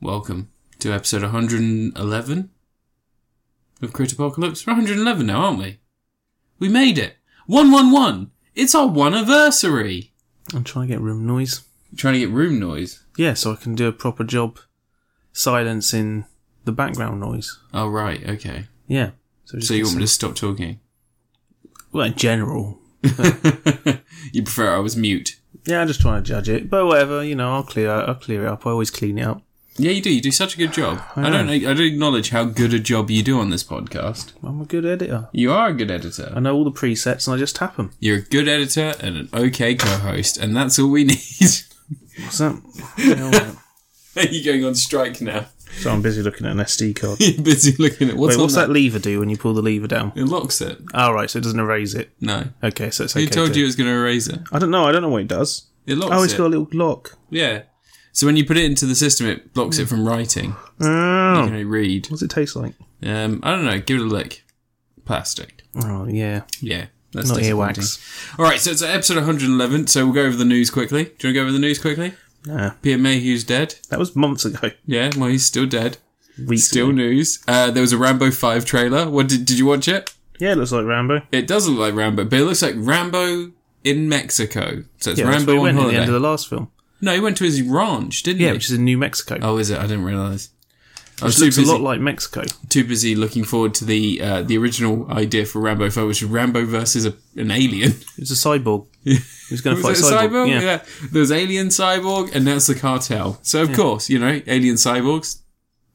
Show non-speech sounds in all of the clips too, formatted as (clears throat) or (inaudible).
welcome to episode 111 of Crit Apocalypse. We're 111 now, aren't we? We made it. 111. It's our one anniversary. I'm trying to get room noise. Trying to get room noise. Yeah, so I can do a proper job silencing the background noise. Oh right, okay. Yeah. just So you get want me to some- stop talking? (laughs) Well, in general. (laughs) you prefer I was mute? Yeah, I'm just trying to judge it, but whatever. You know, I'll clear. I'll clear it up. I always clean it up. Yeah, you do. You do such a good job. I, I don't. I don't acknowledge how good a job you do on this podcast. I'm a good editor. You are a good editor. I know all the presets, and I just tap them. You're a good editor and an okay co-host, and that's all we (laughs) need. (laughs) What's that? Yeah, all right. Are you going on strike now? (laughs) so I'm busy looking at an SD card. You're busy looking at what's Wait, what's on that? lever do when you pull the lever down? It locks it. All right, so it doesn't erase it. No. Okay, so it's okay. Who told to- you it was going to erase it? I don't know. I don't know what it does. It locks Oh, it's it. got a little lock. Yeah. So when you put it into the system, it blocks Hmm. it from writing. Oh. You know, read. What's it taste like? Um, I don't know. Give it a lick. Plastic. Oh yeah, Yeah. That's not disappointing. earwax. All right. So it's episode 111. So we'll go over the news quickly. Do you want to go over the news quickly? Nah, Peter Mayhew's dead. that was months ago. Yeah. Well, he's still dead. Weeks Still ago. news. Uh, there was a Rambo 5 trailer. What did, did you watch it? Yeah, it looks like Rambo. It does look like Rambo, but it looks like Rambo in Mexico. So it's Yeah, that's where Rambo he on went at holiday. the end of the last film. No, he went to his ranch, didn't Yeah, he? which is in New Mexico. Oh, is it? I didn't realise. I was which too looks a busy, lot like Mexico. too busy looking forward to the uh, the original idea for Rambo 4, which was Rambo versus a, an alien. It's (laughs) a cyborg. He's going to fight was it cyborg. Yeah. There's Alien Cyborg, and now it's the cartel. So, of course, you know, alien cyborgs,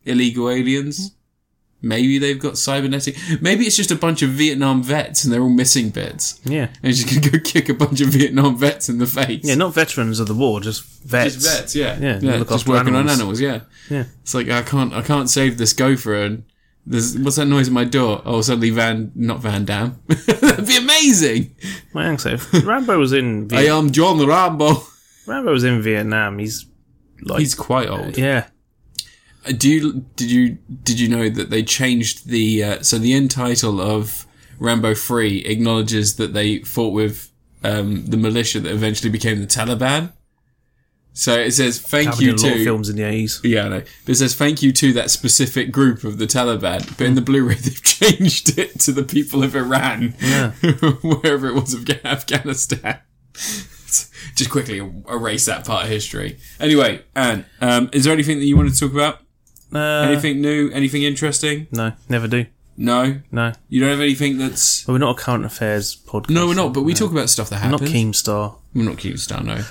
illegal aliens. Hmm. Maybe they've got cybernetic. Maybe it's just a bunch of Vietnam vets and they're all missing bits. yeah, And he's just going to go (laughs) kick a bunch of Vietnam vets in the face. yeah. Not veterans of the war, just vets. Just vets, yeah. Yeah, yeah look just after working on animals. animals, yeah. Yeah. It's like I can't I can't save this gopher and there's what's that noise at my door? Oh suddenly Van not Van Dam. (laughs) That'd be amazing. Well, hang on a (laughs) sec. Rambo was in I Viet- am John Rambo. Rambo was in Vietnam. He's like He's quite old. yeah. Uh, Do you did you did you know that they changed the uh, so the end title of Rambo 3 acknowledges that they fought with um, the militia that eventually became the Taliban. So it says thank Happened you in a lot of to films in the eighties. Yeah, I know. But it says thank you to that specific group of the Taliban. But in the Hmm. Blu-ray, (laughs) they've changed it to the people of Iran, Yeah. (laughs) wherever it was of Afghanistan. (laughs) Just quickly erase that part of history. Anyway, Anne, um, is there anything that you wanted to talk about? Uh, Anything new? Anything interesting? no, never do. No, No, you don't have anything that's. but we're not a current affairs podcast. No, we're not. But we talk about stuff that Not happens. Keemstar. We're not Keemstar. No.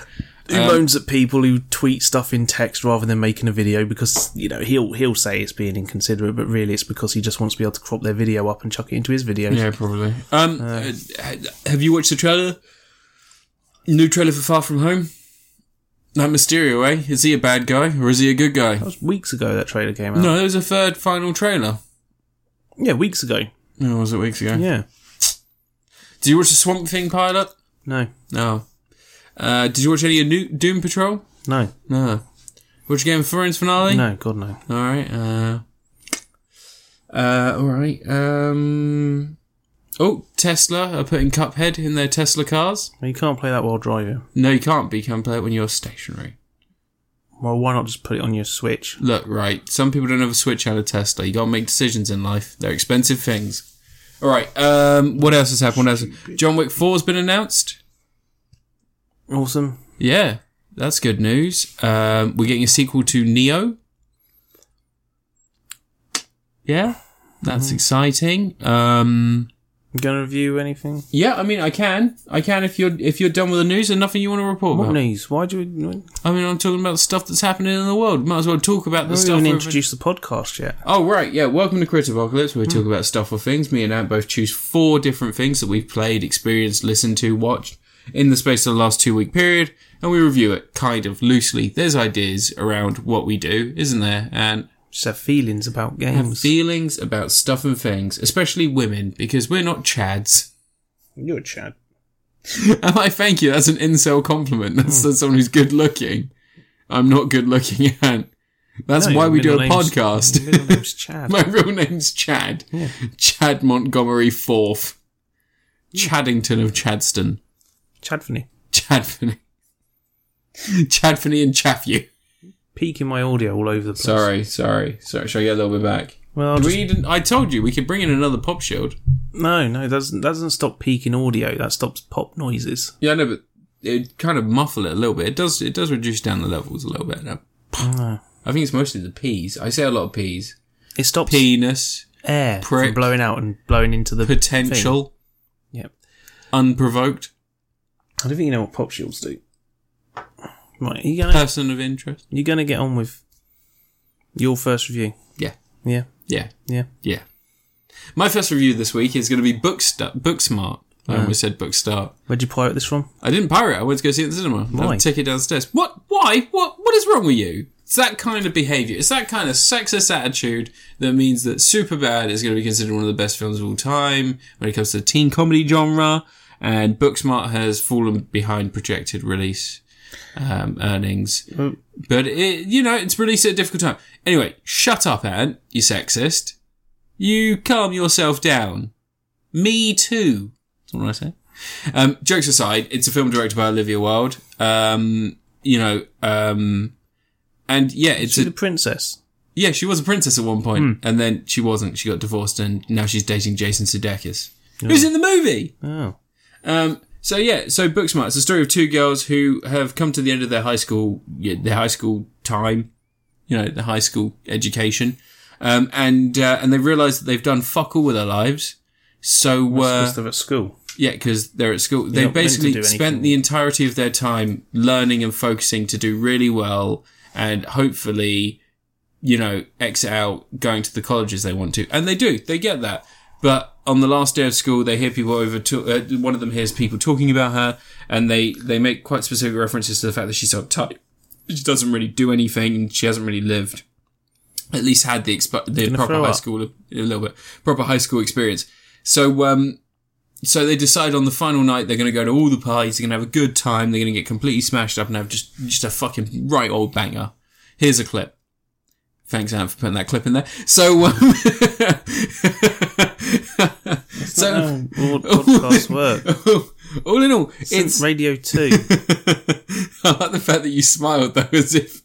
Who Um, moans at people who tweet stuff in text rather than making a video because you know he'll he'll say it's being inconsiderate, but really it's because he just wants to be able to crop their video up and chuck it into his videos. Yeah, probably. Um, uh, have you watched the trailer? New trailer for Far From Home. That Mysterio, eh? Is he a bad guy or is he a good guy? That was weeks ago that trailer came out. No, there was a third final trailer. Yeah, weeks ago. No, was it weeks ago? Yeah. Did you watch the Swamp Thing pilot? No. No. Uh, did you watch any of New- Doom Patrol? No. No. Watch Game of Thrones finale? No, God no. All right. Uh, uh, all right. Um, oh, Tesla are putting Cuphead in their Tesla cars. Well, you can't play that while driving. No, you can't be. You can play it when you're stationary. Well, why not just put it on your Switch? Look, right. Some people don't have a Switch and a Tesla. You gotta make decisions in life. They're expensive things. All right. Um, what else has happened? What else? John Wick Four's been announced. Awesome. Yeah, that's good news. Um, we're getting a sequel to Neo. Yeah, that's Mm-hmm. exciting. Um, You gonna review anything? yeah, I mean, I can, I can if you're if you're done with the news and nothing you want to report What about. news? Why do we? I mean, I'm talking about stuff that's happening in the world. Might as well talk about the We stuff. haven't we're- introduced the podcast yet. Oh right, yeah. Welcome to Crit Apocalypse, where we talk about stuff or things. Me and Ant both choose four different things that we've played, experienced, listened to, watched in the space of the last two week period, and we review it kind of loosely. There's ideas around what we do, isn't there? And Just have feelings about have games. feelings about stuff and things, especially women, because we're not chads. (laughs) You're a Chad. Am I? Thank you. That's an incel compliment. That's, that's someone who's good looking. I'm not good looking, (laughs) Ant. That's No, why your we do a middle name's- podcast. your middle name's (laughs) Chad. My real name's Chad. Chad Montgomery Fourth. Chaddington of Chadston. Chad Finney. (laughs) Chadfany. Chadfany and Chaffew. peeking my audio all over the place. Sorry, sorry, sorry. Shall I get a little bit back? Well, I'll just- We didn't, I told you we could bring in another pop shield. no, no, that doesn't that doesn't stop peaking audio. That stops pop noises. Yeah, I know, but it kind of muffle it a little bit. It does. It does reduce down the levels a little bit. Now, No. I think it's mostly the P's. I say a lot of P's. It stops Penis, air prick. from blowing out and blowing into the Thing. potential, Yep. unprovoked, I don't think you know what pop shields do. Right, you gonna person of interest. you gonna get on with your first review? Yeah, Yeah, yeah, yeah. yeah. My first review this week is going to be book stu- book smart. I almost said book start. Where'd you pirate this from? I didn't pirate. I went to go see it in the cinema. Why? I took it downstairs. What? Why? What? What is wrong with you? It's that kind of behaviour. It's that kind of sexist attitude that means that Superbad is going to be considered one of the best films of all time when it comes to the teen comedy genre. And Booksmart has fallen behind projected release um, earnings, but it, you know it's released at a difficult time. Anyway, shut up, Ant. You sexist. You calm yourself down. Me too. That's what I say. Um, jokes aside, it's a film directed by Olivia Wilde. Um, you know, um, and yeah, it's To a, the princess. yeah. She was a princess at one point, and then she wasn't. She got divorced, and now she's dating Jason Sudeikis, who's in the movie. Oh, Um, so yeah, so Booksmart. It's the story of two girls who have come to the end of their high school, yeah, their high school time, you know, the high school education, um, and uh, and they realise that they've done fuck all with their lives. So uh, because they're at school. yeah, because they're at school. They not meant to do basically anything. spent the entirety of their time learning and focusing to do really well and hopefully, you know, exit out going to the colleges they want to. And they do, they get that. But on the last day of school, they hear people over, to, uh, one of them hears people talking about her and they, they make quite specific references to the fact that she's uptight. She doesn't really do anything and she hasn't really lived at least had the expo- the proper throw high up. school a little bit proper high school experience. So um, so they decide on the final night they're going to go to all the parties. They're going to have a good time. They're going to get completely smashed up and have just just a fucking right old banger. Here's a clip. Thanks, Anne, for putting that clip in there. So, (laughs) um, so So, oh, podcasts work. all in all, (laughs) it's It's Radio Two. (laughs) I like the fact that you smiled though, as if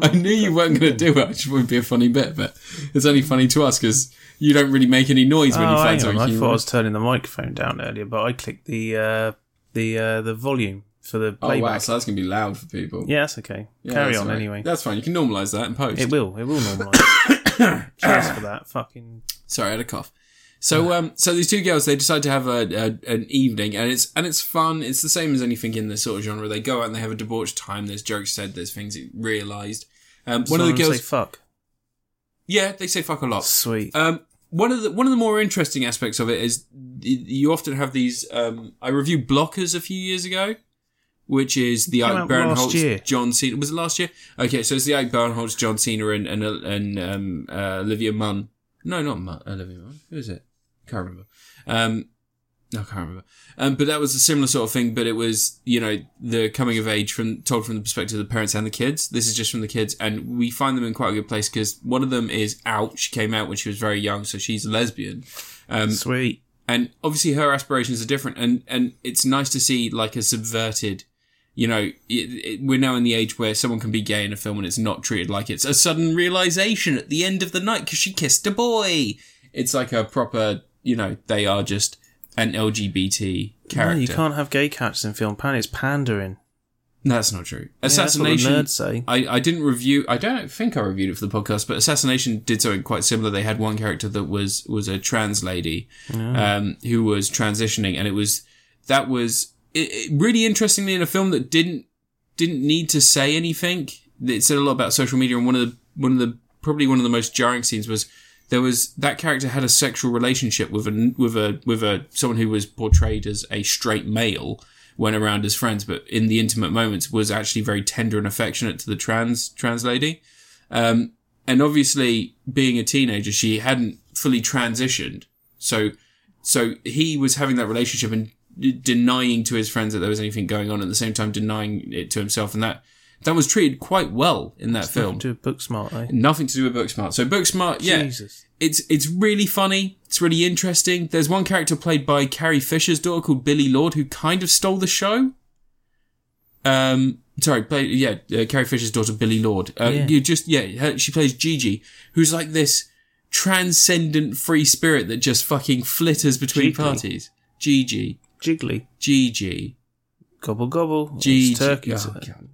I knew you weren't going to do it. It just wouldn't be a funny bit, but it's only funny to us because you don't really make any noise oh, when you find hang on. something. I you- thought I was turning the microphone down earlier, but I clicked the uh, the uh, the volume for the oh playback. wow, so that's going to be loud for people. Yeah, that's okay. Yeah, Carry that's on all right. anyway. That's fine. You can normalise that in post. It will. It will normalise. (coughs) Cheers for that. Fucking. Sorry, I had a cough. So, um, so these two girls, they decide to have a, a an evening, and it's and it's fun. It's the same as anything in this sort of genre. They go out and they have a debauched time. There's jokes said. There's things realised. Um, one of the Someone girls, say fuck. yeah, they say fuck a lot. Sweet. Um, one of the one of the more interesting aspects of it is y- you often have these. Um, I reviewed Blockers a few years ago, which is the Came Ike out last year. Barinholtz John Cena. Was it last year? Okay, so it's the Ike Barinholtz John Cena and and, uh, and um, uh, Olivia Munn. No, not Munn, Olivia Munn. Who is it? Can't remember. Um, no, I can't remember. Um, but that was a similar sort of thing. But it was, you know, the coming of age from told from the perspective of the parents and the kids. This is just from the kids, and we find them in quite a good place because one of them is out. She came out when she was very young, so she's a lesbian, Sweet. and obviously her aspirations are different. And and it's nice to see like a subverted. You know, it, it, we're now in the age where someone can be gay in a film and it's not treated like it's a sudden realization at the end of the night because she kissed a boy. It's like a proper, you know, they are just an LGBT No, character. you can't have gay cats in film. Pan it's pandering. No, that's not true. that's what the Assassination. nerds say. I, I didn't review. I don't think I reviewed it for the podcast, but Assassination did something quite similar. They had one character that was was a trans lady, um, who was transitioning, and it was that was it, it, really interestingly in a film that didn't didn't need to say anything. It said a lot about social media, and one of the one of the probably one of the most jarring scenes was there was that character had a sexual relationship with a with a with a someone who was portrayed as a straight male when around as friends, but in the intimate moments was actually very tender and affectionate to the trans trans lady. Um, and obviously, being a teenager, she hadn't fully transitioned, so so he was having that relationship and d- denying to his friends that there was anything going on at the same time denying it to himself and that that was treated quite well in that film Do a book smart, eh? nothing to do with booksmart so booksmart yeah Jesus. it's it's really funny it's really interesting there's one character played by carrie fisher's daughter called billy lord who kind of stole the show um Sorry, play, yeah, uh, Carrie Fisher's daughter, Billy Lord. Uh, Yeah. You just, yeah, her, she plays Gigi, who's like this transcendent free spirit that just fucking flitters between Gigi. parties. Gigi. Jiggly. Gigi. Gobble gobble. Gee, It's turkey. oh, God.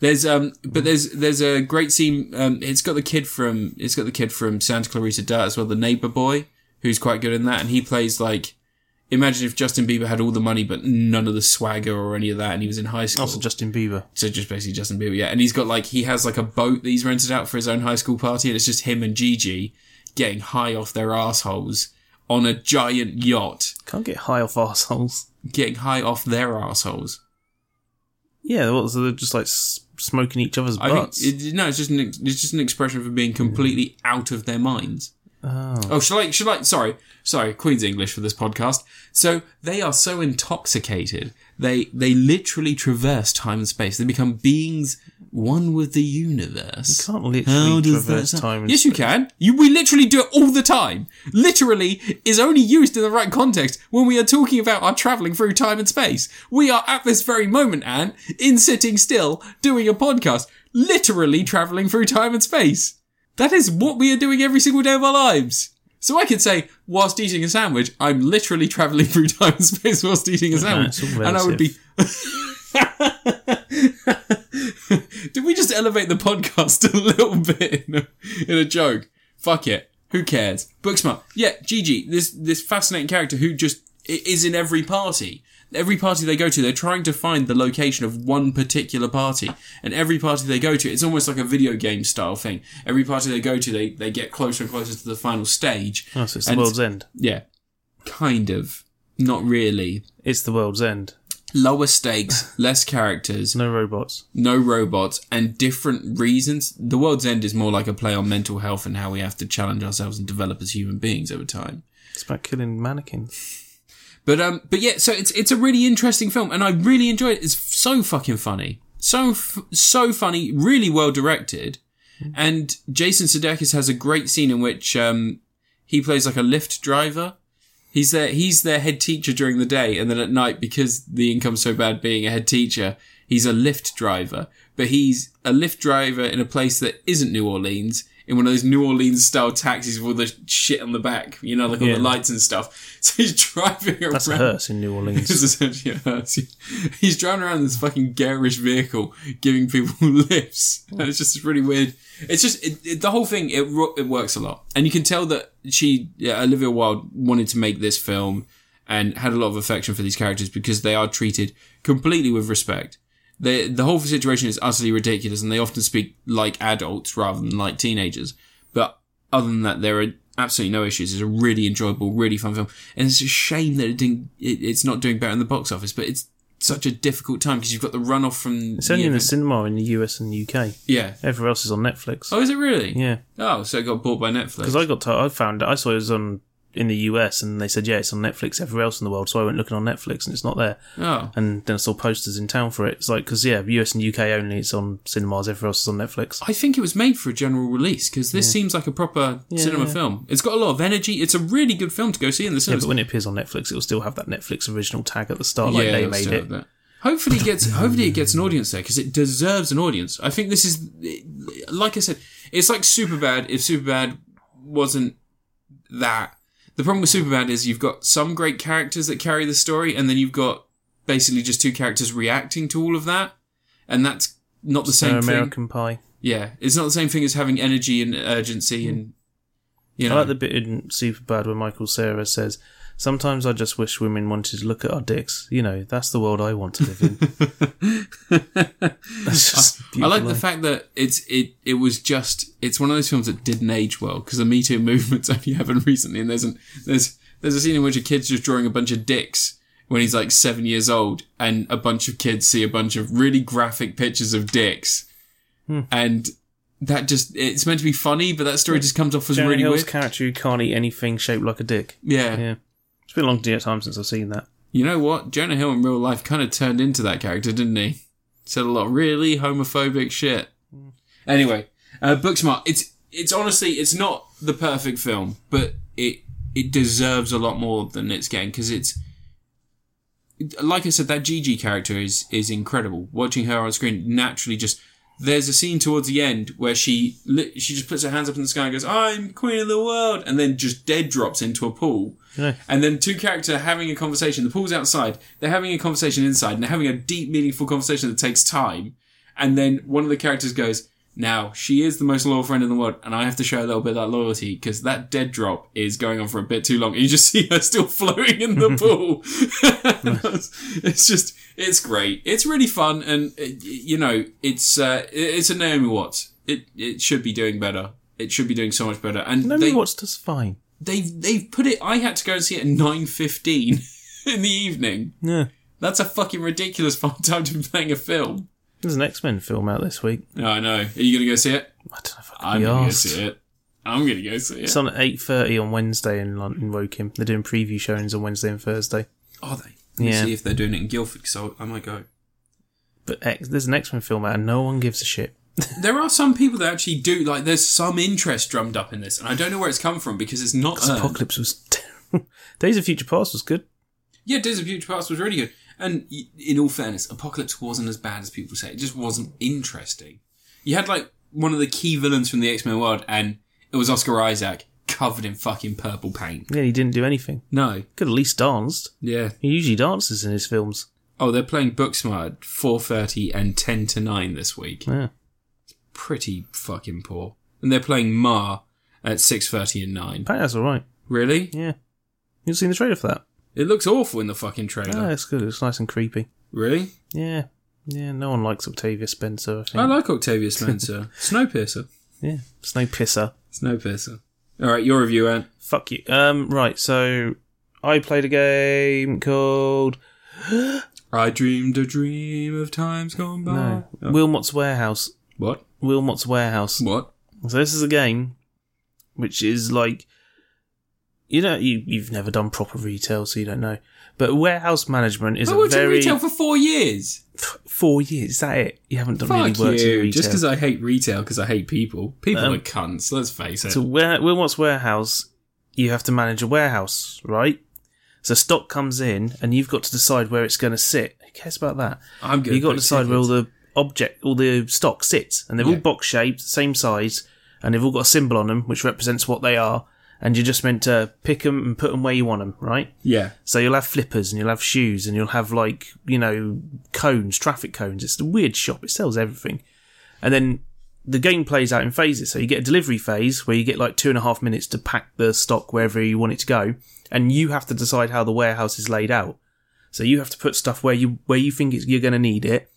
there's um, but there's there's a great scene. Um, it's got the kid from it's got the kid from Santa Clarita Diet as well, the neighbor boy who's quite good in that, and he plays like. Imagine if Justin Bieber had all the money but none of the swagger or any of that, and he was in high school. also Justin Bieber. so just basically Justin Bieber, yeah. And he's got like he has like a boat that he's rented out for his own high school party, and it's just him and Gigi getting high off their assholes on a giant yacht, Can't get high off (laughs) arseholes. getting high off their assholes. Yeah, well, so they're just like s- smoking each other's I butts. think it, no, it's just an ex- it's just an expression for being completely out of their minds. oh. Oh, shall I? Shall I? Sorry, sorry. Queen's English for this podcast. So they are so intoxicated, they they literally traverse time and space. They become beings one with the universe. Can't literally does that traverse sound? time. and Yes, you can. You, we literally do it all the time. Literally is only used in the right context when we are talking about our traveling through time and space. We are at this very moment, Anne, in sitting still, doing a podcast, literally traveling through time and space. That is what we are doing every single day of our lives. So I could say, whilst eating a sandwich, I'm literally traveling (laughs) through time and space whilst eating a sandwich. it's all and I would be. Did we just elevate the podcast (laughs) a little bit in a, in a joke? Fuck it. Who cares? Booksmart. Yeah, Gigi, this, this fascinating character who just i- is in every party. Every party they go to, they're trying to find the location of one particular party. And every party they go to, it's almost like a video game style thing. Every party they go to, they, they get closer and closer to the final stage. Oh, so it's the And- world's end. Yeah. Kind of. Not really. It's the world's end. Lower stakes, less characters No robots. no robots and different reasons. The World's End is more like a play on mental health and how we have to challenge ourselves and develop as human beings over time. It's about killing mannequins. But um, but yeah, so it's it's a really interesting film, and I really enjoyed it. It's so fucking funny, so f- so funny, really well directed, Mm-hmm. and Jason Sudeikis has a great scene in which um, he plays like a lift driver. He's their he's their head teacher during the day, and then at night because the income's so bad being a head teacher, he's a lift driver. But he's a lift driver in a place that isn't New Orleans, in one of those New Orleans style taxis with all the shit on the back, you know, like all Yeah. the lights and stuff. (laughs) So he's driving That's a around. hearse in New Orleans. (laughs) It's essentially a hearse. He's driving around this fucking garish vehicle, giving people (laughs) lifts, and it's just really weird. It's just it, it, the whole thing. It ro- it works a lot, and you can tell that she yeah, Olivia Wilde wanted to make this film and had a lot of affection for these characters because they are treated completely with respect. The the whole situation is utterly ridiculous, and they often speak like adults rather than like teenagers. But other than that, there are absolutely no issues. It's a really enjoyable, really fun film, and it's a shame that it didn't. It, it's not doing better in the box office, but it's such a difficult time because you've got the runoff from. It's only in the event. cinema in the US and UK. yeah. Everywhere else is on Netflix. Oh, is it really? Yeah, Oh, so it got bought by because Netflix. I got to, I found it. I saw it was on in the US, and they said yeah, it's on Netflix everywhere else in the world. So I went looking on Netflix, and it's not there. oh, And then I saw posters in town for it. It's like because yeah, US and UK only. It's on cinemas. Everywhere else is on Netflix. I think it was made for a general release because this seems like a proper cinema yeah. film. It's got a lot of energy. It's a really good film to go see in the Yeah, cinema. but when it appears on Netflix, it will still have that Netflix original tag at the start, like they let's made do it. that. Hopefully it gets hopefully it gets an audience there because it deserves an audience. I think this is like I said, it's like Superbad. If Superbad wasn't that, the problem with Superbad is you've got some great characters that carry the story, and then you've got basically just two characters reacting to all of that, and that's not the No same thing. American Pie. Yeah, it's not the same thing as having energy and urgency and you I know. like the bit in Superbad where Michael Sarah says, "Sometimes I just wish women wanted to look at our dicks. You know, that's the world I want to live in." (laughs) that's just I like beautiful. the fact that it's it it was just it's one of those films that didn't age well because the Me Too movement's (laughs) only happened recently, and there's an, there's there's a scene in which a kid's just drawing a bunch of dicks when he's like seven years old, and a bunch of kids see a bunch of really graphic pictures of dicks, Hmm. and that just it's meant to be funny, but that story just comes off as Jonah really Hill's weird. character who can't eat anything shaped like a dick. yeah. Yeah, it's been a long dear time since I've seen that. you know what? Jonah Hill in real life kind of turned into that character, didn't he? Said a lot of really homophobic shit. Anyway, uh, Booksmart. It's it's honestly it's not the perfect film, but it it deserves a lot more than it's getting because it's like I said, that Gigi character is is incredible. Watching her on screen naturally just there's a scene towards the end where she li- she just puts her hands up in the sky and goes, "I'm queen of the world," and then just dead drops into a pool. Yeah. And then two characters are having a conversation. The pool's outside. They're having a conversation inside, and they're having a deep, meaningful conversation that takes time. And then one of the characters goes, "Now she is the most loyal friend in the world, and I have to show a little bit of that loyalty because that dead drop is going on for a bit too long." And you just (laughs) see her still floating in (laughs) the pool. (laughs) it's just, it's great. It's really fun, and uh, you know, it's uh, it's a Naomi Watts. It it should be doing better. It should be doing so much better. And Naomi they- Watts does fine. they've they've put it. I had to go and see it at nine fifteen (laughs) in the evening. Yeah. That's a fucking ridiculous (laughs) fun time to be playing a film. There's an X Men film out this week. No, I know. Are you gonna go see it? I don't know if I I'm can be gonna go arsed. see it. I'm gonna go see it. It's on at eight thirty on Wednesday in London, Woking. They're doing preview showings on Wednesday and Thursday. Are they? Let me Yeah. see if they're doing it in Guildford because I might go. But X, there's an X Men film out, and no one gives a shit. There are some people that actually do like. There's some interest drummed up in this, and I don't know where it's come from because it's not. Because earned. Apocalypse was terrible. (laughs) Days of Future Past was good. Yeah, Days of Future Past was really good, and y- in all fairness, Apocalypse wasn't as bad as people say. It just wasn't interesting. You had like one of the key villains from the X Men world, and it was Oscar Isaac covered in fucking purple paint. Yeah, he didn't do anything. No, Could at least danced. yeah. He usually dances in his films. Oh, they're playing Booksmart at four thirty and ten to nine this week. Yeah. Pretty fucking poor. And they're playing Ma at six thirty and nine. Apparently that's alright. Really? Yeah. You've seen the trailer for that? It looks awful in the fucking Yeah, trailer. it's good. It's nice and creepy. Really? Yeah. Yeah, no one likes Octavia Spencer, I think. I like Octavia (laughs) Spencer. Snowpiercer. yeah. It's no pisser. Snowpiercer. All right, your review, Ant. Fuck you. Um, right, so I played a game called I dreamed a dream of times gone by. No. Wilmot's Warehouse. What? Wilmot's Warehouse. What? So this is a game which is like you know you you've never done proper retail, so you don't know. But warehouse management is I a worked in very retail for four years. four years. Is that it? You haven't done really Fuck worked in you. retail. Just because I hate retail because I hate people. People Um, are cunts. Let's face it. So where Wilmot's warehouse, you have to manage a warehouse, right? So stock comes in, and you've got to decide where it's going to sit. Who cares about that? I'm good. You got to decide where all the object, all the stock sits, and they're all Yeah. box shaped, same size, and they've all got a symbol on them which represents what they are. And you're just meant to pick them and put them where you want them, right? Yeah. So you'll have flippers, and you'll have shoes, and you'll have like you know cones, traffic cones. It's a weird shop. It sells everything, and then the game plays out in phases. So you get a delivery phase where you get like two and a half minutes to pack the stock wherever you want it to go, and you have to decide how the warehouse is laid out. So you have to put stuff where you where you think it's, you're going to need it,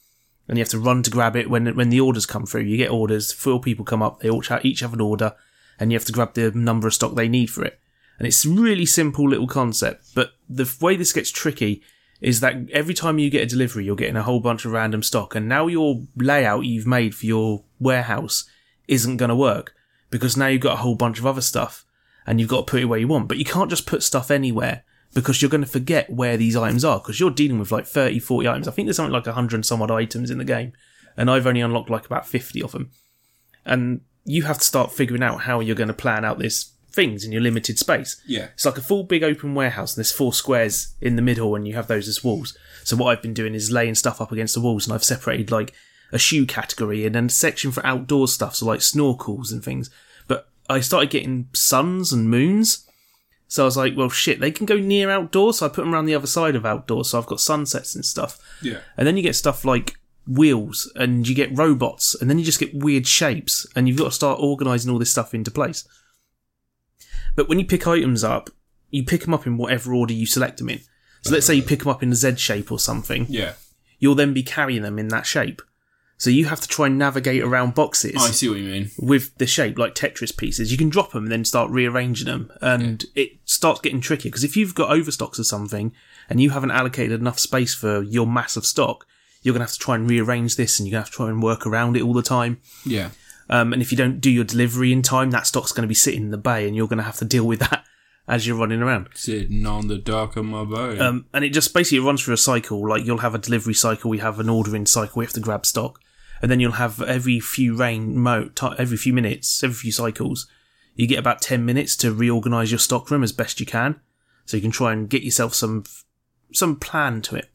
and you have to run to grab it when when the orders come through. You get orders, four people come up, they all ha- each have an order, and you have to grab the number of stock they need for it. And it's a really simple little concept, but the f- way this gets tricky is that every time you get a delivery, you're getting a whole bunch of random stock, and now your layout you've made for your warehouse isn't going to work because now you've got a whole bunch of other stuff and you've got to put it where you want. But you can't just put stuff anywhere because you're going to forget where these items are because you're dealing with like 30, 40 items. I think there's something like 100 and some odd items in the game, and I've only unlocked like about 50 of them. And you have to start figuring out how you're going to plan out these things in your limited space. Yeah. It's like a full big open warehouse, and there's four squares in the middle, and you have those as walls. So what I've been doing is laying stuff up against the walls, and I've separated like a shoe category and then a section for outdoor stuff, so like snorkels and things. But I started getting suns and moons, so I was like, well, shit, they can go near outdoor, so I put them around the other side of outdoor, so I've got sunsets and stuff. Yeah. And then you get stuff like wheels and you get robots and then you just get weird shapes and you've got to start organizing all this stuff into place. But when you pick items up, you pick them up in whatever order you select them in. So let's say you pick them up in a Z shape or something, Yeah. you'll then be carrying them in that shape. So you have to try and navigate around boxes I see what you mean. with the shape, like Tetris pieces. You can drop them and then start rearranging them, and it starts getting trickier because if you've got overstocks or something and you haven't allocated enough space for your mass of stock, you're going to have to try and rearrange this and you're going to have to try and work around it all the time. Yeah. Um, and if you don't do your delivery in time, that stock's going to be sitting in the bay and you're going to have to deal with that (laughs) as you're running around. Sitting on the dock of my boat. Um, and it just basically runs through a cycle. Like you'll have a delivery cycle, we have an ordering cycle, we have to grab stock, and then you'll have every few rain mo ti every few minutes, every few cycles, you get about ten minutes to reorganize your stock room as best you can, so you can try and get yourself some some plan to it.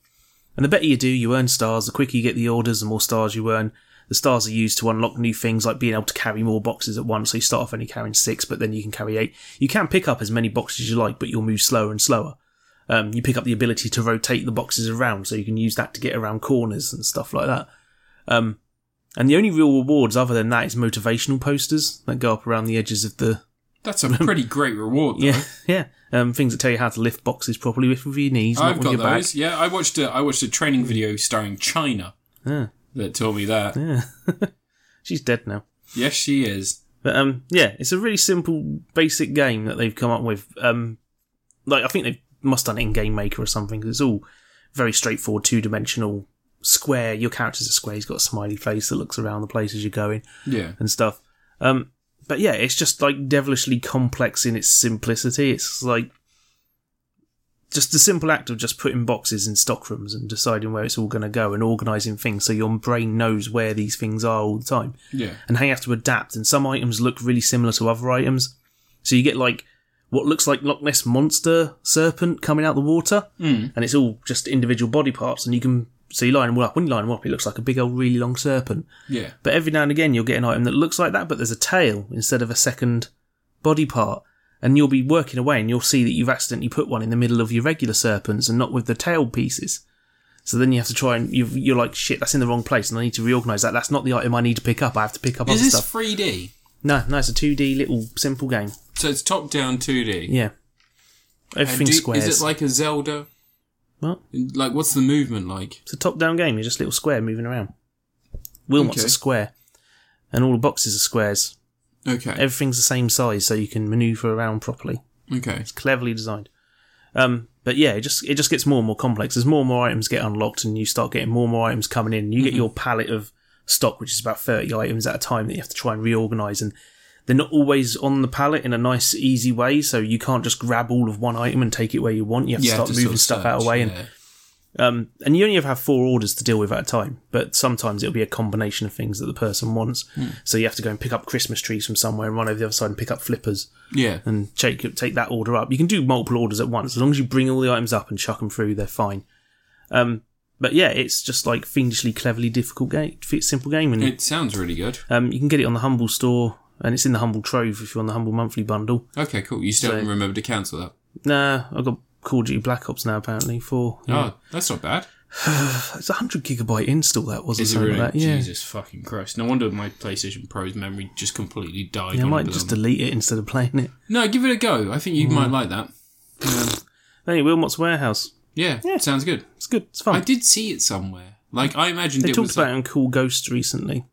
And the better you do, you earn stars. The quicker you get the orders, the more stars you earn. The stars are used to unlock new things like being able to carry more boxes at once. So you start off only carrying six, but then you can carry eight. You can pick up as many boxes as you like, but you'll move slower and slower. Um, you pick up the ability to rotate the boxes around, so you can use that to get around corners and stuff like that. Um, and the only real rewards other than that is motivational posters that go up around the edges of the That's a pretty great reward, though. (laughs) yeah yeah um, things that tell you how to lift boxes properly with with your knees, not I've with got your back. those. Yeah, I watched a I watched a training video starring China Yeah. that told me (laughs) that. Yeah. She's dead now. Yes, she is. But um, yeah, it's a really simple, basic game that they've come up with. Um, like I think they must done it in Game Maker or something 'cause it's all very straightforward, two dimensional square. Your character's a square. He's got a smiley face that looks around the place as you're going Yeah. and stuff. Um, but yeah, it's just like devilishly complex in its simplicity. It's like just the simple act of just putting boxes in stockrooms and deciding where it's all going to go and organising things so your brain knows where these things are all the time Yeah. and how you have to adapt. And some items look really similar to other items. So you get like what looks like Loch Ness monster serpent coming out the water, mm. and it's all just individual body parts. And you can so you line them all up. When you line them up, it looks like a big old really long serpent. Yeah. But every now and again, you'll get an item that looks like that, but there's a tail instead of a second body part. And you'll be working away and you'll see that you've accidentally put one in the middle of your regular serpents and not with the tail pieces. So then you have to try and you've, you're like, shit, that's in the wrong place and I need to reorganise that. That's not the item I need to pick up. I have to pick up Is other this stuff. 3D? No, no, it's a 2D little simple game. So it's top down 2D. Yeah. And Everything do- squares. Is it like a Zelda? What? Like, what's the movement like? It's a top down game. You're just a little square moving around. Wilmot's Okay. a square. And all the boxes are squares. Okay. Everything's the same size so you can manoeuvre around properly. Okay. It's cleverly designed. Um, but yeah, it just it just gets more and more complex as more and more items get unlocked, and you start getting more and more items coming in. You Mm-hmm. get your palette of stock, which is about thirty items at a time that you have to try and reorganize, and they're not always on the palette in a nice, easy way. So you can't just grab all of one item and take it where you want. You have to Yeah, start just moving sort of stuff out of the search, way, yeah. and um, and you only ever have four orders to deal with at a time. But sometimes it'll be a combination of things that the person wants. Hmm. So you have to go and pick up Christmas trees from somewhere and run over the other side and pick up flippers yeah. and take take that order up. You can do multiple orders at once as long as you bring all the items up and chuck them through. They're fine. Um, but yeah, it's just like fiendishly cleverly difficult game, simple game, and It sounds really good. um, you can get it on the Humble store and it's in the Humble Trove if you're on the Humble Monthly bundle. Okay, cool. You still So- haven't remembered to cancel that. Nah, I've got Call of Duty Black Ops now apparently for Oh, that's not bad. it's a hundred gigabyte install that was or Is it something really? like that. Yeah, Jesus fucking Christ. No wonder my PlayStation Pro's memory just completely died. yeah, I on might Bloom. just delete it instead of playing it. No, give it a go. I think you Hmm. might like that. Um, Anyway, Wilmot's Warehouse. yeah, Yeah. sounds good. It's good. It's I fun. did see it somewhere. Like I imagined They it talked was. about like- it on Cool Ghost recently.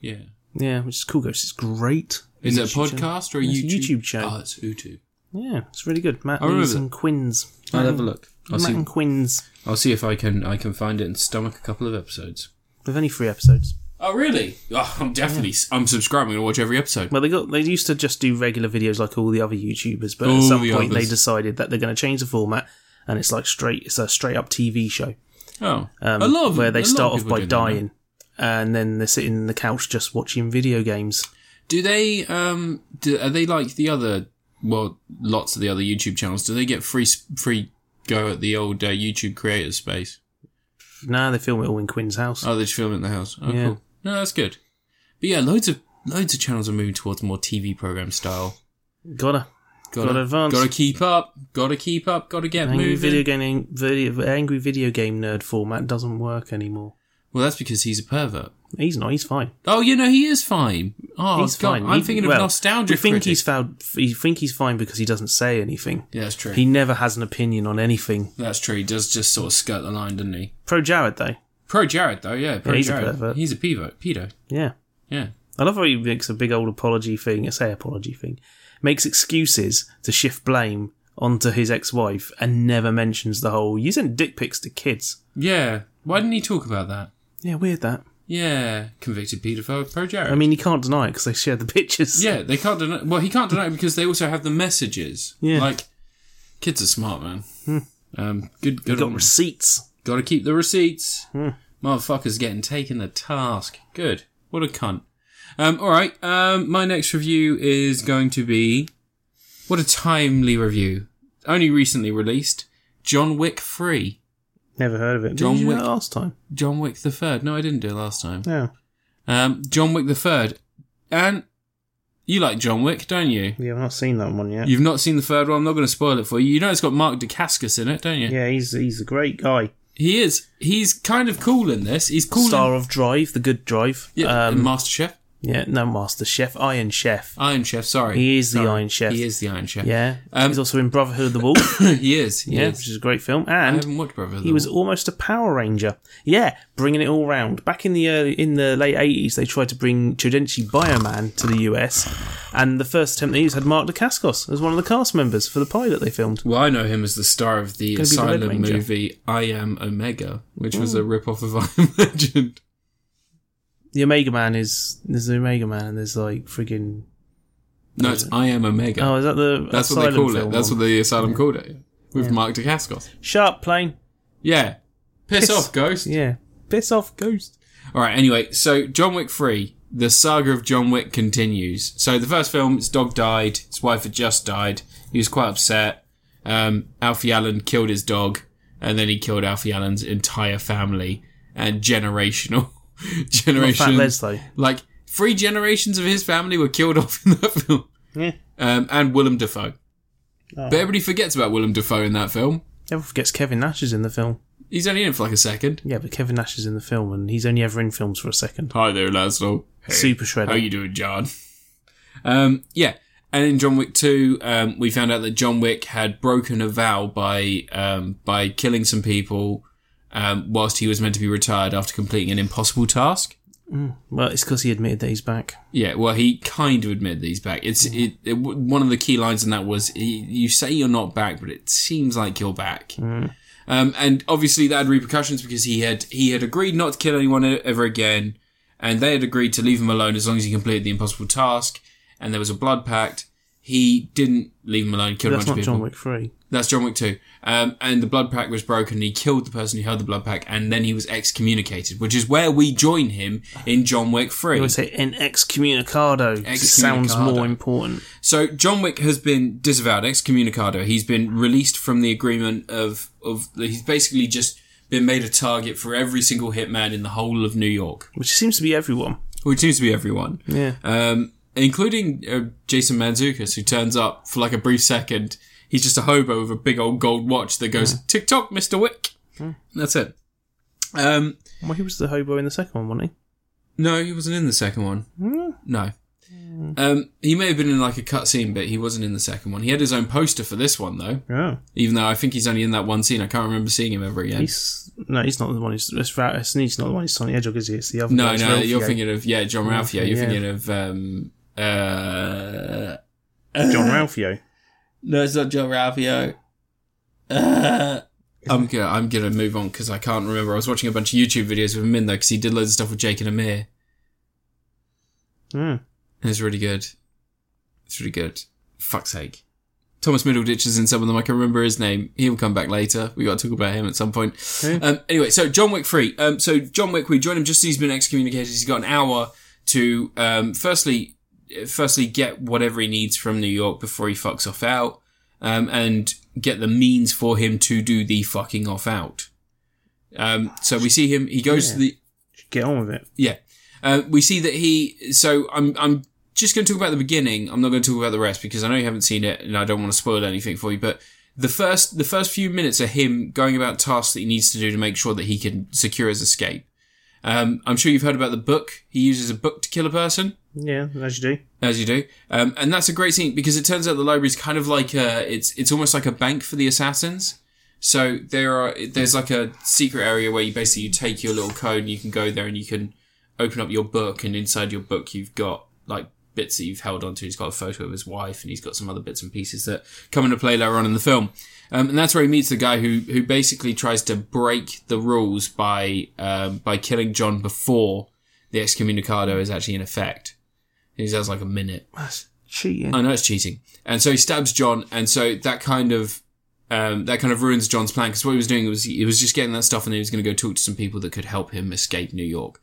yeah. Yeah, which is Cool Ghost. It's great. Is it a YouTube channel. podcast or a It's a YouTube? YouTube channel. Oh, it's YouTube. Yeah, it's really good. Matt I remember Lees and Quins. I'll have a Mm. look. I'll Matt see. and Quins I'll see if I can. I can find it and stomach a couple of episodes. with only three episodes. Oh really? Oh, I'm definitely. I'm subscribing to watch every episode. Well, they got they used to just do regular videos like all the other YouTubers, but All at some the point they others. decided that they're going to change the format, and it's like straight it's a straight up TV show. Oh, Um, a lot of where a they lot start of off people by do that now. dying, and then they're sitting on the couch just watching video games. Do they? Um, do, are they like the other? Well, lots of the other YouTube channels. Do they get free s- free go at the old uh, YouTube creator space? Nah, they film it all in Quinn's house. Oh, they just film it in the house. Oh, Yeah. cool. No, that's good. But yeah, loads of loads of channels are moving towards more TV program style. Gotta Gotta, Gotta advance. Gotta keep up. Gotta keep up. Gotta get angry moving. video game video, angry video game nerd format doesn't work anymore. Well, that's because he's a pervert. He's not. He's fine. Oh, you know he is fine. Oh, he's God, fine. I'm He- thinking of well, nostalgia. We think critic. he's found. You think he's fine because he doesn't say anything. Yeah, that's true. He never has an opinion on anything. that's true. He does just sort of skirt the line, doesn't he? Pro Jared though, Pro Jared though, yeah. Pro he's a Jared. pervert. he's a pedo. Pedo. yeah. Yeah. I love how he makes a big old apology thing. I say apology thing. Makes excuses to shift blame onto his ex-wife and never mentions the whole you sent dick pics to kids. Yeah. Why didn't he talk about that? Yeah, weird that. Yeah. Convicted paedophile Pro Jared. I mean, he can't deny it because they shared the pictures. yeah, they can't deny. Well, he can't deny it because they also have the messages. Yeah. Like, kids are smart, man. Um, good. he Good. got receipts. Got to keep the receipts. Motherfuckers getting taken the task. Good. What a cunt. Um, all right. Um, my next review is going to be what a timely review. Only recently released. John Wick Free. Never heard of it. John Did you do Wick. that last time? John Wick the Third. No, I didn't do it last time. No. Um, John Wick the Third, and you like John Wick, don't you? Yeah, I've not seen that one yet. You've not seen the third one. I'm not going to spoil it for you. You know it's got Mark Dacascos in it, don't you? yeah, he's he's a great guy. He is. He's kind of cool in this. He's cool. in, Star of Drive, the good Drive. yeah, Ah, um, Master Chef, yeah, no Master Chef, Iron Chef. Iron Chef. Sorry, He is the Sorry. Iron Chef. He is the Iron Chef. Yeah, Um, he's also in Brotherhood of the (coughs) (laughs) Wolf. he is. He yeah, is. which is a great film. I And haven't watched Brother. He was almost a Power Ranger. Yeah, bringing it all round. Back in the early, in the late eighties, they tried to bring Chudenchi Bioman to the US, and the first attempt they used had Mark Dacascos as one of the cast members for the pilot they filmed. Well, I know him as the star of the Gonna be the Red Asylum Ranger. movie I Am Omega, which was a rip-off of (laughs) I Am Legend. The Omega Man is there's the Omega Man, and there's like friggin' No, it's I Am Omega. oh, is that the That's what Asylum they call it. film That's one? what the Asylum called it. With Mark Dacascos. Sharp plane. Yeah. Piss, Piss. off, Ghost. Yeah, piss off, ghost. All right. Anyway, so John Wick Three, the saga of John Wick continues. So the first film, his dog died. His wife had just died. He was quite upset. Um, Alfie Allen killed his dog, and then he killed Alfie Allen's entire family and generational (laughs) Fat generation. Les though. Like three generations of his family were killed (laughs) off in that film. Yeah. Um, and Willem Dafoe. But everybody forgets about Willem Dafoe in that film. Everyone forgets Kevin Nash is in the film. He's only in it for like a second. Yeah, but Kevin Nash is in the film, and he's only ever in films for a second. Hi there, Laszlo. Super shredder. How you doing, John? Um, yeah. And in John Wick 2, um, we found out that John Wick had broken a vow by, um, by killing some people, um, whilst he was meant to be retired after completing an impossible task. Well, it's because he admitted that he's back. Yeah, well, he kind of admitted that he's back. It's it, it. w- One of the key lines in that was, he, "You say you're not back, but it seems like you're back." Mm-hmm. Um, and obviously, that had repercussions because he had he had agreed not to kill anyone e- ever again, and they had agreed to leave him alone as long as he completed the impossible task. And there was a blood pact. He didn't leave him alone, killed a That's bunch of not people. John Wick 3. That's John Wick too. Um, and the blood pact was broken. He killed the person who held the blood pact, and then he was excommunicated, which is where we join him in John Wick Three. I would say an excommunicado. 'cause It sounds Excommunicado. more important. So John Wick has been disavowed, excommunicado. He's been released from the agreement of of he's basically just been made a target for every single hitman in the whole of New York, Which seems to be everyone. which seems to be everyone, Yeah. um, including uh, Jason Manzoukas, who turns up for like a brief second. He's just a hobo with a big old gold watch that goes tick tock, Mister Wick. And That's it. Um, Well, he was the hobo in the second one, wasn't no, he wasn't in the second one. he? Hmm. No. Um, he may have been in like a cutscene, but he wasn't in the second one. He had his own poster for this one though. Yeah. Even though I think he's only in that one scene, I can't remember seeing him ever again. He's, no, he's not the one who's. It's, Ra- it's, he's not the one who's Sonic Hedgehog, is he? It's the other no, one. It's no, Ralphio. you're thinking of yeah, John Ralphio. You're yeah. thinking of um, uh, John Ralphio. no, it's not John (laughs) Ralphio. Uh, I'm gonna I'm gonna move on because I can't remember. I was watching a bunch of YouTube videos with him in though because he did loads of stuff with Jake and Amir, Hmm. and it's really good. It's really good. Fuck's sake. Thomas Middleditch is in some of them. I can remember his name. He'll come back later. We got to talk about him at some point. Okay. Um, anyway, so John Wick free. Um, so John Wick, we join him just as he's been excommunicated. He's got an hour to, um, firstly, firstly get whatever he needs from New York before he fucks off out, um, and get the means for him to do the fucking off out. Um, so we see him. He goes to Yeah. the Get on with it. yeah. Uh, we see that he. So I'm. I'm just going to talk about the beginning. I'm not going to talk about the rest because I know you haven't seen it, and I don't want to spoil anything for you. But the first, the first few minutes are him going about tasks that he needs to do to make sure that he can secure his escape. Um, I'm sure you've heard about the book. He uses a book to kill a person Yeah, as you do. as you do. Um, and that's a great scene because it turns out the library's kind of like a, it's it's almost like a bank for the assassins. So there are there's like a secret area where you basically you take your little code and you can go there and you can open up your book and inside your book you've got like bits that you've held onto. He's got a photo of his wife and he's got some other bits and pieces that come into play later on in the film. Um, and that's where he meets the guy who who basically tries to break the rules by um, by killing John before the excommunicado is actually in effect. He has like a minute. That's cheating. I know it's cheating. And so he stabs John, and so that kind of um, that kind of ruins John's plan because what he was doing was he was just getting that stuff, and then he was going to go talk to some people that could help him escape New York.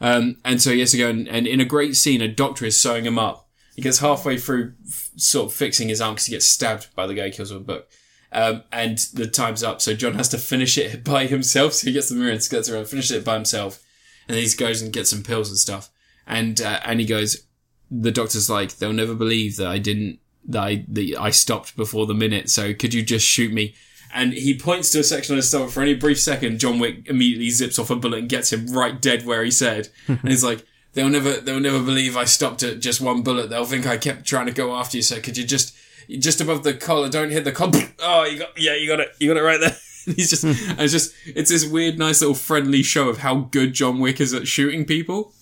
Um, and so he has to go, and, and in a great scene, a doctor is sewing him up. He gets halfway through, f- sort of fixing his arm because he gets stabbed by the guy who kills with a book, Um, and the time's up, so John has to finish it (laughs) by himself. So he gets the mirror and gets around, finishes it by himself, and then he goes and gets some pills and stuff. And uh, and he goes, the doctor's like, they'll never believe that I didn't that I that I stopped before the minute. So could you just shoot me? And he points to a section on his stomach for any brief second. John Wick immediately zips off a bullet and gets him right dead where he said. and he's like, they'll never they'll never believe I stopped at just one bullet. They'll think I kept trying to go after you. So could you just just above the collar? Don't hit the collar. (laughs) Oh, you got yeah, you got it, you got it right there. (laughs) He's just, and it's just, it's this weird, nice little friendly show of how good John Wick is at shooting people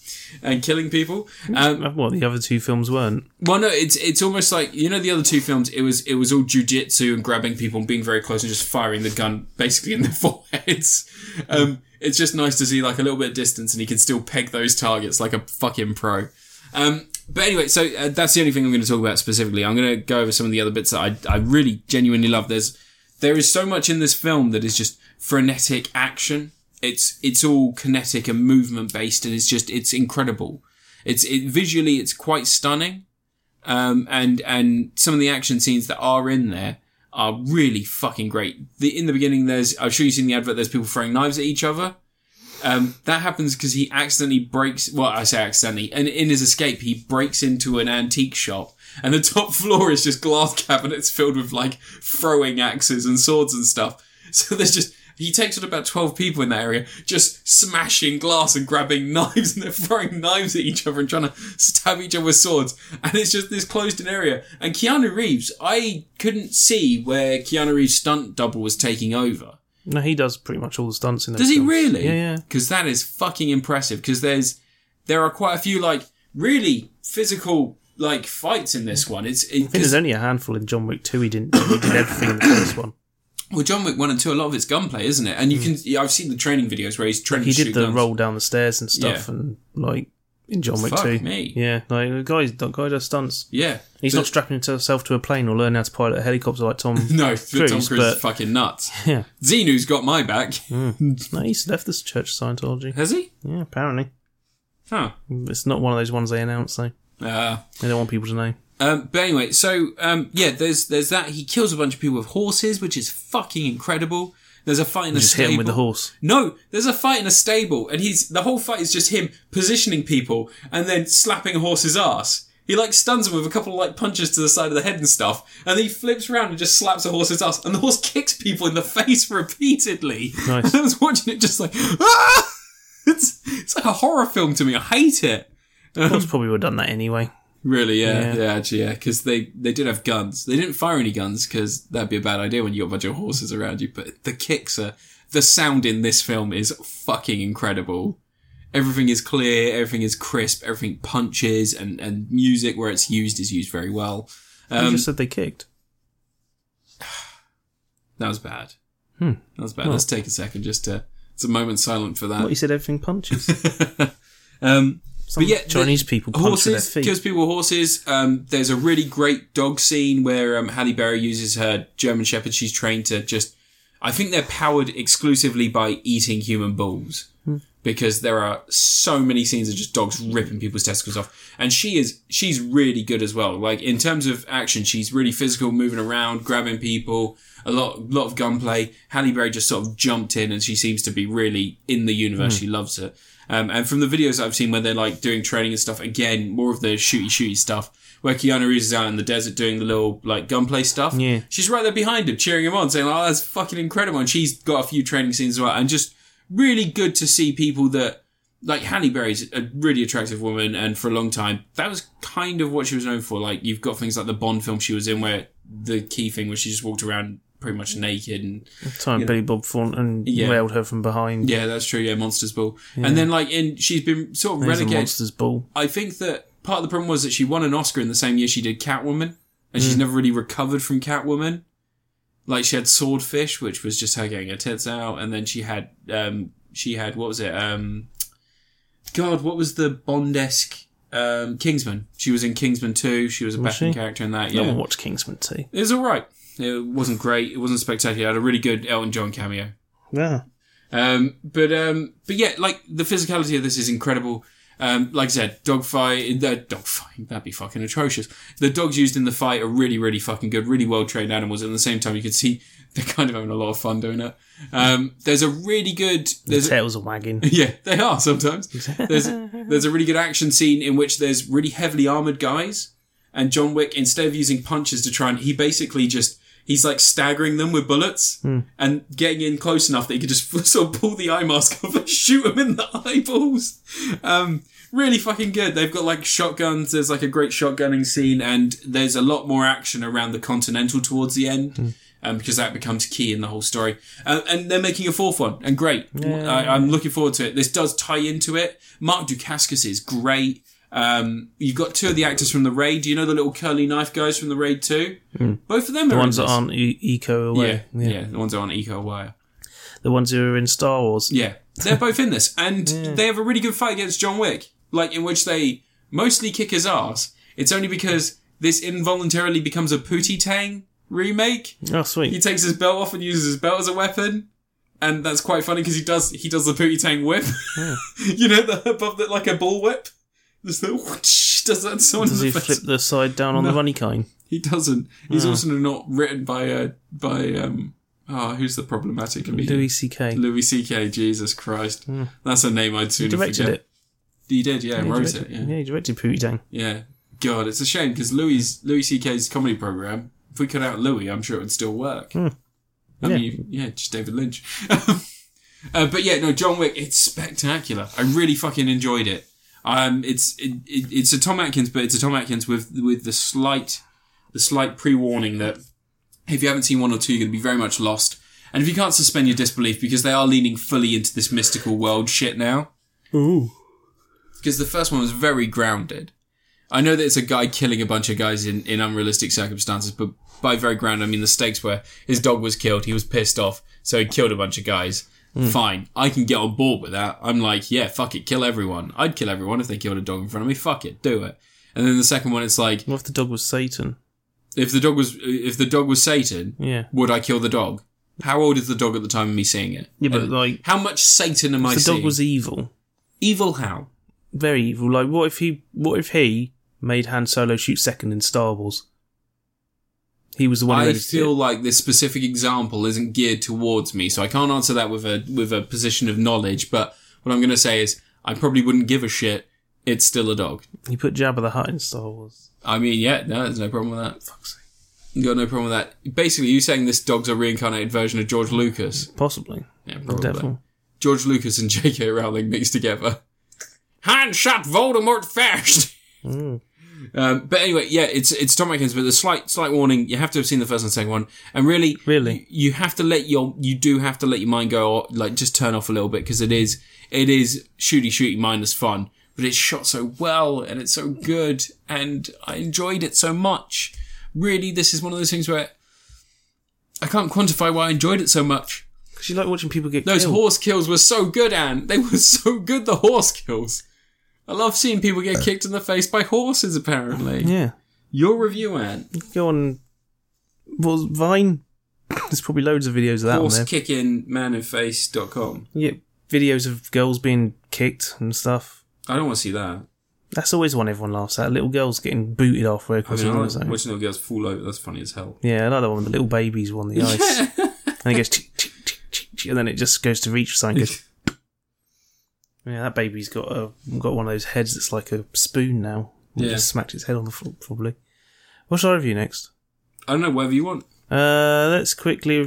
and killing people. Um, Well, the other two films weren't. well, no, it's it's almost like you know the other two films. It was it was all jujitsu and grabbing people and being very close and just firing the (laughs) gun basically in their foreheads. Um, it's just nice to see like a little bit of distance and he can still peg those targets like a fucking pro. Um, but anyway, so uh, that's the only thing I'm going to talk about specifically. I'm going to go over some of the other bits that I I really genuinely love. There's there is so much in this film that is just frenetic action. It's it's all kinetic and movement based, and it's just it's incredible. It's it visually it's quite stunning um, and and some of the action scenes that are in there are really fucking great. The, in the beginning, there's I'm sure you've seen the advert. There's people throwing knives at each other. Um, that happens because he accidentally breaks. Well, I say accidentally, and in his escape, he breaks into an antique shop, and the top (laughs) floor is just glass cabinets filled with like throwing axes and swords and stuff. (laughs) So there's just he takes on about twelve people in that area, just smashing glass and grabbing (laughs) knives, and they're throwing knives at each other and trying to stab each other with swords. And it's just this closed-in area. And Keanu Reeves, I couldn't see where Keanu Reeves' stunt double was taking over. No, he does pretty much all the stunts in those Does he films. really? Yeah, yeah. Because that is fucking impressive. Because there's there are quite a few like really physical like fights in this one. It's it, I think 'cause- there's only a handful in John Wick 2 he didn't do. He did everything in the (coughs) first one. well, John Wick one and two. A lot of it's gunplay, isn't it? And you can yeah, I've seen the training videos where he's training. Mm. He to did shoot the guns. roll down the stairs and stuff and, like, in John Wick Fuck 2. me. Yeah, like, the guy, the guy does stunts. Yeah, He's But- not strapping himself to a plane or learning how to pilot a helicopter like Tom. (laughs) No, Tom Cruise Cruise, is but- Mm. fucking nuts. yeah. Xenu's got my back. No, he's left this Church of Scientology. Has he? Yeah, apparently. Huh. It's not one of those ones they announce, though. Uh, They don't want people to know. Um, but anyway, so um, yeah, there's there's that. He kills a bunch of people with horses, which is fucking incredible. There's a fight in a Just stable. hit him with the horse. No, there's a fight in a stable, and he's the whole fight is just him positioning people and then slapping a horse's ass. He like stuns him with a couple of like punches to the side of the head and stuff, and then he flips around and just slaps a horse's ass, and the horse kicks people in the (laughs) face repeatedly. Nice. And (laughs) I was watching it just like, ah! it's it's like a horror film to me. I hate it. Horse (clears throat) probably would have done that anyway. Really, yeah, yeah, Yeah. actually, yeah, because they they did have guns. They didn't fire any guns because that'd be a bad idea when you got a bunch of horses around you. But the kicks are the sound in this film is fucking incredible. Everything is clear, everything is crisp, everything punches, and and music where it's used is used very well. You Um, just said they kicked. that was bad. Hmm. That was bad. Let's take a second just to. It's a moment silent for What, that. you said everything punches. (laughs) Um, Some yeah, the- Chinese people punch with their horses feet. kills people with horses um, there's a really great dog scene where um, halle berry uses her german shepherd she's trained to just i think they're powered exclusively by eating human balls because there are so many scenes of just dogs ripping people's testicles off and she is she's really good as well like in terms of action she's really physical moving around grabbing people a lot lot of gunplay halle berry just sort of jumped in and she seems to be really in the universe she loves it um, and from the videos I've seen where they're like doing training and stuff, again, more of the shooty shooty stuff, where Keanu Reeves is out in the desert doing the little like gunplay stuff. Yeah. She's right there behind him, cheering him on, saying, Oh, that's fucking incredible. And she's got a few training scenes as well. And just really good to see people that like Halle Berry's a really attractive woman, and for a long time, that was kind of what she was known for. Like you've got things like the Bond film she was in, where the key thing was she just walked around pretty much naked, and Time Billy Bob Thornton Yeah. railed her from behind. yeah, that's true. Yeah, Monsters Ball, and then like in she's been sort of He's a relegated. monster's ball. I think that part of the problem was that she won an Oscar in the same year she did Catwoman, and Hmm. she's never really recovered from Catwoman. Like she had Swordfish, which was just her getting her tits out, and then she had um she had what was it um God what was the Bond esque um Kingsman? She was in Kingsman two. She was a Was backing she? character in that. No Yeah, one watched Kingsman 2. it was all right. It wasn't great. It wasn't spectacular. It had a really good Elton John cameo. Yeah. Um, but um, but yeah, like the physicality of this is incredible, Um, like I said, dogfight, the dogfight, that'd be fucking atrocious. The dogs used in the fight are really, really fucking good, really well trained animals. And at the same time, you can see (laughs) they're kind of having a lot of fun doing it. Um, there's a really good, there's, Tails are wagging. (laughs) yeah, they are sometimes. There's there's a really good action scene in which there's really heavily armored guys, and John Wick instead of using punches to try and he basically just he's like staggering them with bullets and getting in close enough that he could just (laughs) sort of pull the eye mask (laughs) off and shoot them in the (laughs) eyeballs. Um, really fucking good. They've got like shotguns. There's like a great shotgunning scene, and there's a lot more action around the Continental towards the end. Um, because that becomes key in the whole story. Uh, and they're making a fourth one, and great. I, I'm looking forward to it. This does tie into it. Mark Dukakis is great. Um, you've got two of the actors from The Raid. Do you know the little curly knife guys from The Raid too? Both of them The are ones in that this. aren't e- eco aware. yeah, yeah, the ones that are on Eco Wire. The ones who are in Star Wars. Yeah, they're both in this, and they have a really good fight against John Wick, like in which they mostly kick his ass. It's only because this involuntarily becomes a Pootie Tang remake. Oh, He sweet. takes his belt off and uses his belt as a weapon, and that's quite funny because he does he does the Pootie Tang whip, (laughs) you know, the above the, like a bull whip. This little whoosh, (laughs) does that to someone Does in he the face. flip the side down on the runny kind? He doesn't. Hmm. He's also not written by uh, by um oh who's the problematic comedian? Louis C.K. Louis C.K. Jesus Christ, that's a name I'd soon Directed forget. it. He did, yeah, He wrote directed- it, yeah. he directed Pootie Tang. yeah. God, it's a shame because Louis Louis C.K.'s comedy program. If we cut out Louis, I'm sure it would still work. I Yeah. mean, yeah, just David Lynch. (laughs) uh, but yeah, no, John Wick. It's spectacular. I really fucking enjoyed it. Um, it's it, it, it's a Tom Atkins, but it's a Tom Atkins with with the slight the slight pre warning that if you haven't seen one or two, you're going to be very much lost. And if you can't suspend your disbelief because they are leaning fully into this mystical world shit now, Ooh. because the first one was very grounded. I know that it's a guy killing a bunch of guys in, in unrealistic circumstances, but by very grounded, I mean the stakes were his dog was killed, he was pissed off, so he killed a bunch of guys. Hmm. Fine, I can get on board with that. I'm like, yeah, fuck it, kill everyone. I'd kill everyone if they killed a dog in front of me. Fuck it, do it. And then the second one, it's like, What if the dog was Satan? if the dog was if the dog was Satan, Yeah. would I kill the dog? How old is the dog at the time of me seeing it? Yeah, but And like- how much Satan am I If the seeing? dog was evil, evil. How? very evil. Like, what if he? What if he made Han Solo shoot second in Star Wars? He was the one. who I edited feel it. like this specific example isn't geared towards me, so I can't answer that with a with a position of knowledge. But what I'm going to say is, I probably wouldn't give a shit. It's still a dog. he put Jabba the Hutt in Star Wars. I mean, yeah, no, there's no problem with that. Fuck's sake. Got no problem with that. Basically, you saying this dog's a reincarnated version of George Lucas. Possibly, Yeah, probably. definitely. George Lucas and (laughs) J.K. Rowling mixed together. Han shot Voldemort first. Um, but anyway, yeah, it's it's Tom Atkins, but the slight slight warning: you have to have seen the first and second one, and really, Really? you, you have to let your you do have to let your mind go, or, like just turn off a little bit because it is it is shooty shooty minus fun, but it's shot so well and it's so good, and I enjoyed it so much. Really, this is one of those things where I can't quantify why I enjoyed it so much. Because you like watching people get Those killed. horse kills were so good, Anne. They were (laughs) so good, the horse kills. I love seeing people get kicked in the face by horses, apparently. yeah, Your review, Anne. go on. Well, Vine. (laughs) There's probably loads of videos of that on Horse there. kicking man in face.com. yeah, videos of girls being kicked and stuff. I don't want to see that. That's always one everyone laughs at. Little girls getting booted off way I across mean, I the like zone. watching little girls fall over. That's funny as hell. Yeah, another one. The little babies (laughs) on the ice, and it goes tick, tick, tick, tick, tick, and then it just goes to reach for something. Goes, (laughs) yeah, that baby's got a got one of those heads that's like a spoon now. It Yeah. just smacked its head on the floor probably. What shall I review next? I don't know, whatever you want. Uh, let's quickly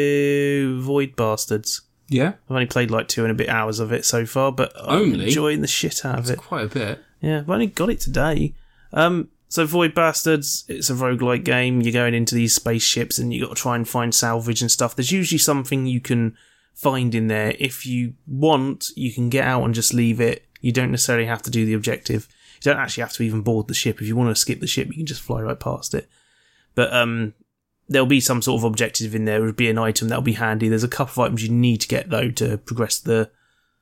review Void Bastards. Yeah? I've only played like two and a bit hours of it so far, but I'm Only? enjoying the shit out of it. Quite a bit. Yeah, I've only got it today. Um, so Void Bastards, it's a roguelike game. You're going into these spaceships and you got to try and find salvage and stuff. There's usually something you can find in there. If you want, you can get out and just leave it. You don't necessarily have to do the objective. You don't actually have to even board the ship. If you want to skip the ship, you can just fly right past it. But um, there'll be some sort of objective in there. It'll be an item that'll be handy. There's a couple of items you need to get though to progress the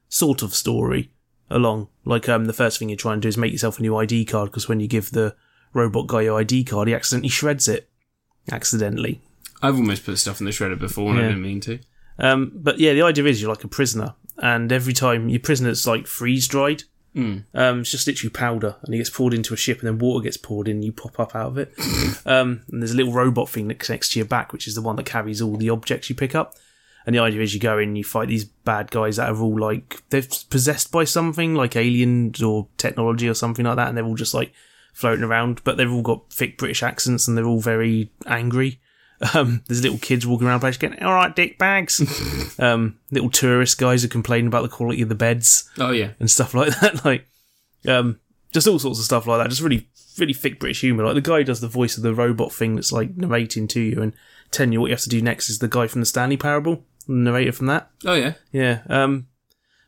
sort of story along. Like um, the first thing you try and do is make yourself a new ID card because when you give the robot guy your ID card, he accidentally shreds it, accidentally. I've almost put stuff in the shredder before and I Yeah. didn't mean to. Um, but yeah, the idea is you're like a prisoner, and every time your prisoner's like freeze dried, Um, it's just literally powder, and it gets poured into a ship, and then water gets poured in, and you pop up out of it. um, and there's a little robot thing that connects to your back, which is the one that carries all the objects you pick up. And the idea is you go in, you fight these bad guys that are all like they're possessed by something like aliens or technology or something like that, and they're all just like floating around, but they've all got thick British accents and they're all very angry. (laughs) Um, there's little kids walking around the place going, "All right, dick bags." um, little tourist guys who complain about the quality of the beds Oh yeah, and stuff (laughs) like that. Like, um, just all sorts of stuff like that. Just really, really thick British humour. Like the guy who does the voice of the robot thing that's like narrating to you and telling you what you have to do next is the guy from the Stanley Parable, the narrator from that. oh yeah. Yeah. Um,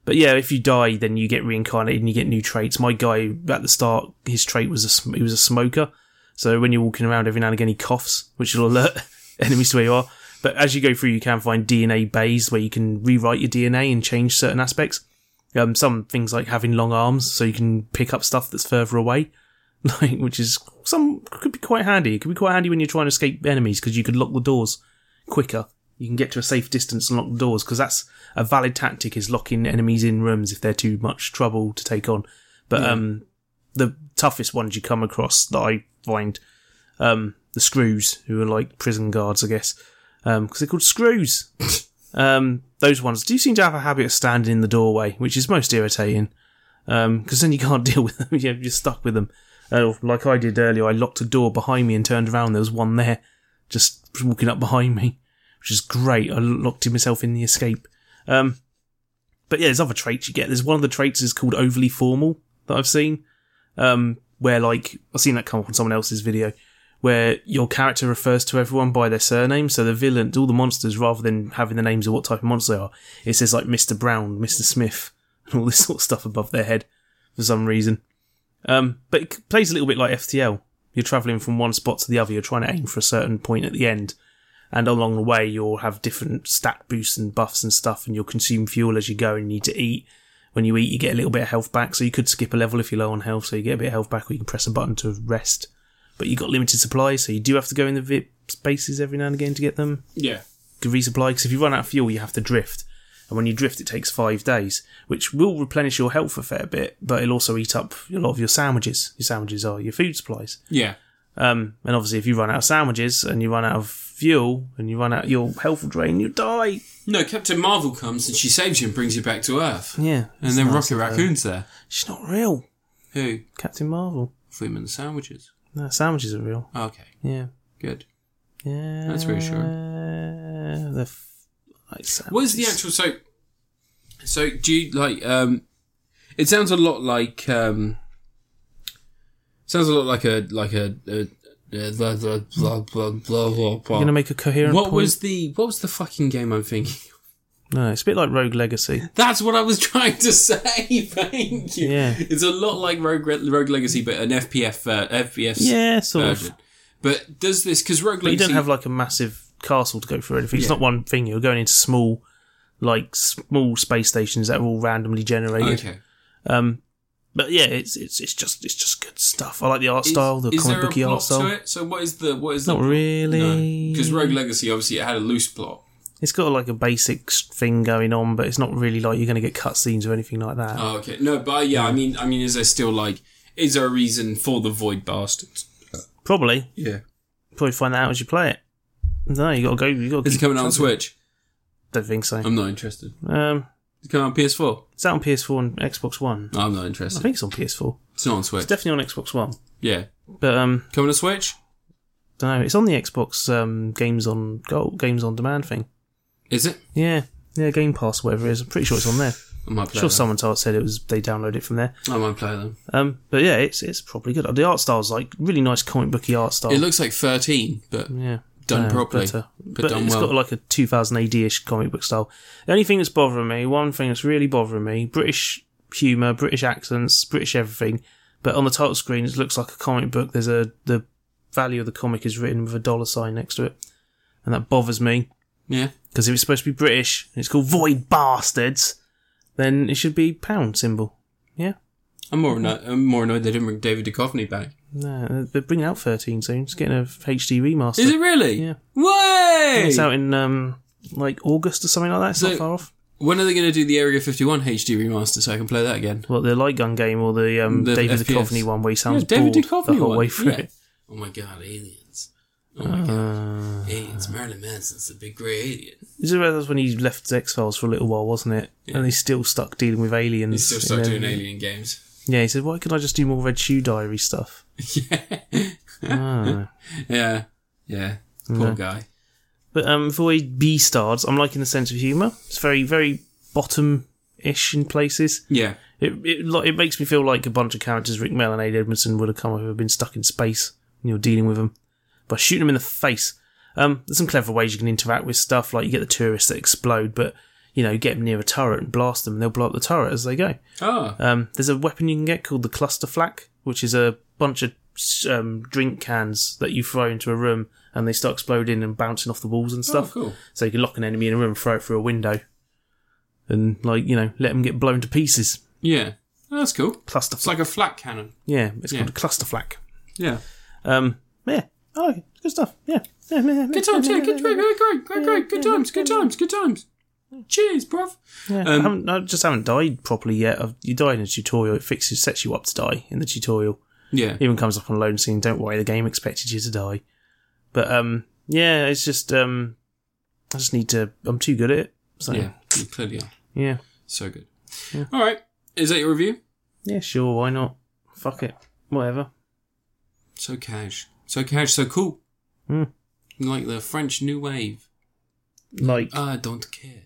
but yeah, if you die, then you get reincarnated and you get new traits. My guy at the start, his trait was a sm- he was a smoker. So when you're walking around, every now and again he coughs, which will alert (laughs) enemies to where you are. But as you go through, you can find DNA bays where you can rewrite your DNA and change certain aspects. Um, some things like having long arms, so you can pick up stuff that's further away, (laughs) like which is some could be quite handy. It could be quite handy when you're trying to escape enemies because you could lock the doors quicker. You can get to a safe distance and lock the doors because that's a valid tactic is locking enemies in rooms if they're too much trouble to take on. But um, the toughest ones you come across that I find um, the screws who are like prison guards, I guess, because they're called screws. um, those ones do seem to have a habit of standing in the doorway, which is most irritating because then you can't (laughs) deal with them. You're you're stuck with them. Uh, like I did earlier, I locked a door behind me and turned around. There was one there, just walking up behind me, which is great. I locked myself in the escape. Um, but yeah, there's other traits you get. There's one of the traits is called overly formal that I've seen, um, where like I've seen that come up on someone else's video, where your character refers to everyone by their surname. So the villains, all the monsters, rather than having the names of what type of monster they are, it says like Mister Brown, Mister Smith, (laughs) and all this sort of stuff above their head for some reason. Um, but it plays a little bit like FTL. You're traveling from one spot to the other. You're trying to aim for a certain point at the end and along the way you'll have different stat boosts and buffs and stuff and you'll consume fuel as you go and you need to eat when you eat you get a little bit of health back so you could skip a level if you're low on health so you get a bit of health back or you can press a button to rest but you've got limited supplies so you do have to go in the VIP spaces every now and again to get them Yeah. to resupply because if you run out of fuel you have to drift and when you drift it takes five days which will replenish your health a fair bit but it'll also eat up a lot of your sandwiches your sandwiches are your food supplies Yeah. um, and obviously, if you run out of sandwiches and you run out of fuel and you run out, your health will drain. You die. No, Captain Marvel comes and she saves you and brings you back to Earth. Yeah, And then Rocket Raccoon's there. she's not real. Who? Captain Marvel. Fleeman sandwiches. No, sandwiches are real. Okay, Yeah, good. yeah. That's reassuring. The f- like sandwiches. What is the actual so? So do you like? um It sounds a lot like. um Sounds a lot like a like a. a a- blah, blah, blah, blah, blah, blah, blah. You're gonna make a coherent What point? was the what was the fucking game I'm thinking? (laughs) No, it's a bit like Rogue Legacy. That's what I was trying to say. (laughs) Thank you. Yeah. It's a lot like Rogue, Re- Rogue Legacy, but an FPF uh, FPS Yeah, sort of. version. But does this because Rogue But you Legacy? don't have like a massive castle to go through. or Anything. It's Yeah. not one thing. You're going into small, like small space stations that are all randomly generated. okay. Um, but yeah, it's it's it's just it's just good stuff. I like the art style, the is comic there a booky plot art style. to it? So what is the what is Not the really. because Rogue Legacy obviously it had a loose plot. It's got like a basic s- thing going on, but it's not really like you're going to get cutscenes or anything like that. Oh, okay. No, but yeah, I mean, I mean, is there still like, is there a reason for the Void Bastards? Probably, Yeah, probably find that out as you play it. No, you got to go. You got. is to it coming out on Switch? Don't think so. I'm not interested. Um, Is it coming out on PS4? it's out on PS4 and Xbox One. I'm not I interested. think it's on PS4. It's not on It's Switch. definitely on Xbox One. Yeah, But um, coming to Switch. don't know. It's on the Xbox um games on go games on demand thing. Is it? Yeah, yeah, Game Pass, whatever it is. I'm pretty sure it's on there. I might play. sure, that. someone told said it was they downloaded it from there. I might play them. Um, but yeah, it's it's probably good. The art style's like really nice comic booky art style. It looks like 13, but yeah, done Uh, properly, but, uh, but but done it's well. got like a 2000 AD ish comic book style. The only thing that's bothering me, one thing that's really bothering me, British humour, British accents, British everything. But on the title screen, it looks like a comic book. There's a the value of the comic is written with a dollar sign next to it, and that bothers me yeah. because if it's supposed to be British, and it's called Void Bastards, then it should be pound symbol. Yeah. I'm more annoyed. I'm more annoyed they didn't bring David Duchovny back. No, they're bringing out 13 soon. It's getting a HD remaster. Is it really? Yeah. Way. It's out in um like August or something like that. It's So- not far off. When are they going to do the Area 51 HD remaster so I can play that again? What the light gun game or the, um, The David FPS. Duchovny one where he sounds Yeah, David bored Duchovny the whole one, way through yeah. it. Oh my god, aliens. Oh my god. Aliens. Marilyn Manson's the big grey alien. This is about- that's when he left X Files for a little while, wasn't it? And he's still stuck dealing with aliens. He's still stuck And doing then- alien games. (laughs) Yeah, he said, "Why could I just do more Red Shoe Diary stuff?" Ah. Yeah. Yeah. Poor guy. But um, for a B stars, I'm liking the sense of humour. It's very, very bottom-ish in places. Yeah. It it like, it makes me feel like a bunch of characters Rick Mell and Aid Edmondson would have come if they'd been stuck in space and you're dealing with them by shooting them in the face. Um, there's some clever ways you can interact with stuff, like you get the tourists that explode, but you know, get them near a turret and blast them, and they'll blow up the turret as they go. Oh. Um, there's a weapon you can get called the cluster flak, which is a bunch of um, drink cans that you throw into a room and they start exploding and bouncing off the walls and oh, stuff. cool. So you can lock an enemy in a room, and throw it through a window, and like you know, let them get blown to pieces. Yeah. Oh, that's cool. Cluster flak. It's like a flat cannon. yeah, it's called Yeah. a cluster flak. Yeah. Um, yeah. Oh, okay. good stuff. Yeah. Yeah, yeah, yeah. Good times, yeah. Good, great, great, great, great, great. Good times, good times, good times. Cheers, bruv. Yeah, I, Um, haven't, I just haven't died properly yet. I've, you die in a tutorial. It fixes, sets you up to die in the tutorial. Yeah. even comes up on loan scene. Don't worry, the game expected you to die. But um, yeah, it's just um, I just need to. I'm too good at it. So, Yeah. You clearly are. yeah, So good. All right. Is that your review? yeah, sure. Why not? Fuck it. Whatever. So cash. So cash, so cool. Hmm. Like the French New Wave. Like I don't care.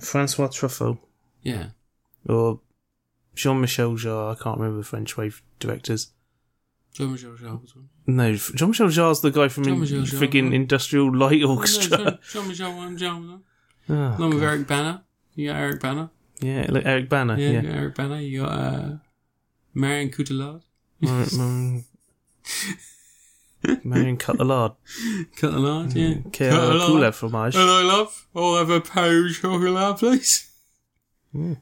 Francois Truffaut Yeah. or Jean-Michel Jarre. I can't remember the French wave directors. Jean-Michel Jarre was one. No, Jean-Michel Jarre's the guy from in, Jean-Michel Jarre. friggin' Industrial Light No, Orchestra. Jean- Jean-Michel one, Jean was one. Oh, Along with God. Eric Banner. You got Eric Banner. yeah, like Eric Banner. Yeah, Yeah. you got Eric Banner. You got uh, Marion Cotillard. Mar- (laughs) Mar- um, Marion Cotillard. Cotillard, er yeah. Care Cooler fromage. Hello, love. I'll have a pale chocolate, please. Yeah.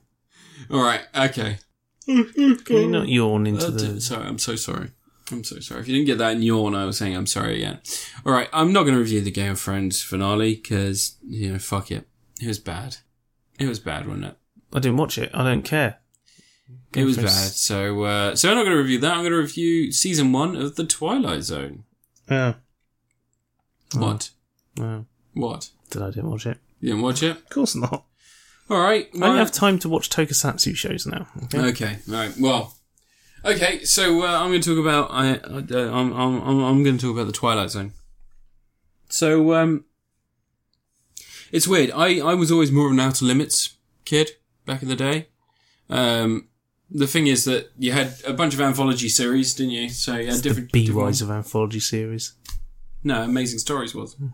All right, okay. Can you not yawn into Uh, d- the? sorry, I'm so sorry. I'm so sorry. If you didn't get that in yawn, I was saying I'm sorry again. All right, I'm not going to review the Game of Thrones finale because, you know, fuck it. It was bad. It was bad, wasn't it? I didn't watch it. I don't care. it was for bad. it. So, uh, so I'm not going to review that. I'm going to review season one of The Twilight Zone. Yeah. Oh. What? No, What? then I didn't watch it. You didn't watch it? Of course not. All right. I well- don't have time to watch tokusatsu shows now. Okay. Okay. All right. Well. Okay. So uh, I'm going to talk about I. I uh, I'm I'm I'm, I'm going to talk about the Twilight Zone. So um. It's weird. I I was always more of an outer limits kid back in the day. Um. The thing is that you had a bunch of anthology series, didn't you? So you had It's different. the B different Rise of anthology series. No, Amazing Stories was. Hmm.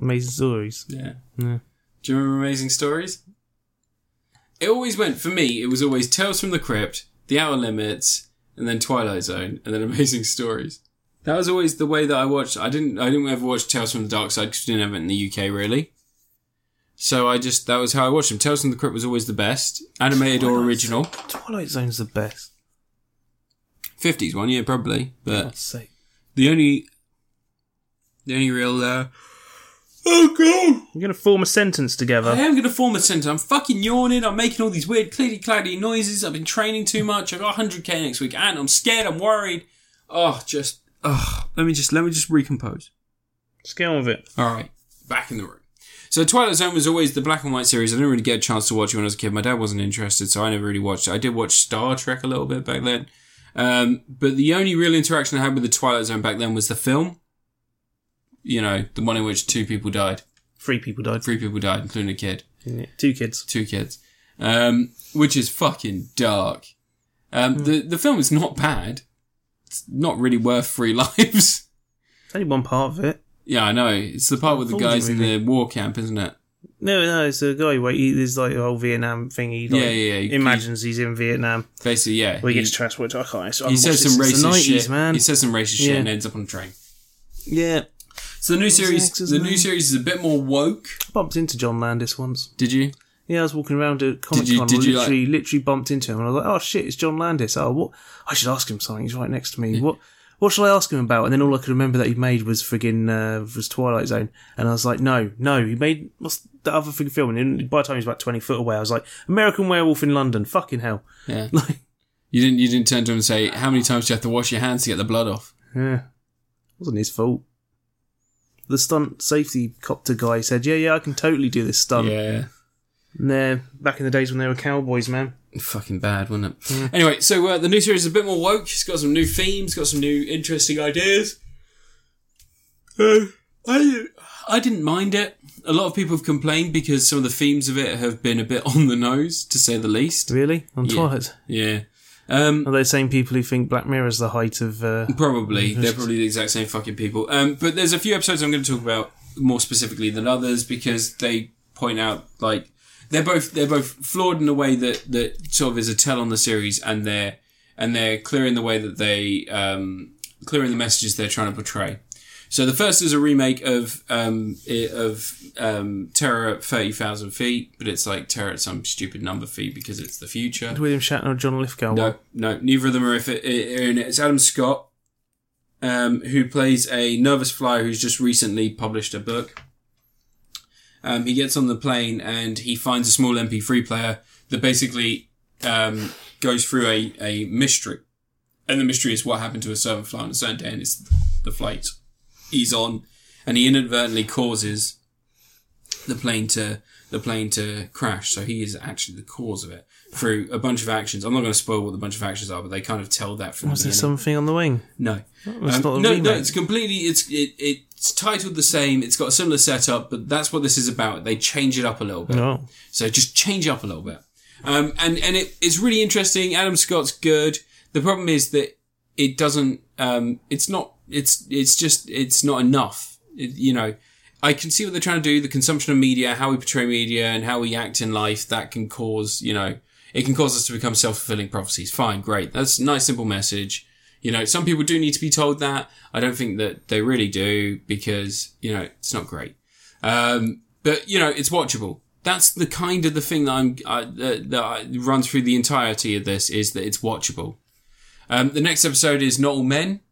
Amazing stories. Yeah. Yeah. Do you remember Amazing Stories? It always went for me. It was always Tales from the Crypt, The Outer Limits, and then Twilight Zone, and then (laughs) Amazing Stories. That was always the way that I watched. I didn't. I didn't ever watch Tales from the Dark Side because we didn't have it in the UK really. So I just that was how I watched them. Tales from the Crypt was always the best, animated or Twilight original. Twilight Zone's the best. Fifties one, yeah, probably. But I'd say. the only, the only real. Uh, oh god. You're gonna form a sentence together. I am going to form a sentence. I'm fucking yawning. I'm making all these weird, clearly cloudy noises. I've been training too much. I've got 100k next week, and I'm scared. I'm worried. Oh, just oh. Let me just let me just recompose. Just get on with it. All right, back in the room. So Twilight Zone was always the black and white series. I didn't really get a chance to watch it when I was a kid. My dad wasn't interested, so I never really watched it. I did watch Star Trek a little bit back then, um, but the only real interaction I had with the Twilight Zone back then was the film. You know, the one in which two people died, Three people died. three people died, including a kid Yeah. Two kids. two kids, um, which is fucking dark. Um, The the film is not bad. It's not really worth three (laughs) lives. It's only one part of it. yeah, I know. It's the part with the Fooled it, guys in the war camp, isn't it? No, no, it's the guy where he, there's like the whole Vietnam thing. He like, Yeah, yeah, yeah. imagines he's in Vietnam. Basically, yeah. Well, he he, gets transported. I can't. he says some racist shit. man. He says some racist shit Yeah. and ends up on a train. yeah, So the new series, X's the name? new series is a bit more woke. bumped into John Landis once. Did you? Yeah, I was walking around at Comic you- Con. did you, like- Literally, literally bumped into him, and I was like, "Oh shit, it's John Landis." Oh, what? I should ask him something. He's right next to me. What? what shall I ask him about? And then all I could remember that he made was friggin' uh, was Twilight Zone, and I was like, no, no, he made what's the other friggin' film? And by the time he was about twenty foot away, I was like, American Werewolf in London, fucking (laughs) hell, Yeah. like, You didn't. You didn't turn to him and say, "How many times do you have to wash your hands to get the blood off?" yeah, wasn't his fault. The stunt safety copter guy said, yeah, yeah, I can totally do this stunt. yeah. And they're back in the days when they were cowboys, man. Fucking bad, wasn't it? Anyway, so uh, the new series is a bit more woke. It's got some new themes, got some new interesting ideas. Uh, I I didn't mind it. A lot of people have complained because some of the themes of it have been a bit (laughs) on the nose, to say the least. Really? On Twilight? Yeah, um, Are they the same people who think Black Mirror is the height of? (laughs) Uh, probably they're probably the exact same fucking people. Um, but there's a few episodes I'm going to talk about more specifically than others because they point out like they're both they're both flawed in a way that that sort of is a tell on the series, and they're and they're clear in the way that they um, clear in the messages they're trying to portray. So the first is a remake of um, i- of um, Terror at thirty thousand feet, but it's like Terror at some stupid number feet because it's the future. William Shatner or John Lithgow? No, no, neither of them are if it, i- in it. It's Adam Scott, um, who plays a nervous flyer who's just recently published a book. Um, he gets on the plane and he finds a small MP3 player that basically um, goes through a, a mystery. And the mystery is what happened to a certain flight on a certain day, and it's the flight he's on. And he inadvertently causes the plane to the plane to crash. So he is actually the cause of it through a bunch of actions. I'm not going to spoil what the bunch of actions are, but they kind of tell that from Was the there beginning. something on the wing? No, it's Um, not a no, no. remake. It's completely. It's it, it's titled the same. It's got a similar setup, but that's what this is about. They change it up a little bit. No. So just change up a little bit. Um, and and it, it's really interesting. Adam Scott's good. The problem is that it doesn't. Um, it's not. It's it's just it's not enough. It, you know, I can see what they're trying to do. The consumption of media, how we portray media, and how we act in life that can cause you know it can cause us to become self fulfilling prophecies. Fine, great. That's a nice simple message. You know, some people do need to be told that. I don't think that they really do because you know it's not great. Um, but you know, it's watchable. That's the kind of the thing that I'm I, that, that I, runs through the entirety of this is that it's watchable. Um, the next episode is not all men.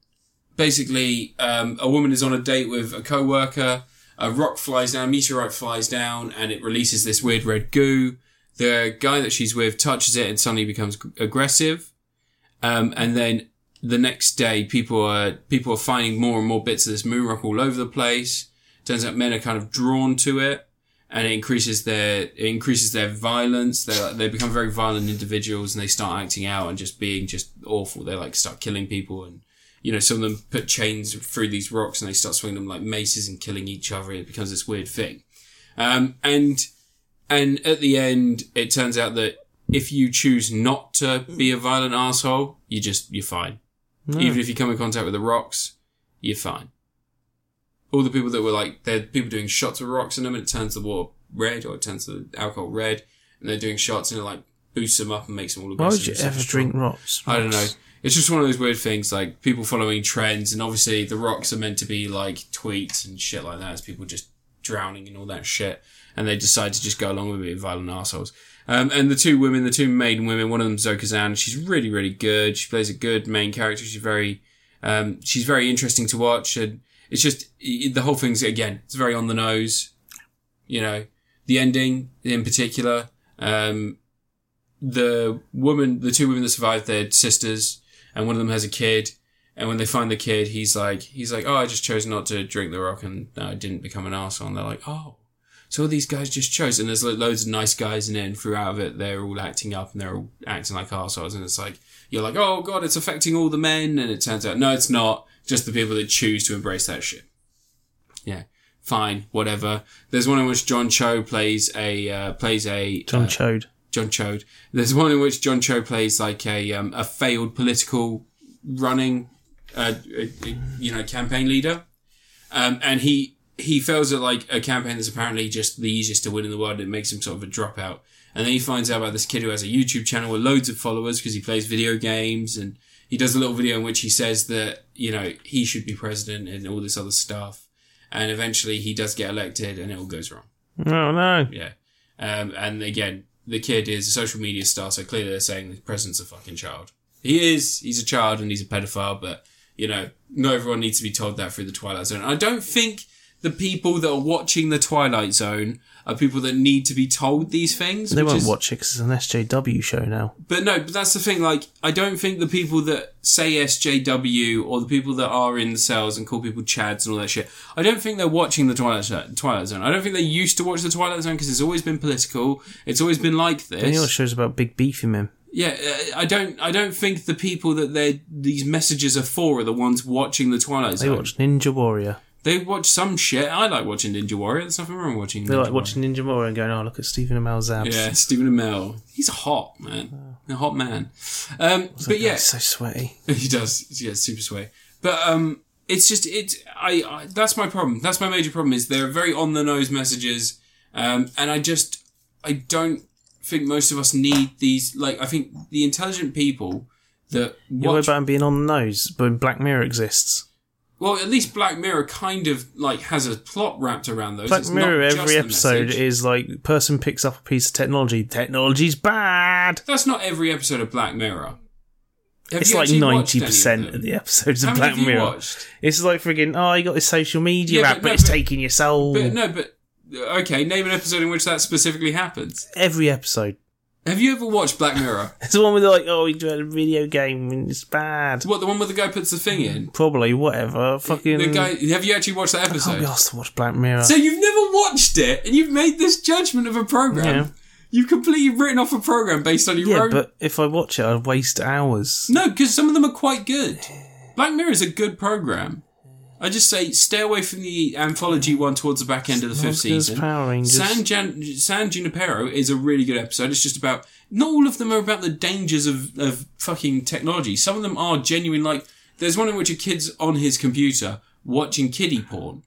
Basically, um, a woman is on a date with a coworker. A rock flies down, meteorite flies down, and it releases this weird red goo. The guy that she's with touches it and suddenly becomes g- aggressive. Um, and then the next day, people are people are finding more and more bits of this moon rock all over the place turns out men are kind of drawn to it and it increases their it increases their violence they they become very violent individuals and they start acting out and just being just awful they like start killing people and you know some of them put chains through these rocks and they start swinging them like maces and killing each other it becomes this weird thing um and and at the end it turns out that if you choose not to be a violent asshole you just you're fine even if you come in contact with the rocks you're fine all the people that were like they're people doing shots with rocks in them and it turns the water red or it turns the alcohol red and they're doing shots and it like boosts them up and makes them all Why aggressive. would you and ever stuff. drink rocks? I don't know. It's just one of those weird things, like people following trends, and obviously the rocks are meant to be like tweets and shit like that, as people just drowning and all that shit, and they decide to just go along with it, violent assholes. Um, and the two women, the two maiden women, one of them Zoe Kazan, she's really, really good. She plays a good main character. She's very, um, she's very interesting to watch, and it's just i- the whole thing's again, it's very on the nose. You know, the ending in particular, um, the woman, the two women that survived, they're sisters, and one of them has a kid. And when they find the kid, he's like, he's like, oh, I just chose not to drink the rock, and I didn't become an asshole. And they're like, oh, so all these guys just chose. And there's lo- loads of nice guys in it, and throughout of it, they're all acting up and they're all acting like assholes. And it's like, you're like, oh god, it's affecting all the men. And it turns out, no, it's not. Just the people that choose to embrace that shit. Yeah, fine, whatever. There's one in which John Cho plays a uh, plays a John Chode. John Chode. There's one in which John Cho plays like a um, a failed political running, uh, uh, you know, campaign leader, um, and he he fails at like a campaign that's apparently just the easiest to win in the world. And it makes him sort of a dropout, and then he finds out about this kid who has a YouTube channel with loads of followers because he plays video games and he does a little video in which he says that you know he should be president and all this other stuff, and eventually he does get elected and it all goes wrong. Oh no. Yeah. Um, and again, the kid is a social media star, so clearly they're saying the president's a fucking child. He is. He's a child and he's a pedophile, but you know, not everyone needs to be told that through the Twilight Zone. I don't think the people that are watching the Twilight Zone are people that need to be told these things. They which won't is- watch it because it's an SJW show now. But no, but that's the thing. Like, I don't think the people that say SJW or the people that are in the cells and call people Chads and all that shit, I don't think they're watching the Twilight, Zo- Twilight Zone. I don't think they used to watch the Twilight Zone because it's always been political. It's always been like Any other this. shows about big beefy men? Yeah, uh, I don't. I don't think the people that they these messages are for are the ones watching the Twilight They Zone. watch Ninja Warrior. They watch some shit. I like watching Ninja Warrior. There's nothing wrong with watching. They Ninja like watching Ninja Warrior and going, "Oh, look at Stephen Amell's abs." Warrior. Yeah, Stephen Amell. He's hot man. A hot man. Um, but Yeah, yeah, Oh, it's so sweaty. (laughs) He does. He gets super sway. But um, it's just it's I, I that's my problem. That's my major problem is they're very on the nose messages, um, and I just I don't think most of us need these. Like I think the intelligent people that You worry watch, about him being on the nose, but Black Mirror exists. well, at least Black Mirror kind of like has a plot wrapped around those. Black It's not Mirror, just every the episode message. is like person picks up a piece of technology. Technology's bad. that's not every episode of Black Mirror. Have it's you like actually watched ninety any percent of of them? the episodes How of many Black have you Mirror. watched? It's like friggin' oh, you got this social media Yeah, app, but but, no, it's but- taking your soul. But no, but okay, name an episode in which that specifically happens. Every episode, (laughs) Have you ever watched Black Mirror? (laughs) it's the one with like, oh, you had a video game and it's bad. what the one where the guy puts the thing in? Probably whatever. Fucking. The guy. Have you actually watched that Mm. can't be episode? asked to watch Black Mirror. So you've never watched it, and you've made this judgment of a program. Yeah. You've completely written off a program based on your yeah, own. but if I watch it, I'd waste hours. no, because some of them are quite good. Black Mirror is a good program. I just say stay away from the anthology one towards the back end of the fifth Not as good as season. Power Rangers. San, Jan- San Junipero is a really good episode. It's just about not all of them are about the dangers of, of fucking technology. Some of them are genuine. Like there's one in which a kid's on his computer watching kiddie porn,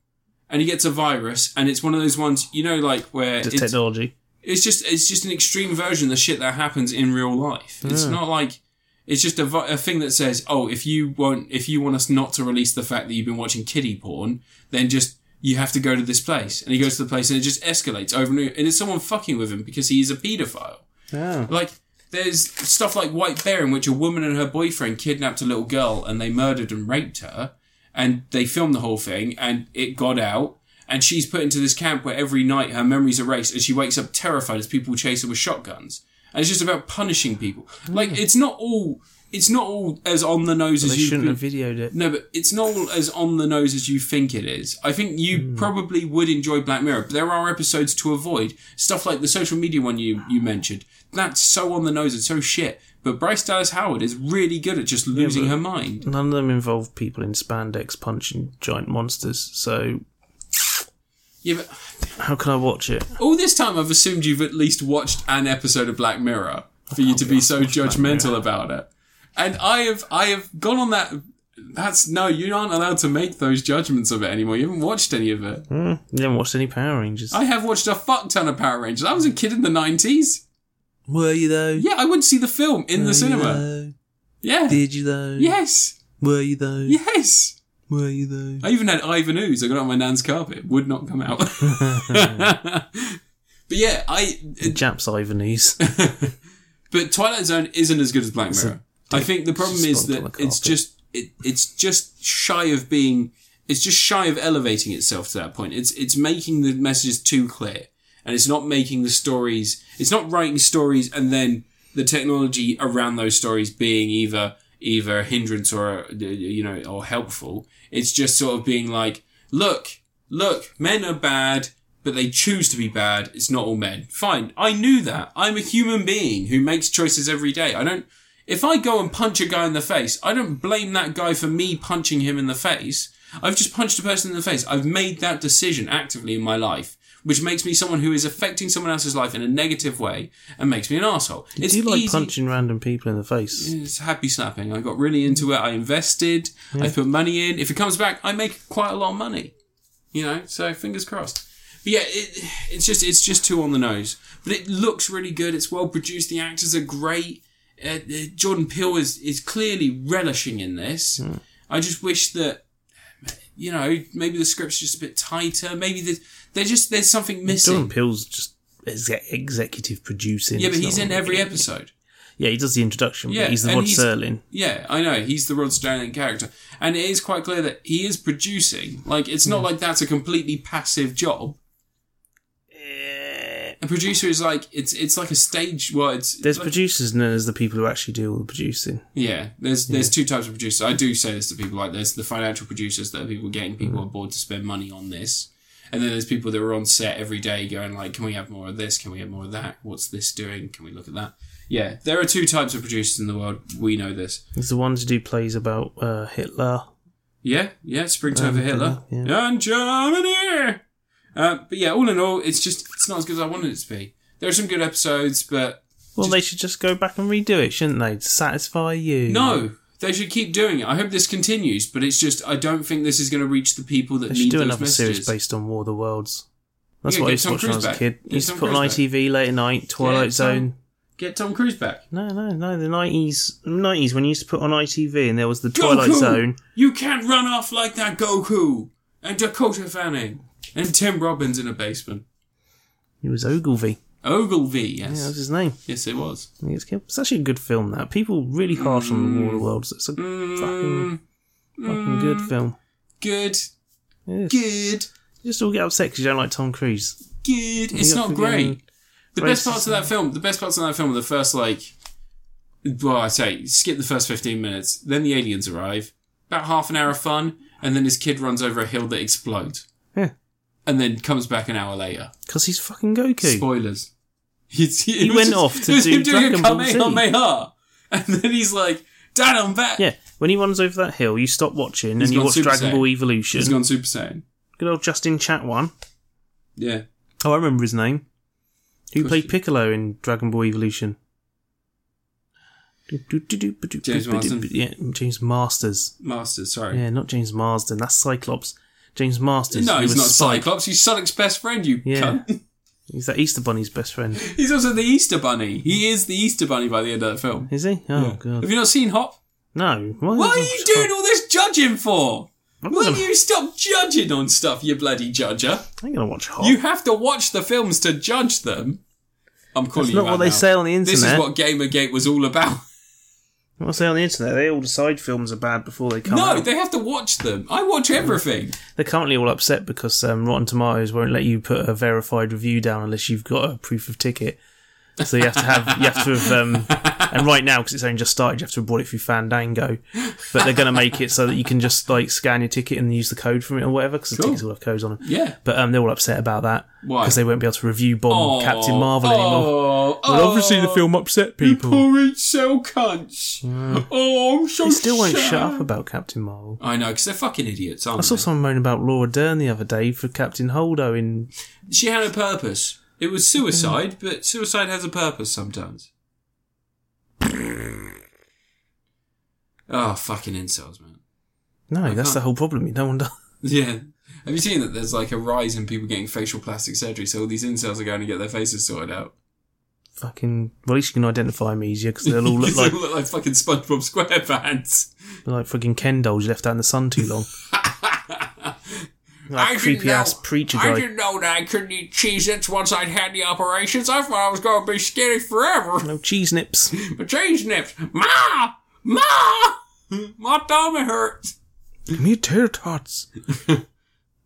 and he gets a virus, and it's one of those ones you know, like where Just it's, technology. it's just it's just an extreme version of the shit that happens in real life. It's not like it's just a, vi- a thing that says, oh, if you want if you want us not to release the fact that you've been watching kiddie porn, then just you have to go to this place. And he goes to the place, and it just escalates over and over. And it's someone fucking with him because he is a paedophile. Yeah. Like there's stuff like White Bear in which a woman and her boyfriend kidnapped a little girl and they murdered and raped her, and they filmed the whole thing and it got out. And she's put into this camp where every night her memories erased, and she wakes up terrified as people chase her with shotguns. And it's just about punishing people. Like it's not all. It's not all as on the nose They as you shouldn't have videoed it. no, but it's not all as on the nose as you think it is. I think you probably would enjoy Black Mirror, but there are episodes to avoid. Stuff like the social media one you, you mentioned. That's so on the nose, it's so shit. But Bryce Dallas Howard is really good at just losing her mind. None of them involve people in spandex punching giant monsters, so Yeah, but how can I watch it? all this time I've assumed you've at least watched an episode of Black Mirror for you to be so judgmental about it. And I have I have gone on that that's no, you aren't allowed to make those judgments of it anymore. You haven't watched any of it. Hmm, you haven't watched any Power Rangers. I have watched a fuck ton of Power Rangers. I was a kid in the 90s. Were you though? Yeah, I went to see the film in the cinema. Yeah. Did you though? Yes. Were you though? Yes. Were you though? I even had Ivan Ooze. I got it on my nan's carpet. Would not come (laughs) out. but yeah, I. Japs Ivanese. (laughs) But Twilight Zone isn't as good as Black Mirror. I think the problem is spot on that the it's carpet. just it, it's just shy of being it's just shy of elevating itself to that point. It's it's making the messages too clear, and it's not making the stories. It's not writing stories and then the technology around those stories being either either a hindrance or a, you know or helpful. It's just sort of being like, look, look, men are bad, but they choose to be bad. It's not all men. Fine. I knew that. I'm a human being who makes choices every day. I don't, if I go and punch a guy in the face, I don't blame that guy for me punching him in the face. I've just punched a person in the face. I've made that decision actively in my life, which makes me someone who is affecting someone else's life in a negative way and makes me an asshole. Do you like punching random people in the face? It's happy snapping. I got really into it. I invested. I put money in. If it comes back, I make quite a lot of money. You know, so fingers crossed. But yeah, it, it's just it's just too on the nose. But it looks really good. It's well produced. The actors are great. Uh, uh, Jordan Peele is is clearly relishing in this. Hmm. I just wish that you know maybe the script's just a bit tighter. Maybe there's they're just there's something missing. Jordan Peele's just exe- executive producing. Yeah, but It's he's not in like- every episode. yeah, he does the introduction, Yeah, but he's the and Rod he's- Serling. Yeah, I know. He's the Rod Sterling character. And it is quite clear that he is producing. Like, it's not like that's a completely passive job. A producer is like, it's it's like a stage. Well, it's. There's like- producers, and then there's the people who actually do all the producing. Yeah, there's there's two types of producers. I do say this to people like there's the financial producers that are people getting people on board to spend money on this, and then there's people that are on set every day going like, can we have more of this? Can we have more of that? What's this doing? Can we look at that? Yeah, there are two types of producers in the world. We know this. There's the ones who do plays about uh, Hitler. Yeah, yeah, Springtime for Hitler yeah. and Germany. Uh, but yeah, all in all, it's just it's not as good as I wanted it to be. There are some good episodes, but Well, they should just go back and redo it, shouldn't they? To satisfy you. no. They should keep doing it. I hope this continues, but it's just I don't think this is going to reach the people that They need should do those another messages. series based on War of the Worlds. That's Yeah, what get I used to Tom watch when I Cruise was a back. kid. Get used to Tom put on Cruise back. ITV late at night, Twilight Tom- Zone. Get Tom Cruise back. No, no, no. The nineties, nineties when you used to put on ITV, and there was the Goku! Twilight Zone. You can't run off like that, Goku! And Dakota Fanning. And Tim Robbins in a basement. It was Ogilvy. Ogilvy, Yeah, that yes. was his name. Yes, it was. He gets killed. It's actually a good film. That people really harsh on the War of the Worlds. It's a fucking, Mm, fucking good film. good, Yeah. good, You just all get upset because you don't like Tom Cruise. good. It's You got not friggin' great. The best racist- parts of that film, the best parts of that film are the first, like, well, I say, skip the first 15 minutes, then the aliens arrive, about half an hour of fun, and then his kid runs over a hill that explodes, Yeah, and then comes back an hour later. because he's fucking Goku. Spoilers. (laughs) He's, he went off to do him doing Dragon a Ball Z. Kamehameha. (laughs) And then he's like, Dad, I'm back. yeah, when he runs over that hill, you stop watching He's and you gone watch Super Dragon Ball Saiyan. Evolution. He's gone Super Saiyan. Good old Justin Chatwan. Yeah. Oh, I remember his name. Who Course played you- Piccolo in Dragon Ball Evolution? James Marsden. Yeah, James Masters. Masters, sorry. Yeah, not James Marsden. That's Cyclops. James Masters. no, who he's was not Spike. Cyclops. He's Sonic's best friend, you Yeah. cunt. (laughs) He's that Easter Bunny's best friend. He's also the Easter Bunny. He is the Easter Bunny by the end of that film. Is he? Oh, Yeah. God. Have you not seen Hop? No. Why What are you doing all this judging for? I'm Will gonna- you stop judging on stuff, you bloody judger? I ain't going to watch Hot. You have to watch the films to judge them. I'm calling That's you not out what they now. say on the internet. This is what Gamergate was all about. What I say on the internet, they all decide films are bad before they come No, out. they have to watch them. I watch everything. They're currently all upset because um, Rotten Tomatoes won't let you put a verified review down unless you've got a proof of ticket. So you have to have you have to have um, and right now because it's only just started, you have to have bought it through Fandango. But they're going to make it so that you can just like scan your ticket and use the code from it or whatever because the Cool. tickets all have codes on them. Yeah. But um, they're all upset about that Why? because they won't be able to review Bond Oh, Captain Marvel anymore. Oh, Well, obviously the film upset people. Porridge cell cunts. Oh, I'm so They still won't sad. shut up about Captain Marvel. I know, because they're fucking idiots, aren't I saw they? someone moan about Laura Dern the other day for Captain Holdo in She had a purpose. It was suicide, but suicide has a purpose sometimes. oh, fucking incels, man. (laughs) No, that's can't- the whole problem. No one does. Yeah. Have you seen that there's like a rise in people getting facial plastic surgery, so all these incels are going to get their faces sorted out? (laughs) Fucking. Well, at least you can identify them easier because they'll all look (laughs) like they look like fucking SpongeBob SquarePants. like fucking Ken dolls you left out in the sun (laughs) too long. I Like didn't creepy ass know- preacher I guy. didn't know that I couldn't eat Cheez Its once I'd had the operations. I thought I was going to be skinny forever. (laughs) No cheese nips. But Cheez Nips, Ma! (laughs) Ma! My tummy hurts. Give me tater tots.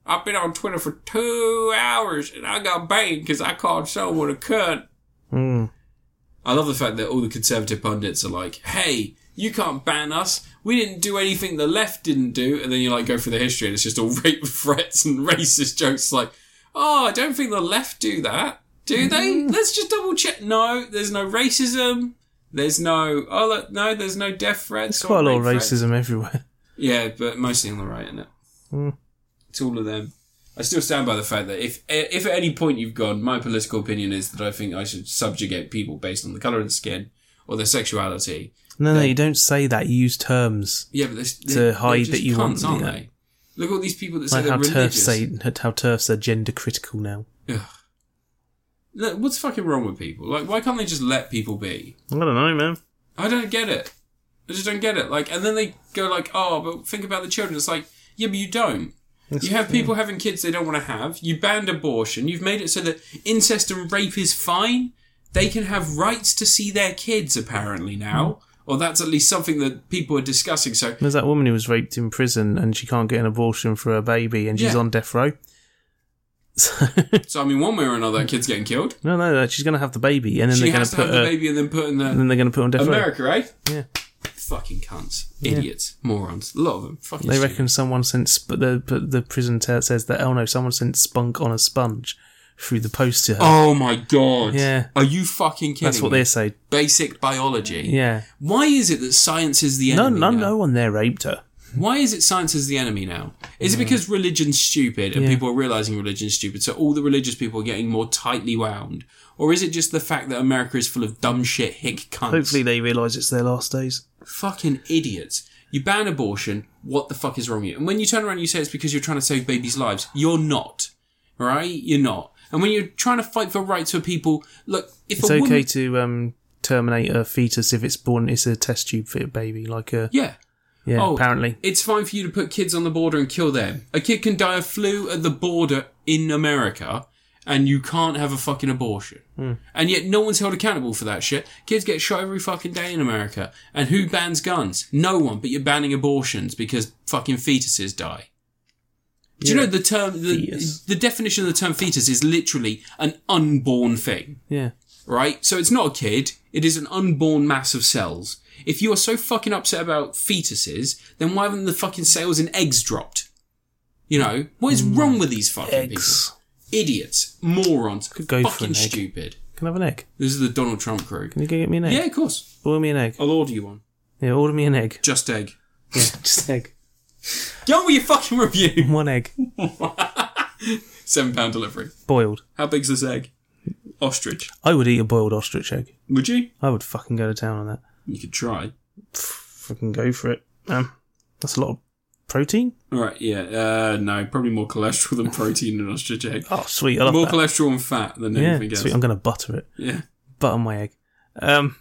I've been on Twitter for two hours and I got banned because I called someone a cunt. Mm. I love the fact that all the conservative pundits are like, hey, you can't ban us. We didn't do anything the left didn't do. And then you like go through the history and it's just all (laughs) rape threats and racist jokes like, oh, I don't think the left do that. Do they? Let's just double check. No, there's no racism. There's no, oh, look, no, there's no death threats. There's or quite a lot of rape threats. racism everywhere. (laughs) Yeah, but mostly on the right, isn't it? Mm. It's all of them. I still stand by the fact that if if at any point you've gone, my political opinion is that I think I should subjugate people based on the colour of the skin or their sexuality. No, no, you don't say that. You use terms. Yeah, but they're, To they're, hide they're just that you cunts, want- aren't yeah. they? Look at all these people that say Like they're how turfs religious. say how turfs are gender critical now. Look, what's fucking wrong with people? Like, why can't they just let people be? I don't know, man. I don't get it. I just don't get it. Like, and then they go like, "Oh, but think about the children." It's like, yeah, but you don't. you have people having kids they don't want to have. You banned abortion. You've made it so that incest and rape is fine. they can have rights to see their kids apparently now, Hmm. or that's at least something that people are discussing. So There's that woman who was raped in prison and she can't get an abortion for her baby and she's Yeah. on death row. (laughs) So so I mean, one way or another, that kid's getting killed. no, no, no, she's going to have the baby and then She they're going has to to put have the her. baby and then put in And the then they're going to put her on death row. America, right? Yeah. Fucking cunts, idiots, morons, a lot of them. Fucking They stupid. reckon someone sent sp- the but the prison t- says that oh no, someone sent spunk on a sponge through the post to her. Oh my god! Yeah. Are you fucking kidding? That's what me? they say. Basic biology. Yeah. Why is it that science is the No, enemy? no, now? no one there raped her. Why is it science is the enemy now? Is it because religion's stupid and Yeah. people are realizing religion's stupid, so all the religious people are getting more tightly wound? Or is it just the fact that America is full of dumb shit, hick cunts? Hopefully, they realise it's their last days. Fucking idiots. You ban abortion, what the fuck is wrong with you? And when you turn around and you say it's because you're trying to save babies' lives, you're not. Right? You're not. And when you're trying to fight for rights for people, look, if It's a okay woman. to um, terminate a fetus if it's born. It's a test tube fit baby, like a Yeah. yeah. Oh. Apparently, It's fine for you to put kids on the border and kill them. A kid can die of flu at the border in America, and you can't have a fucking abortion. Hmm. And yet, no one's held accountable for that shit. Kids get shot every fucking day in America. And who bans guns? No one, but you're banning abortions because fucking fetuses die. Do you Yeah. know the term, the, Fetus. the definition of the term fetus is literally an unborn thing? yeah. right? So it's not a kid, it is an unborn mass of cells. If you are so fucking upset about fetuses, then why haven't the fucking sales in eggs dropped? You know, what is wrong with these fucking Hmm. Eggs. people? Idiots, morons, Could go for fucking an egg. stupid. Can I have an egg? This is the Donald Trump crew. Can you go get me an egg? Yeah, of course. Order me an egg. I'll order you one. Yeah, order me an egg. Just egg. Yeah, (laughs) just egg. Go with your fucking review. (laughs) One egg, Seven pound delivery. boiled. How big's this egg? Ostrich. I would eat a boiled ostrich egg. Would you? I would fucking go to town on that. You could try. Fucking go for it, man. That's a lot of protein. All right. Yeah. Uh, no. Probably more cholesterol than protein in an ostrich egg. Oh, sweet. I love More that. cholesterol and fat than yeah, anything else. sweet. I'm going to butter it. Yeah, Butter my egg. Um,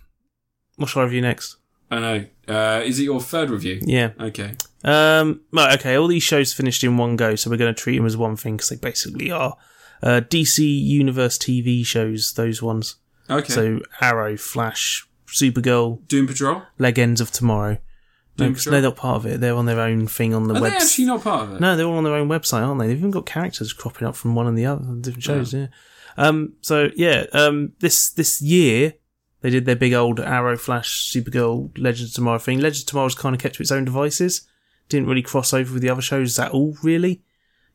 what shall I review next? I know. Uh, is it your third review? Yeah. Okay. Um, right, okay, all these shows finished in one go, so we're going to treat them as one thing because they basically are. Uh, DC Universe TV shows, those ones. Okay. So Arrow, Flash, Supergirl, Doom Patrol. Legends of Tomorrow. No, Doom 'cause Patrol. they're not part of it. They're on their own thing on the Are they website. actually not part of it? No, they're all on their own website, aren't they? They've even got characters cropping up from one and the other different shows. Yeah. Um. So yeah. Um. This this year they did their big old Arrow, Flash, Supergirl, Legends of Tomorrow thing. Legends of Tomorrow's kind of kept to its own devices. Didn't really cross over with the other shows at all, really.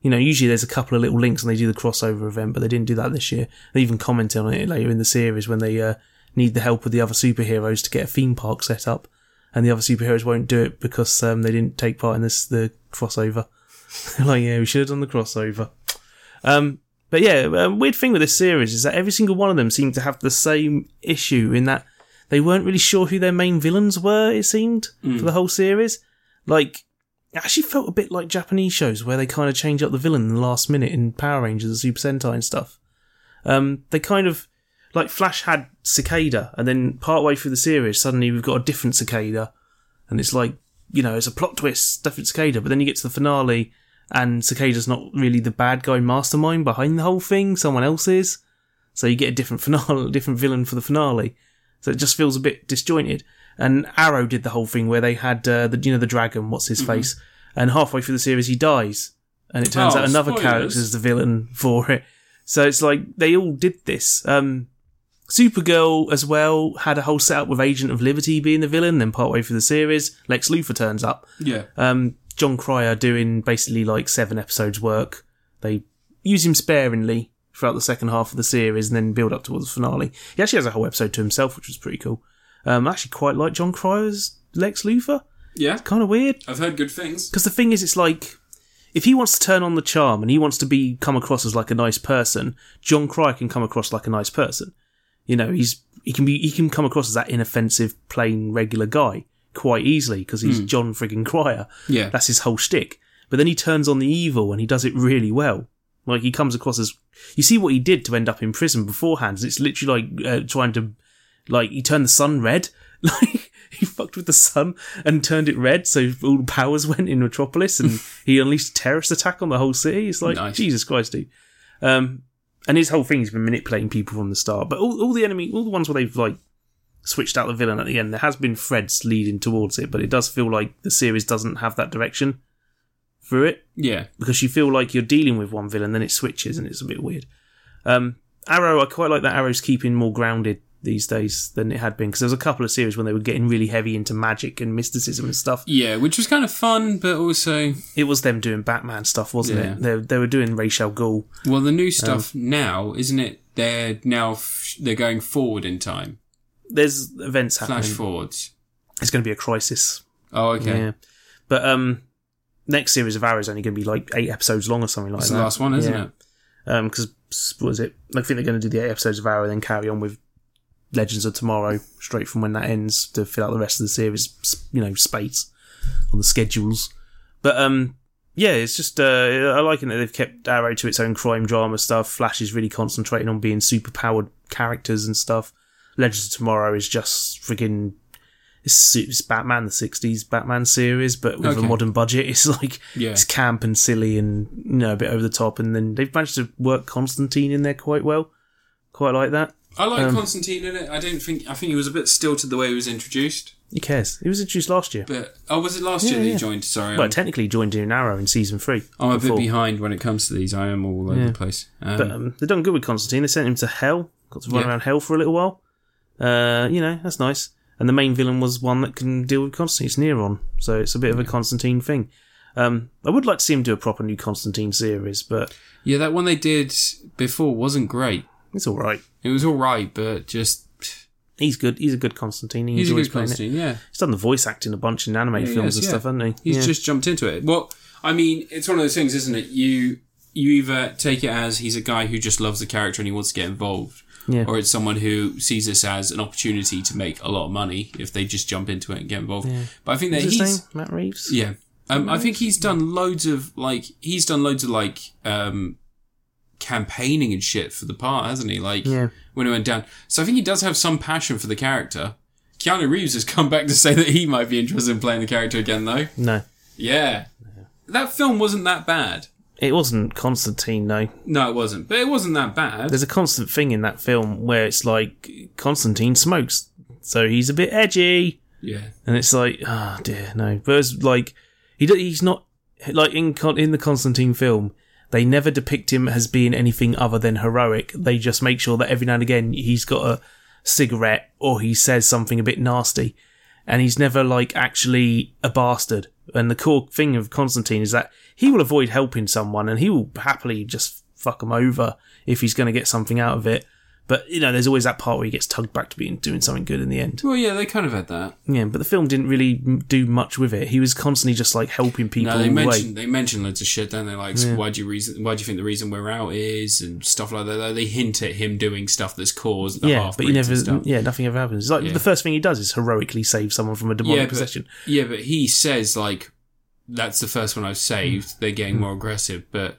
You know, usually there's a couple of little links and they do the crossover event, but they didn't do that this year. They even commented on it later in the series when they uh, need the help of the other superheroes to get a theme park set up, and the other superheroes won't do it because um, they didn't take part in this the crossover. (laughs) like, yeah, we should have done the crossover. Um, but yeah, a weird thing with this series is that every single one of them seemed to have the same issue in that they weren't really sure who their main villains were, it seemed, for the whole series. Like, it actually felt a bit like Japanese shows where they kind of change up the villain in the last minute in Power Rangers and Super Sentai and stuff. Um, they kind of, like, Flash had Cicada, and then partway through the series, suddenly we've got a different Cicada, and it's like, you know, it's a plot twist, different Cicada, but then you get to the finale, and Cicada's not really the bad guy mastermind behind the whole thing, someone else is. So you get a different (laughs) finale, different villain for the finale. So it just feels a bit disjointed. And Arrow did the whole thing where they had uh, the you know the dragon, what's Mm-hmm. his face, and halfway through the series he dies, and it turns Oh, out another spoilers. character is the villain for it. So it's like they all did this. Um, Supergirl as well had a whole setup with Agent of Liberty being the villain. Then partway through the series, Lex Luthor turns up, Yeah. um, John Cryer doing basically like seven episodes work. They use him sparingly throughout the second half of the series and then build up towards the finale. He actually has a whole episode to himself, which was pretty cool. Um, I actually quite like John Cryer's Lex Luthor. Yeah. Kind of weird. I've heard good things. Because the thing is, it's like if he wants to turn on the charm and he wants to be come across as like a nice person, John Cryer can come across like a nice person. You know, he's he can be he can come across as that inoffensive, plain, regular guy quite easily because he's John friggin' Cryer. Yeah. That's his whole shtick. But then he turns on the evil and he does it really well. Like he comes across as you see what he did to end up in prison beforehand. It's literally like uh, trying to like he turned the sun red. (laughs) Like he fucked with the sun and turned it red, so all the powers (laughs) went in Metropolis, and he unleashed a terrorist attack on the whole city. It's like Nice. Jesus Christ, dude. Um, And his whole thing's been manipulating people from the start. But all, all the enemy, all the ones where they've like switched out the villain at the end, there has been threads leading towards it. But it does feel like the series doesn't have that direction through it Yeah. because you feel like you're dealing with one villain, then it switches and it's a bit weird. Um, Arrow, I quite like that Arrow's keeping more grounded these days than it had been because there was a couple of series when they were getting really heavy into magic and mysticism and stuff. Yeah, which was kind of fun, but also, It was them doing Batman stuff, wasn't Yeah. it? They, they were doing Rachel Ghoul. well, the new stuff Um, now, isn't it? They're now f- they're going forward in time, There's events happening. flash forwards. It's going to be a crisis. Oh, okay. Yeah, but um, next series of Arrow is only going to be like eight episodes long or something like It's that. the last one, isn't Yeah. it? Um, because what was it? I think they're going to do the eight episodes of Arrow, and then carry on with Legends of Tomorrow straight from when that ends to fill out the rest of the series. s- You know, space on the schedules. But um, yeah, it's just uh, I like it that they've kept Arrow to its own crime drama stuff. Flash is really concentrating on being super powered characters and stuff. Legends of Tomorrow is just freaking. It's, it's Batman, the '60s Batman series, but with a Okay. modern budget. (laughs) It's like Yeah. it's camp and silly and you know a bit over the top and then they've managed to work Constantine in there quite well quite like that I like Um, Constantine in it. I don't think I think he was a bit stilted the way he was introduced. who cares he was introduced last year But oh, was it last year Yeah, that yeah. he joined? Sorry, well I'm, technically joined in Arrow in season 3 I'm a before. bit behind when it comes to these. I am all over Yeah. the place. Um, but um, they've done good with Constantine they sent him to hell got to run Yeah. around hell for a little while uh, you know that's nice and the main villain was one that can deal with Constantine it's Neron so it's a bit of a Constantine thing um, I would like to see him do a proper new Constantine series but yeah, that one they did before wasn't great. it's alright It was all right, but just he's good he's a good Constantine he he's a enjoys good playing it Constantine. Yeah, He's done the voice acting a bunch in anime he films has, and yeah. stuff, hasn't he? he's yeah. just jumped into it. Well, I mean, it's one of those things, isn't it? You you either take it as he's a guy who just loves the character and he wants to get involved, Yeah. or it's someone who sees this as an opportunity to make a lot of money if they just jump into it and get involved. But I think that What's his he's name? Matt Reeves? Yeah. Um, I think he's done loads of like he's done loads of like um, campaigning and shit for the part, hasn't he? Like Yeah. when it went down. So I think he does have some passion for the character. Keanu Reeves has come back to say that he might be interested in playing the character again, though. No. Yeah, that film wasn't that bad. It wasn't Constantine, no. No, it wasn't, but it wasn't that bad. There's a constant thing in that film where it's like Constantine smokes, so he's a bit edgy. Yeah, And it's like, oh dear, no. But it's like, he do- he's not, like in, Con- in the Constantine film, they never depict him as being anything other than heroic. They just make sure that every now and again he's got a cigarette or he says something a bit nasty. And he's never like actually a bastard. And the core thing of Constantine is that he will avoid helping someone and he will happily just fuck him over if he's going to get something out of it. But, you know, there's always that part where he gets tugged back to being doing something good in the end. well, yeah, they kind of had that. Yeah, but the film didn't really m- do much with it. He was constantly just like helping people No, they all the mentioned way. they mentioned loads of shit, don't they? Like, why do you reason? Why do you think the reason we're out is and stuff like that? They hint at him doing stuff that's caused the Yeah, half but you never. stuff. Yeah, nothing ever happens. It's like the first thing he does is heroically save someone from a demonic yeah, possession. But, yeah, but he says like that's the first one I've Hmm. saved. They're getting more aggressive, but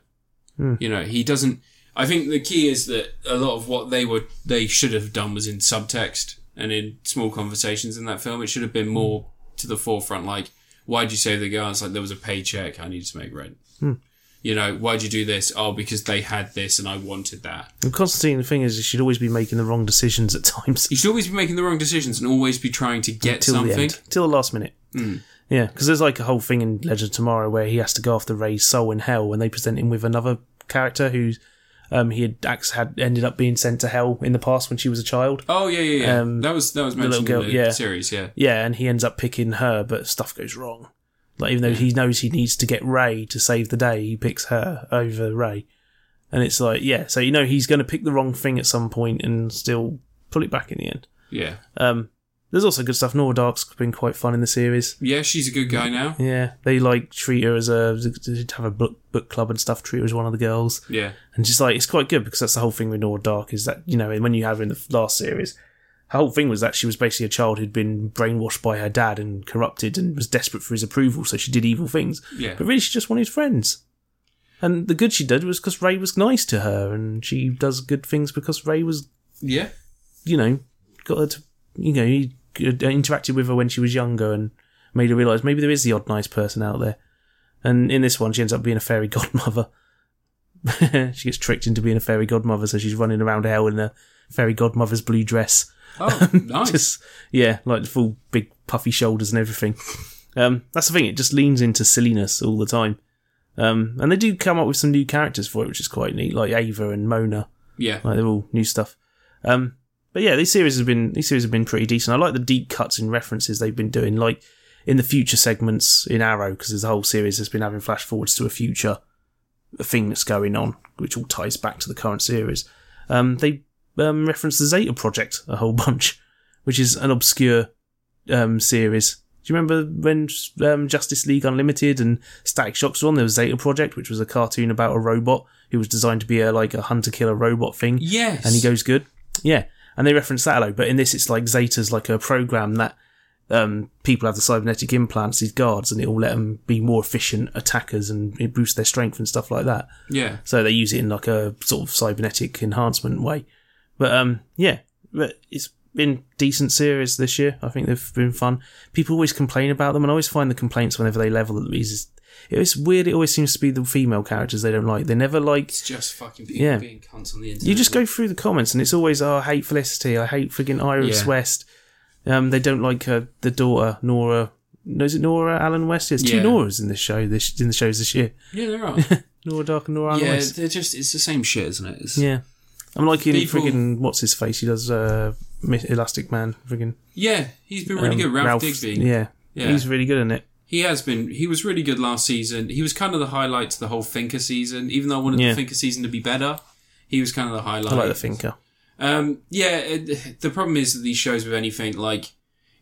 you know he doesn't. I think the key is that a lot of what they were they should have done was in subtext and in small conversations in that film. It should have been Hmm. more to the forefront. Like, why'd you save the girl? It's like there was a paycheck. I needed to make rent. Hmm. You know, why'd you do this? Oh, because they had this and I wanted that. And Constantine, the thing is, he should always be making the wrong decisions at (laughs) times You should always be making the wrong decisions and always be trying to get till the something. Hmm. end, till the last minute. Yeah, because there's like a whole thing in Legend of Tomorrow where he has to go after Ray's soul in hell, and they present him with another character who um, he had, ax- had ended up being sent to hell in the past when she was a child. Oh yeah, yeah, yeah. Um, that was that was mentioned little in girl- the yeah. series. Yeah. Yeah, and he ends up picking her, but stuff goes wrong. Like even though he knows he needs to get Ray to save the day, he picks her over Ray. And it's like, yeah, so you know he's going to pick the wrong thing at some point and still pull it back in the end. Yeah. Um, there's also good stuff. Nora Dark's been quite fun in the series. Yeah, she's a good guy now. Yeah, they like treat her as a to have a book book club and stuff. Treat her as one of the girls, Yeah. and just like it's quite good because that's the whole thing with Nora Dark is that you know when you have her in the last series, her whole thing was that she was basically a child who'd been brainwashed by her dad and corrupted and was desperate for his approval, so she did evil things. Yeah. But really, she just wanted friends. And the good she did was because Ray was nice to her, and she does good things because Ray was, Yeah. you know, got her to, you know, he uh, interacted with her when she was younger and made her realise maybe there is the odd nice person out there. And in this one, she ends up being a fairy (laughs) godmother. she gets tricked into being a fairy godmother, so she's running around hell in a fairy godmother's blue dress. (laughs) Oh, nice. Um, Just yeah, like the full big puffy shoulders and everything. Um, that's the thing; it just leans into silliness all the time. Um, and they do come up with some new characters for it, which is quite neat, like Ava and Mona. yeah. Like they're all new stuff. Um, but yeah, these series have been these series have been pretty decent. I like the deep cuts and references they've been doing, like in the future segments in Arrow, because there's a whole series that's been having flash forwards to a future thing that's going on, which all ties back to the current series. Um, they um, reference the Zeta Project a whole (laughs) bunch, which is an obscure um, series. Do you remember when um, Justice League Unlimited and Static Shocks were on? There was Zeta Project, which was a cartoon about a robot who was designed to be a like a hunter killer robot thing Yes. and he goes good. Yeah, and they reference that a lot. But in this, it's like Zeta's like a program that um, people have the cybernetic implants, these guards, and it will let them be more efficient attackers and it boosts their strength and stuff like that. Yeah. So they use it in like a sort of cybernetic enhancement way. But um, yeah, but it's been decent series this year. I think they've been fun. People always complain about them, and I always find the complaints whenever they level at these. Is, it's weird. It always seems to be the female characters they don't like. They never like It's just fucking people Yeah. being cunts on the internet. you just go through the comments and it's always, oh, I hate Felicity, I hate friggin' Iris Yeah. West. Um, they don't like her, the daughter, Nora. No, is it Nora Alan West? There's Yeah. two Noras in this show, this in the shows this year. Yeah, there (laughs) are. Nora Dark and Nora Alan yeah, West. they're just. It's the same shit, isn't it? It's, Yeah. I'm liking People- friggin' what's his face? He does uh, Mi- Elastic Man, friggin' Yeah, he's been really um, good. Ralph, Ralph Digby. Yeah. Yeah. he's really good in it. He has been. He was really good last season. He was kind of the highlight to the whole Thinker season. Even though I wanted Yeah. the Thinker season to be better, he was kind of the highlight. I like the thinker. Um, yeah, it, the problem is that these shows with anything like,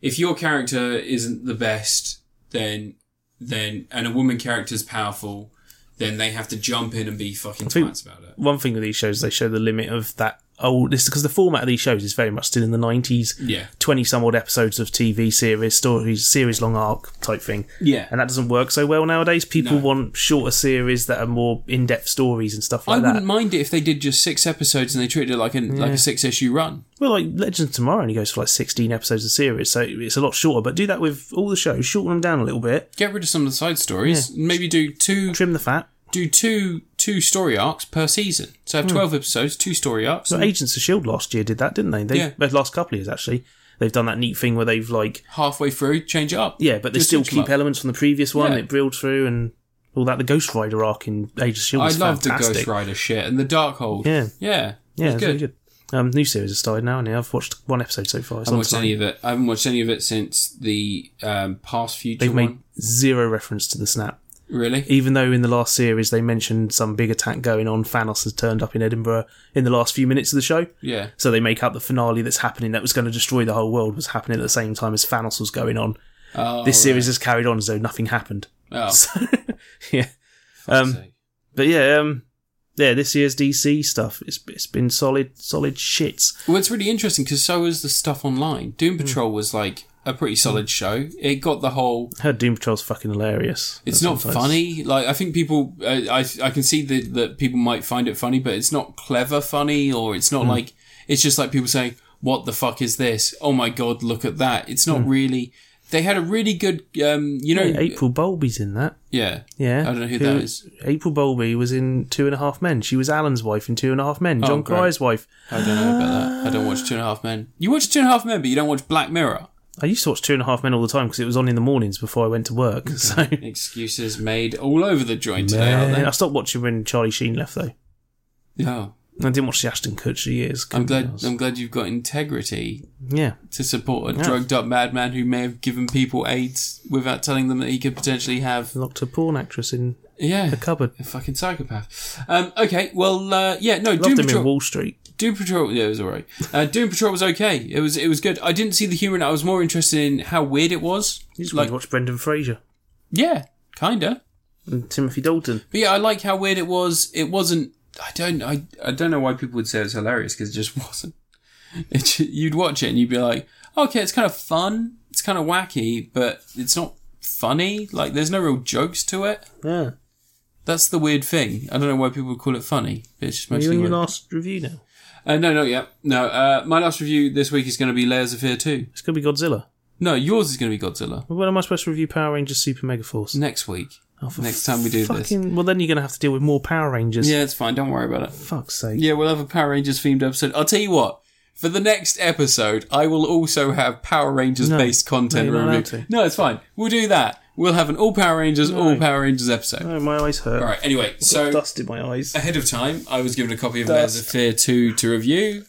if your character isn't the best, then then and a woman character's powerful, then they have to jump in and be fucking think- twats about it. One thing with these shows, they show the limit of that old. This because the format of these shows is very much still in the nineties. Yeah, 20 some odd episodes of TV series, stories, series long arc type thing. yeah. And that doesn't work so well nowadays. People No. want shorter series that are more in depth stories and stuff I like wouldn't that. mind it if they did just six episodes and they treated it like a like a six issue run. Well, like Legends of Tomorrow only goes for like 16 episodes a series, so it's a lot shorter. But do that with all the shows, shorten them down a little bit, Get rid of some of the side stories. Maybe do two trim the fat. do two two story arcs per season. So have twelve episodes, two story arcs, Hmm. So Agents of S.H.I.E.L.D. E last year did that, didn't they? they Mm. Yeah. The last couple of years, actually. They've done that neat thing where they've like, halfway through, change it up. yeah, but they Just still switch 'em keep up. elements from the previous one. Yeah. It drilled through and all that. The Ghost Rider arc in Agents of S.H.I.E.L.D. I is love the fantastic. Ghost Rider shit and the Darkhold. Yeah. yeah, Yeah, It's it's good. really good. Um, new series has started now, and I've watched one episode so far. It's I haven't on watched Prime. any of it. I haven't watched any of it since the um, past future They've made one. zero reference to the snap, Really? even though in the last series they mentioned some big attack going on. Thanos has turned up in Edinburgh in the last few minutes of the show, Yeah. so they make up the finale that's happening that was going to destroy the whole world was happening at the same time as Thanos was going on. Oh, this series has carried on as though nothing happened. (laughs) Oh, So, yeah, fuck's um, sake. but yeah, um, yeah, this year's DC stuff it's it's been solid, solid shits. well, it's really interesting because so is the stuff online. Doom Hmm. Patrol was like a pretty solid show. It got the whole. I heard Doom Patrol's fucking hilarious. It's not Sometimes. funny. Like I think people, uh, I I can see that that people might find it funny, but it's not clever funny, or it's Hmm. not like it's just like people saying, "What the fuck is this? Oh my god, look at that!" It's not really. They had a really good, um, you know, Hmm. Yeah, April Bowlby's in that. yeah, Yeah. I don't know who Who- that is. April Bowlby was in Two and a Half Men. She was Alan's wife in Two and a Half Men. John Oh, great. Cry's wife. I don't know about that. I don't watch Two and a Half Men. You watch Two and a Half Men, but you don't watch Black Mirror. I used to watch Two and a Half Men all the time because it was on in the mornings before I went to work. So Excuses made all over the joint today, Yeah, I aren't stopped watching when Charlie Sheen left though. they? No. I didn't watch the Ashton Kutcher years. I'm glad. I'm glad you've got integrity Yeah, to support a drugged up madman who may have given people AIDS without telling them that he could potentially have. locked a porn actress in Yeah. a cupboard. A fucking psychopath. Um, okay, well, uh, yeah, no, Doom Loved him in Patrol. Wall Street. Doom Patrol, yeah, it was alright. Uh, Doom Patrol was okay. It was, it was good. I didn't see the humour. in it. I was more interested in how weird it was. You just Like, watch Brendan Fraser yeah, kinda. and Timothy Dalton. But yeah, I like how weird it was. It wasn't. I don't. I, I don't know why people would say it's hilarious because it just (laughs) wasn't. It, ju- you'd watch it and you'd be like, okay, it's kind of fun. It's kind of wacky, but it's not funny. Like, there's no real jokes to it. Yeah, That's the weird thing. I don't know why people would call it funny. but It's just are you mostly in your weird. last review now? Uh, no, not yet. No. Uh, my last review this week is going to be Layers of Fear two. It's gonna be Godzilla. No, yours is going to be Godzilla When am I supposed to review Power Rangers Super Mega Force? next week. Oh, for Next time we do this. fucking, Well, then you're going to have to deal with more Power Rangers. Yeah, it's fine. Don't worry about it. Fuck's sake. Yeah, we'll have a Power Rangers themed episode. I'll tell you what. For the next episode, I will also have Power Rangers based content. no, you're not removed. allowed no, it's fine. We'll do that. We'll have an all Power Rangers, all No. Power Rangers episode. Oh, my eyes hurt. All right. Anyway, so Dust in my eyes. ahead of time, I was given a copy of Dust. Layers of Fear two to review,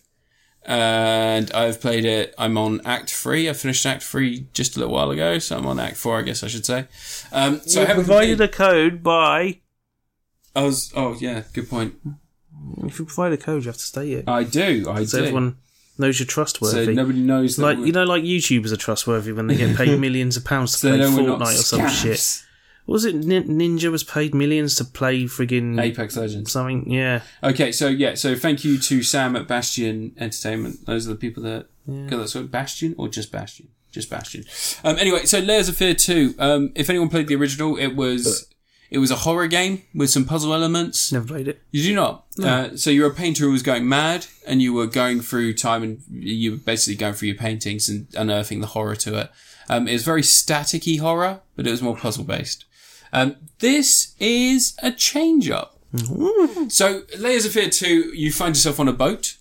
and I've played it. I'm on Act three. I finished Act three just a little while ago, so I'm on Act four. I guess I should say. Um, (laughs) so I You're haven't provided completed- a code by. I was. Oh yeah, good point. If you provide a code, you have to state it. I do. I so do. everyone knows you're so trustworthy. nobody knows that like we- you know, like YouTubers are trustworthy when they (laughs) get paid millions of pounds to so they play know we're Fortnite not or some scabs. shit. What was it Nin- Ninja was paid millions to play friggin' Apex Legends. something? Yeah, Okay, so yeah, so thank you to Sam at Bastion Entertainment. Those are the people that got that sort of Bastion or just Bastion, just Bastion. Um, anyway, so Layers of Fear two. Um, if anyone played the original, it Uh. was it was a horror game with some puzzle elements. never played it. You do not. Uh, so you're a painter who was going mad, and you were going through time, and you were basically going through your paintings and unearthing the horror to it. Um, it was very staticky horror, but it was more puzzle based. Um, this is a change up. So, Layers of Fear 2, you find yourself on a boat,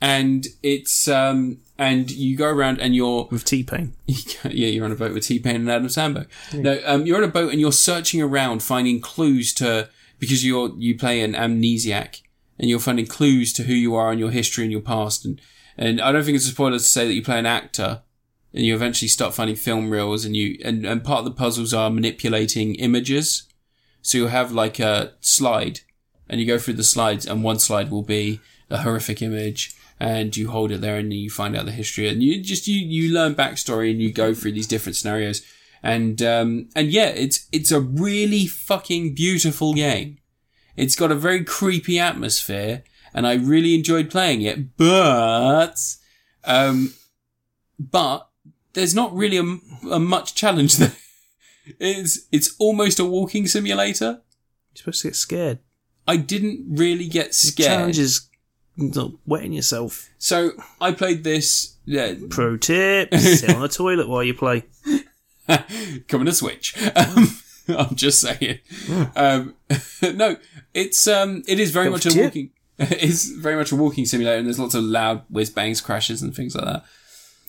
and it's, um, and you go around and you're, with T Pain. (laughs) yeah, you're on a boat with T Pain and Adam Sandberg. No, um, you're on a boat and you're searching around, finding clues to because you're you play an amnesiac, and you're finding clues to who you are and your history and your past. And and I don't think it's a spoiler to say that you play an actor, and you eventually start finding film reels, and you and and part of the puzzles are manipulating images. So you'll have like a slide, and you go through the slides, and one slide will be a horrific image, and you hold it there, and you find out the history, and you just you you learn backstory, and you go through these different scenarios, and um and yeah, it's it's a really fucking beautiful game. It's got a very creepy atmosphere, and I really enjoyed playing it, but um, but there's not really a, a much challenge there. (laughs) It's it's almost a walking simulator. You're supposed to get scared. I didn't really get scared. Challenge is not wetting yourself. So I played this yeah, Pro tip: (laughs) sit on the toilet while you play. coming to (laughs) Switch. Um, I'm just saying. Um, (laughs) no, it's um, it is very Go much for a two. walking. (laughs) It's very much a walking simulator, and there's lots of loud whiz bangs, crashes, and things like that.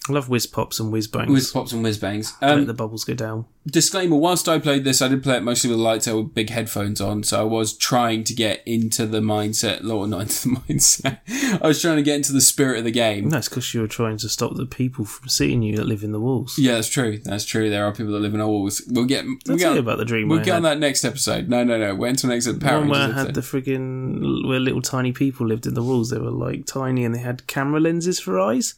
I love whiz pops and whiz bangs. Whiz pops and whiz bangs. Let Um, the bubbles go down. disclaimer: whilst I played this, I did play it mostly with lights out with big headphones on, so I was trying to get into the mindset. Or not into the (laughs) mindset. I was trying to get into the spirit of the game. No, it's because you were trying to stop the people from seeing you that live in the walls. Yeah, that's true. That's true. There are people that live in our walls. We'll get. We'll I'll get tell you on, about the dream we'll I get on had. that next episode. No, no, no. We're into next episode. The Power one where I Rangers had the episode. friggin' where little tiny people lived in the walls. They were like tiny and they had camera lenses for eyes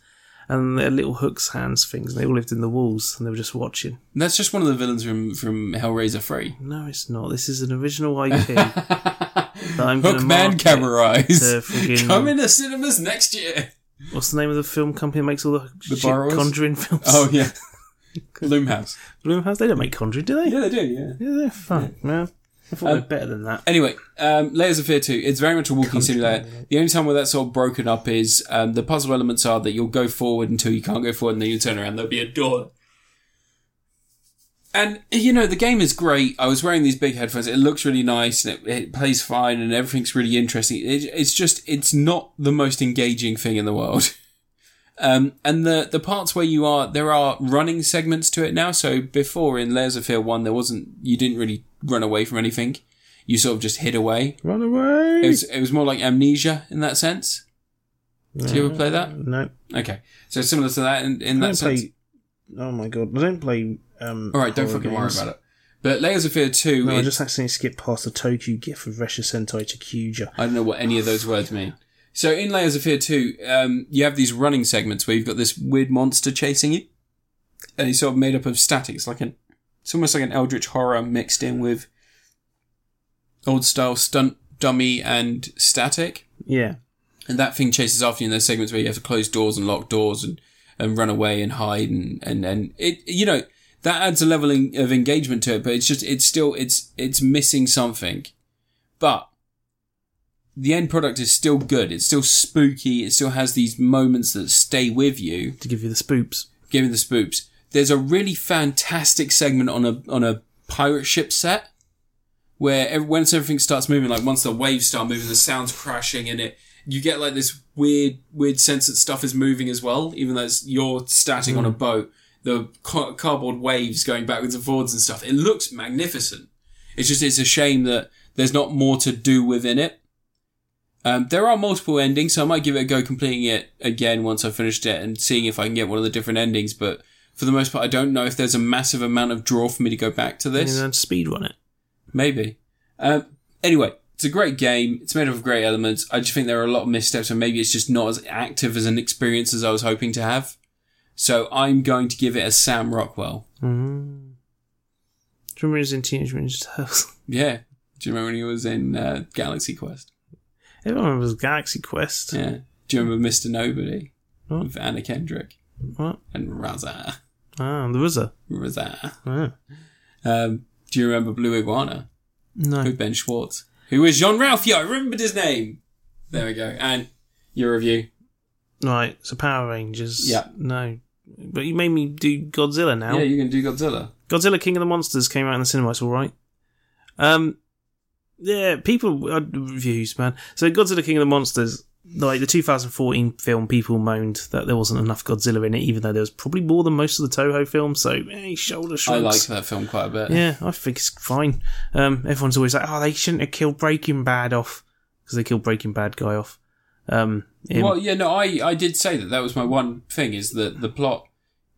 and they had little hooks, hands, things. And they all lived in the walls and they were just watching. That's just one of the villains from from Hellraiser Three. (laughs) No, it's not. This is an original IP that I'm going to Hookman Camera Eyes. friggin- (laughs) Come into cinemas next (laughs) year. What's the name of the film company that makes all the, shit Borrowers? Conjuring films? (laughs) Oh yeah, Bloomhouse. Bloomhouse. They don't make Conjuring, do they? Yeah, they do. Yeah. Yeah, they're fun. No, I thought they were better than that. Anyway, um, Layers of Fear 2, it's very much a walking simulator. The only time where that's all broken up is um, the puzzle elements are that you'll go forward until you can't go forward and then you turn around, there'll be a door. And, you know, the game is great. I was wearing these big headphones. It looks really nice and it, it plays fine and everything's really interesting. It, it's just, it's not the most engaging thing in the world. (laughs) Um, and the, the parts where you are, there are running segments to it now. So before in Layers of Fear 1, there wasn't, you didn't really run away from anything. You sort of just hid away. Run away! It was, it was more like amnesia in that sense. Did you ever play that? no, Okay. So similar to that in, in that I don't sense. play. Oh my god, I don't play. Um, All right, don't fucking worry about it. But Layers of Fear 2, No, I it- just accidentally skipped past the Tokyo GIF of Resha Sentai to Kyuja. I don't know what any of those words mean. So in Layers of Fear 2, um, you have these running segments where you've got this weird monster chasing you. And it's sort of made up of statics, like an, it's almost like an eldritch horror mixed in with old style stunt dummy and static. Yeah. and that thing chases after you in those segments where you have to close doors and lock doors and, and run away and hide and, and, and it, you know, that adds a level in, of engagement to it, but it's just, it's still, it's, it's missing something. But the end product is still good. It's still spooky. It still has these moments that stay with you To give you the spoops. giving the spoops. There's a really fantastic segment on a on a pirate ship set where ev- once everything starts moving, like once the waves start moving, the sounds crashing and it, you get like this weird, weird sense that stuff is moving as well, even though it's, you're static on a boat. The ca- cardboard waves going backwards and forwards and stuff. It looks magnificent. It's just it's a shame that there's not more to do within it. Um, there are multiple endings, so I might give it a go completing it again once I finished it and seeing if I can get one of the different endings. But for the most part, I don't know if there's a massive amount of draw for me to go back to And this. then speed run it. Maybe. Um, anyway, it's a great game. It's made up of great elements. I just think there are a lot of missteps, and maybe it's just not as active as an experience as I was hoping to have. So I'm going to give it a Sam Rockwell. Mm. Do you remember he was in Teenage Mutant Ninja Turtles? (laughs) Yeah. Do you remember when he was in uh, Galaxy Quest? Everyone remembers Galaxy Quest. Yeah. Do you remember Mr. Nobody Huh? with Anna Kendrick What? and Raza? Ah, there was a. Raza. Ah. Um, do you remember Blue Iguana No. with Ben Schwartz, who was Jean Ralphio? I remembered his name. There we go. And your review. Right, so Power Rangers. Yeah. No. But you made me do Godzilla now. Yeah, you can do Godzilla. Godzilla King of the Monsters came out in the cinema. It's all right. Um, yeah, people uh, reviews, man. So Godzilla King of the Monsters, like the 2014 film, people moaned that there wasn't enough Godzilla in it, even though there was probably more than most of the Toho films. So eh, shoulder I shrugs. like that film quite a bit. Yeah, I think it's fine. Um, everyone's always like, oh, they shouldn't have killed Breaking Bad off because they killed Breaking Bad guy off. Um, him. Well, yeah, no, I, I did say that that was my one thing is that the plot.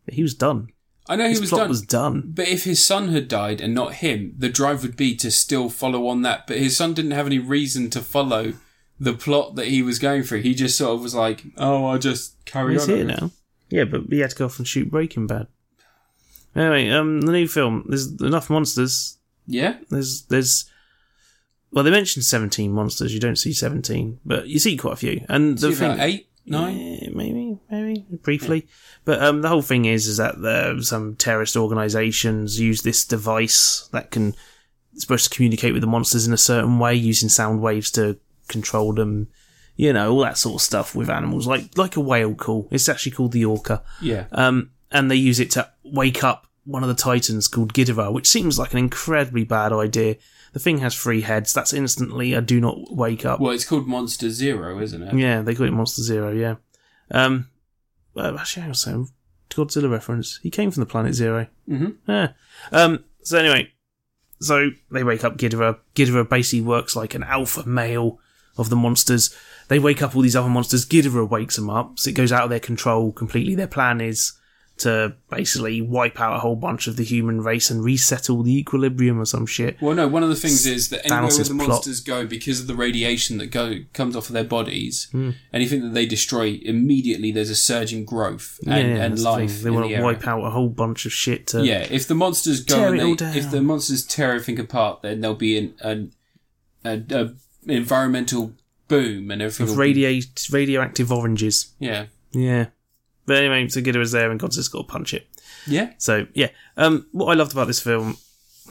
But he was done. I know His he was plot done, was done. but if his son had died and not him, the drive would be to still follow on that. But his son didn't have any reason to follow the plot that he was going through. He just sort of was like, "Oh, I'll just carry He's on." here now. Yeah, but he had to go off and shoot Breaking Bad. Anyway, um, the new film. There's enough monsters. Yeah, There's there's. Well, they mentioned seventeen monsters. You don't see seventeen, but you see quite a few. And the See about thing, eight, nine. Yeah, maybe, maybe briefly. But um, the whole thing is, is that the, some terrorist organisations use this device that can it's supposed to communicate with the monsters in a certain way, using sound waves to control them. You know, all that sort of stuff with animals, like like a whale call. It's actually called the orca. Yeah, Um, and they use it to wake up one of the titans called Ghidorah, which seems like an incredibly bad idea. The thing has three heads. That's instantly a do not wake up. Well, it's called Monster Zero, isn't it? Yeah, they call it Monster Zero. Yeah. Um, well, actually, I was saying Godzilla reference. He came from the planet Zero. Mm-hmm. Yeah. Um. So anyway, so they wake up Ghidorah. Ghidorah basically works like an alpha male of the monsters. They wake up all these other monsters. Ghidorah wakes them up, so it goes out of their control completely. Their plan is to basically wipe out a whole bunch of the human race and resettle the equilibrium or some shit. Well, no. One of the things is that anywhere where Thanos' the plot. monsters go, because of the radiation that go comes off of their bodies, Hmm. anything that they destroy immediately, there's a surge in growth and, and that's the thing. life. They in want the to area. wipe out a whole bunch of shit to Yeah, if the monsters go, Tear and it all they- down. if the monsters tear everything apart, then there'll be an, an, an, a environmental boom and everything. of will be- radiate, radioactive oranges. yeah, Yeah. But anyway, so Ghidorah's there and Godzilla's got to punch it. yeah. So, yeah. Um, what I loved about this film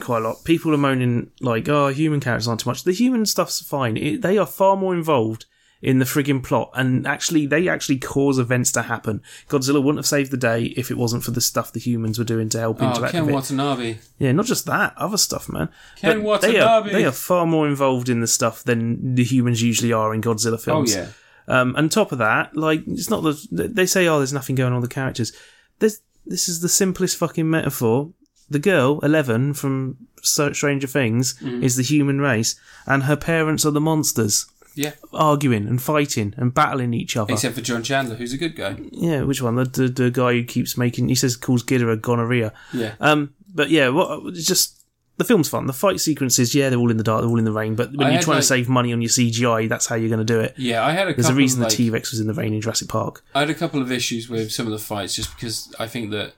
quite a lot, people are moaning, like, oh, human characters aren't too much. The human stuff's fine. It, they are far more involved in the frigging plot, and actually, they actually cause events to happen. Godzilla wouldn't have saved the day if it wasn't for the stuff the humans were doing to help him to Oh, Ken activate- Watanabe. yeah, not just that, other stuff, man. Ken But they are, Watanabe. they are far more involved in the stuff than the humans usually are in Godzilla Oh films. yeah, Um, and top of that, like it's not the they say oh there's nothing going on with the characters. There's this is the simplest fucking metaphor. The girl Eleven from So- Stranger Things Mm. is the human race, and her parents are the monsters, yeah. Uh, arguing and fighting and battling each other. Except for John Chandler, who's a good guy. yeah, which one? The, the the guy who keeps making he says calls Ghidorah gonorrhea. Yeah, Um, but yeah, what it's just. The film's fun. The fight sequences, yeah, they're all in the dark, they're all in the rain. But when I you're had, trying like- to save money on your CGI, that's how you're going to do it. yeah. I had a. There's a couple reason of, the like, T Rex was in the rain in Jurassic Park. I had a couple of issues with some of the fights just because I think that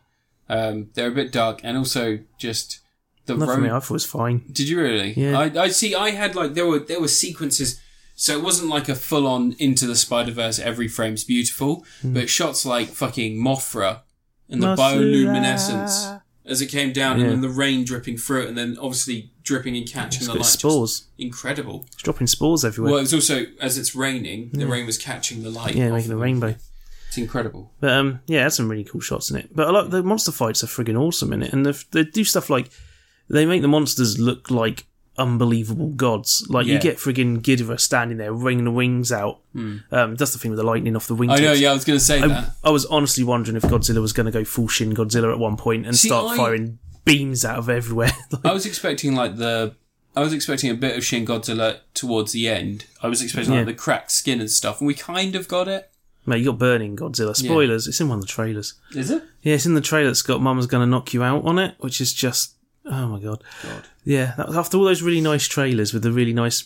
um, they're a bit dark and also just the Not for road. me. I thought it was fine. Did you really? Yeah. I, I see. I had like there were there were sequences, so it wasn't like a full on into the Spider Verse. Every frame's beautiful, but shots like fucking Mothra and the Hmm. Mothra. bioluminescence as it came down, Yeah. and then the rain dripping through it, and then obviously dripping and catching the It's got light. its just spores. incredible. It's dropping spores everywhere. Well, it was also as it's raining, the rain was catching the light. yeah, off making a of it. rainbow. It's incredible. But um, yeah, it had some really cool shots in it. But I like the monster fights are friggin' awesome in it, and the, they do stuff like they make the monsters look like unbelievable gods. Like you Yeah. Hmm. get friggin' Ghidorah standing there, wringing the wings out. Um, that's the thing with the lightning off the wings. I know. Yeah, I was going to say that. I, I was honestly wondering if Godzilla was going to go full Shin Godzilla at one point and See, start I- firing beams out of everywhere. (laughs) Like, I was expecting like the. I was expecting a bit of Shin Godzilla towards the end. I was expecting Yeah. like the cracked skin and stuff, and we kind of got it. mate, you got burning Godzilla. Spoilers. It's in one of the trailers. Is it? Yeah, it's in the trailer. It's got "Mama's gonna knock you out" on it, which is just oh my god. God. Yeah, that, after all those really nice trailers with the really nice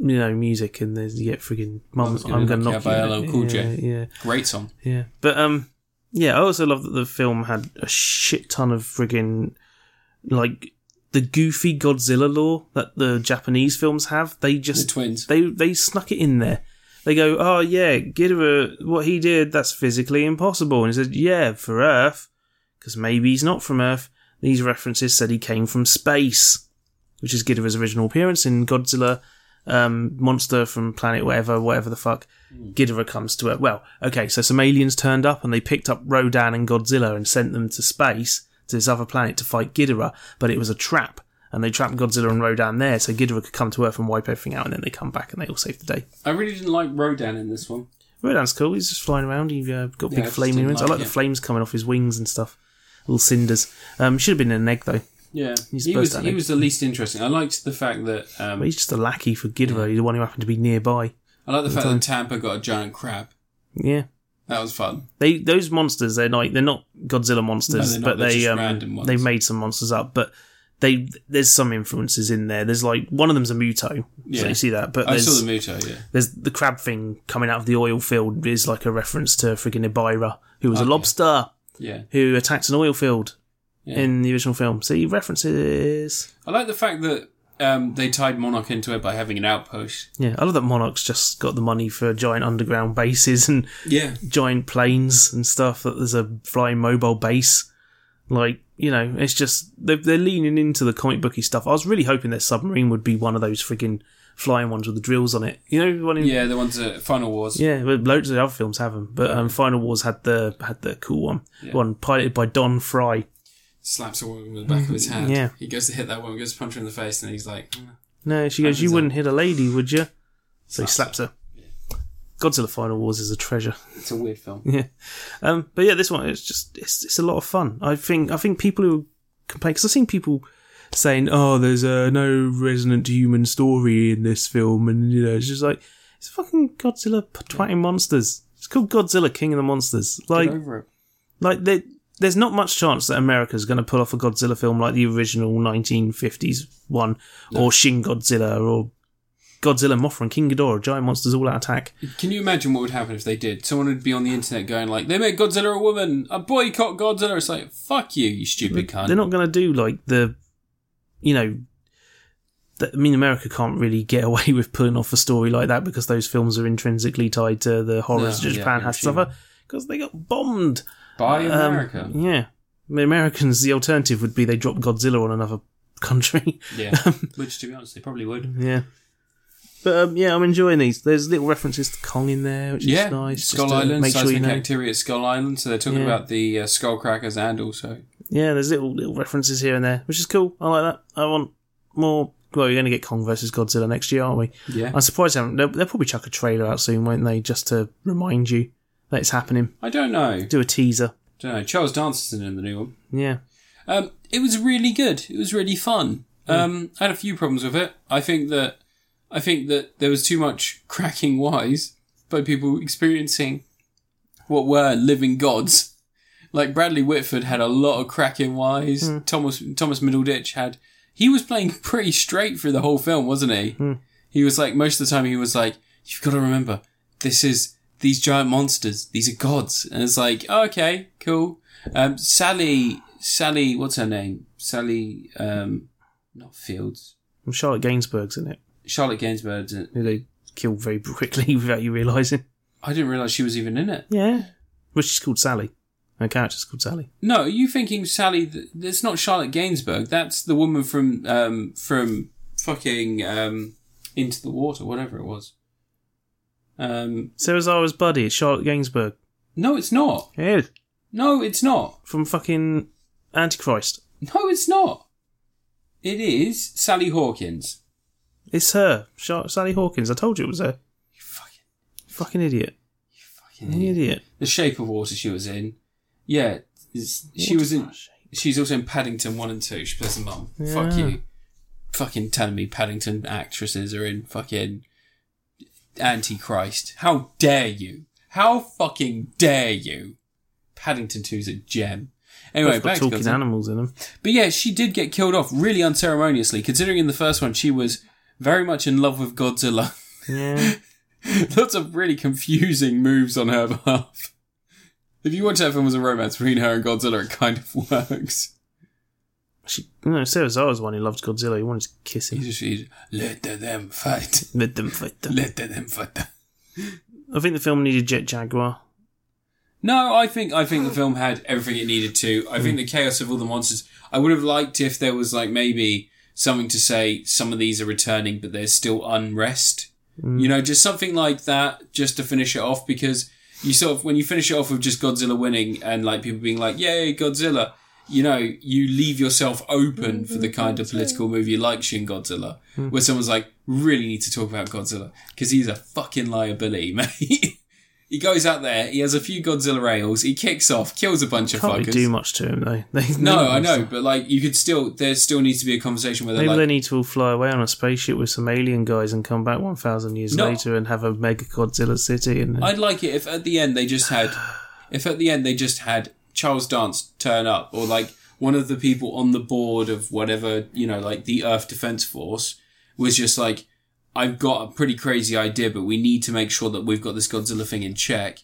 you know music and there's you get friggin' "Mum, Gonna I'm gonna Knock You knock, Out by you LL Cool out." Yeah, J. yeah, Great song. yeah. But um, yeah, I also love that the film had a shit ton of friggin' like the goofy Godzilla lore that the Japanese films have. They The just twins. they they snuck it in there. They go, oh yeah, Ghidorah, what he did, that's physically impossible. And he said, yeah, for Earth, because maybe he's not from Earth. These references said he came from space, which is Ghidorah's original appearance in Godzilla, um, monster from planet whatever, whatever the fuck. Hmm. Ghidorah comes to Earth. Well, okay, so some aliens turned up and they picked up Rodan and Godzilla and sent them to space to this other planet to fight Ghidorah, but it was a trap. And they trapped Godzilla and Rodan there, so Ghidorah could come to Earth and wipe everything out, and then they come back and they all save the day. I really didn't like Rodan in this one. Rodan's cool. He's just flying around. He's uh, got Yeah, I big just flaming didn't wings. I like like it. the flames coming off his wings and stuff. Little cinders. Um, should have been in an egg though. Yeah, He's he was supposed to, I he think. was the least interesting. I liked the fact that But um, he's just a lackey for Ghidorah. He's the one who happened to be nearby. I like the fact that Tampa got a giant crab. Yeah. That was fun. They those monsters. They're like they're not Godzilla monsters, they're not. but They're they just um, random ones. they made some monsters up. But they there's some influences in there. There's like one of them's a Muto. So Yeah. you see that. But I there's, saw the Muto. Yeah, there's the crab thing coming out of the oil field is like a reference to friggin' Ibira, who was a lobster yeah. who attacked an oil field Yeah. in the original film. See references. I like the fact that um, they tied Monarch into it by having an outpost. Yeah, I love that Monarch's just got the money for giant underground bases (laughs) and Yeah, giant planes and stuff. That there's a flying mobile base. Like you know, it's just they're, they're leaning into the comic booky stuff. I was really hoping their submarine would be one of those freaking flying ones with the drills on it. You know, the one in, yeah. The ones that Final Wars. Yeah, but loads of the other films have them. But um, Final Wars had the had the cool one, one piloted by Don Fry. slaps a woman with the back of his hand. Yeah. He goes to hit that woman, goes to punch her in the face, and he's like, "Mm." No, she goes, Happens "You that- wouldn't hit a lady, would you?" So he Slaps slaps her. Godzilla Final Wars is a treasure. it's a weird film. Yeah, um, but yeah, this one it's just it's, it's a lot of fun. I think I think people who complain because I've seen people saying, "Oh, there's uh, no resonant human story in this film," and you know, it's just like it's fucking Godzilla p- twatting monsters. It's called Godzilla King of the Monsters. Like, Get over it. like there, there's not much chance that America's going to pull off a Godzilla film like the original 1950s one, or Shin Godzilla, or Godzilla, Mothra, and King Ghidorah, giant monsters all out attack. Can you imagine what would happen if they did? Someone would be on the internet going like, "They made Godzilla a woman. I boycott Godzilla." It's like, "Fuck you, you stupid cunt." They're not going to do like the, you know, the, I mean, America can't really get (laughs) away with pulling off a story like that because those films are intrinsically tied to the horrors No, yeah, Japan has to Hiroshima. suffer because they got bombed. Buy Um, America. (laughs) yeah, the Americans. The alternative would be they drop Godzilla on another (laughs) country. yeah, which to be honest, they probably would. Yeah. But um, yeah, I'm enjoying these. There's little references to Kong in there, which Yeah, is nice. just Skull to Island, Make sure seismic you know. activity at Skull Island. So they're talking Yeah. about the uh, skull crackers and also Yeah, there's little little references here and there, which is cool. I like that. I want more. Well, you're going to get Kong versus Godzilla next year, aren't we? yeah. I'm surprised they haven't. They'll, they'll probably chuck a trailer out soon, won't they? Just to remind you that it's happening. I don't know. Do a teaser. Don't know. Charles Danson's in the new one. Yeah. Um, it was really good. It was really fun. Um, I had a few problems with it. I think that I think that there was too much (laughs) cracking wise by people experiencing what were living gods. Like Bradley Whitford had a lot of cracking wise. Thomas Thomas Middleditch had he was playing (laughs) pretty straight through the whole film, wasn't he? He was like most of the time he was like, You've gotta remember, this is these giant monsters, these are gods. And it's like, okay, cool. Um, Sally, Sally, what's her name? Sally, um, not Fields. Well, Charlotte Gainsbourg's in it, Charlotte Gainsbourg's in it. who they killed very (laughs) quickly without you realising. I didn't realise she was even in it. Yeah. Which is called Sally. Her character's called Sally. No, are you thinking Sally? th- That's not Charlotte Gainsbourg. That's the woman from, um, from fucking, um, Into the Water, whatever it was. Um, Sarah Zara's buddy. It's Charlotte Gainsbourg. no, it's not. Yeah. No, it's not. From fucking Antichrist. No, it's not. It is Sally Hawkins. It's her, Char- Sally Hawkins. I told you it was her. You fucking, Fucking idiot. fucking Fucking idiot. idiot. The Shape of Water she was in. Yeah, it's, she was in. She's also in Paddington One and Two. She plays the mum. Fuck Yeah. you. Fucking telling me Paddington actresses are in fucking Antichrist. How dare you? How fucking dare you? Paddington 2's a gem. Anyway, Both back got to talking Godzilla. animals in them. But yeah, she did get killed off really unceremoniously, considering in the first one she was very much in love with Godzilla. (laughs) Yeah. (laughs) Lots of really confusing moves on her (laughs) behalf. If you watch that film as a romance between her and Godzilla, it kind of (laughs) works. she, no, Sarah Zara's one who loved Godzilla. He wanted to kiss He's him. just, he's, let them fight. Let them fight them. Let them fight. I think the film needed Jet Jaguar. No, I think I think the film had everything it needed to. I think the chaos of all the monsters. I would have liked if there was like maybe something to say. Some of these are returning, but there's still unrest. Mm. You know, just something like that, just to finish it off. Because you sort of when you finish it off with just Godzilla winning and like people being like, "Yay, Godzilla!" You know, you leave yourself Mm-hmm. open for the kind of political movie like Shin Godzilla, Hmm. where someone's like, "Really need to talk about Godzilla because he's a fucking liability, (laughs) mate." He goes out there, he has a few Godzilla rails, he kicks off, kills a bunch of Can't really fuckers. do much to him though. (laughs) They- no, I know, but like you could still there still needs to be a conversation where they're Maybe they like need to all fly away on a spaceship with some alien guys and come back one thousand years No. later and have a mega Godzilla city. And I'd like it if at the end they just had if at the end they just had Charles Dance turn up or like one of the people on the board of whatever, you know, like the Earth Defense Force was just like I've got a pretty crazy idea, but we need to make sure that we've got this Godzilla thing in check.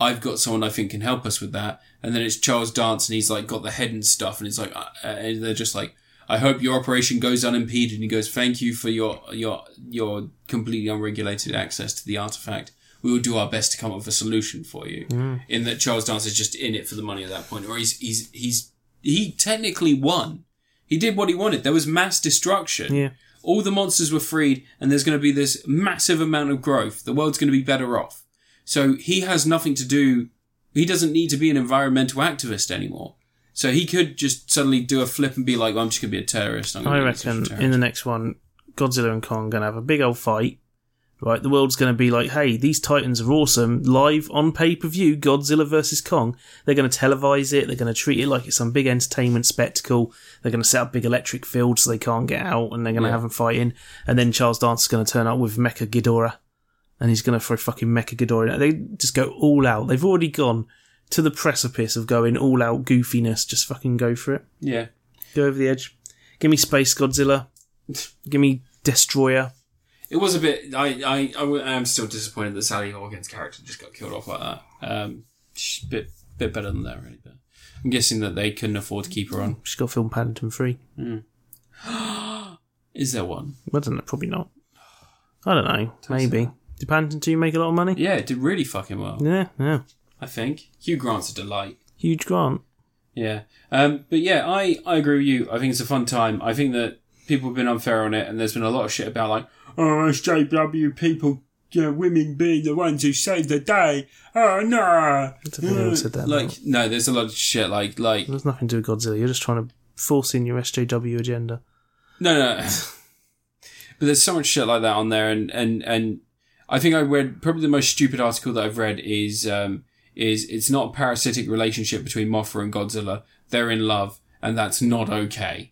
I've got someone I think can help us with that. And then it's Charles Dance, and he's like got the head and stuff, and it's like, uh, and they're just like, I hope your operation goes unimpeded. And he goes, Thank you for your your your completely unregulated access to the artifact. We will do our best to come up with a solution for you. In that Charles Dance is just in it for the money at that point, or he's he's he's he technically won. He did what he wanted. There was mass destruction yeah, all the monsters were freed and there's going to be this massive amount of growth. The world's going to be better off. So he has nothing to do. He doesn't need to be an environmental activist anymore. So he could just suddenly do a flip and be like, well, I'm just going to be a terrorist. I'm gonna I be a social reckon in terrorist." the next one, Godzilla and Kong gonna have a big old fight. Right, the world's gonna be like, hey, these Titans are awesome. Live on pay per view, Godzilla versus Kong. They're gonna televise it. They're gonna treat it like it's some big entertainment spectacle. They're gonna set up big electric fields so they can't get out, and they're gonna Yeah. have them fighting. And then Charles Dance is gonna turn up with Mecha Ghidorah, and he's gonna throw fucking Mecha Ghidorah. in it. They just go all out. They've already gone to the precipice of going all out goofiness. Just fucking go for it. yeah. Go over the edge. Give me Space Godzilla. Give me Destroyer. It was a bit. I, I, I, w- I am still disappointed that Sally Hawkins' character just got killed off like that. Um, she's a bit, bit better than that, really. But I'm guessing that they couldn't afford to keep her on. She's got film Paddington free. Is there one? I don't know. Probably not. I don't know. Maybe. Did Paddington 2 make a lot of money? Yeah, it did really fucking well, Yeah, yeah. I think. Hugh Grant's a delight. Huge grant. Yeah. Um, but yeah, I, I agree with you. I think it's a fun time. I think that people have been unfair on it and there's been a lot of shit about like, oh, SJW people, you know, women being the ones who save the day. Oh, no. I don't think anyone said that. Like, no, there's a lot of shit like, like, There's nothing to do with Godzilla. You're just trying to force in your SJW agenda. No, no. (laughs) but there's so much shit like that on there, and and and I think I read probably the most stupid article that I've read is um, is it's not a parasitic relationship between Mothra and Godzilla. They're in love, and that's not okay.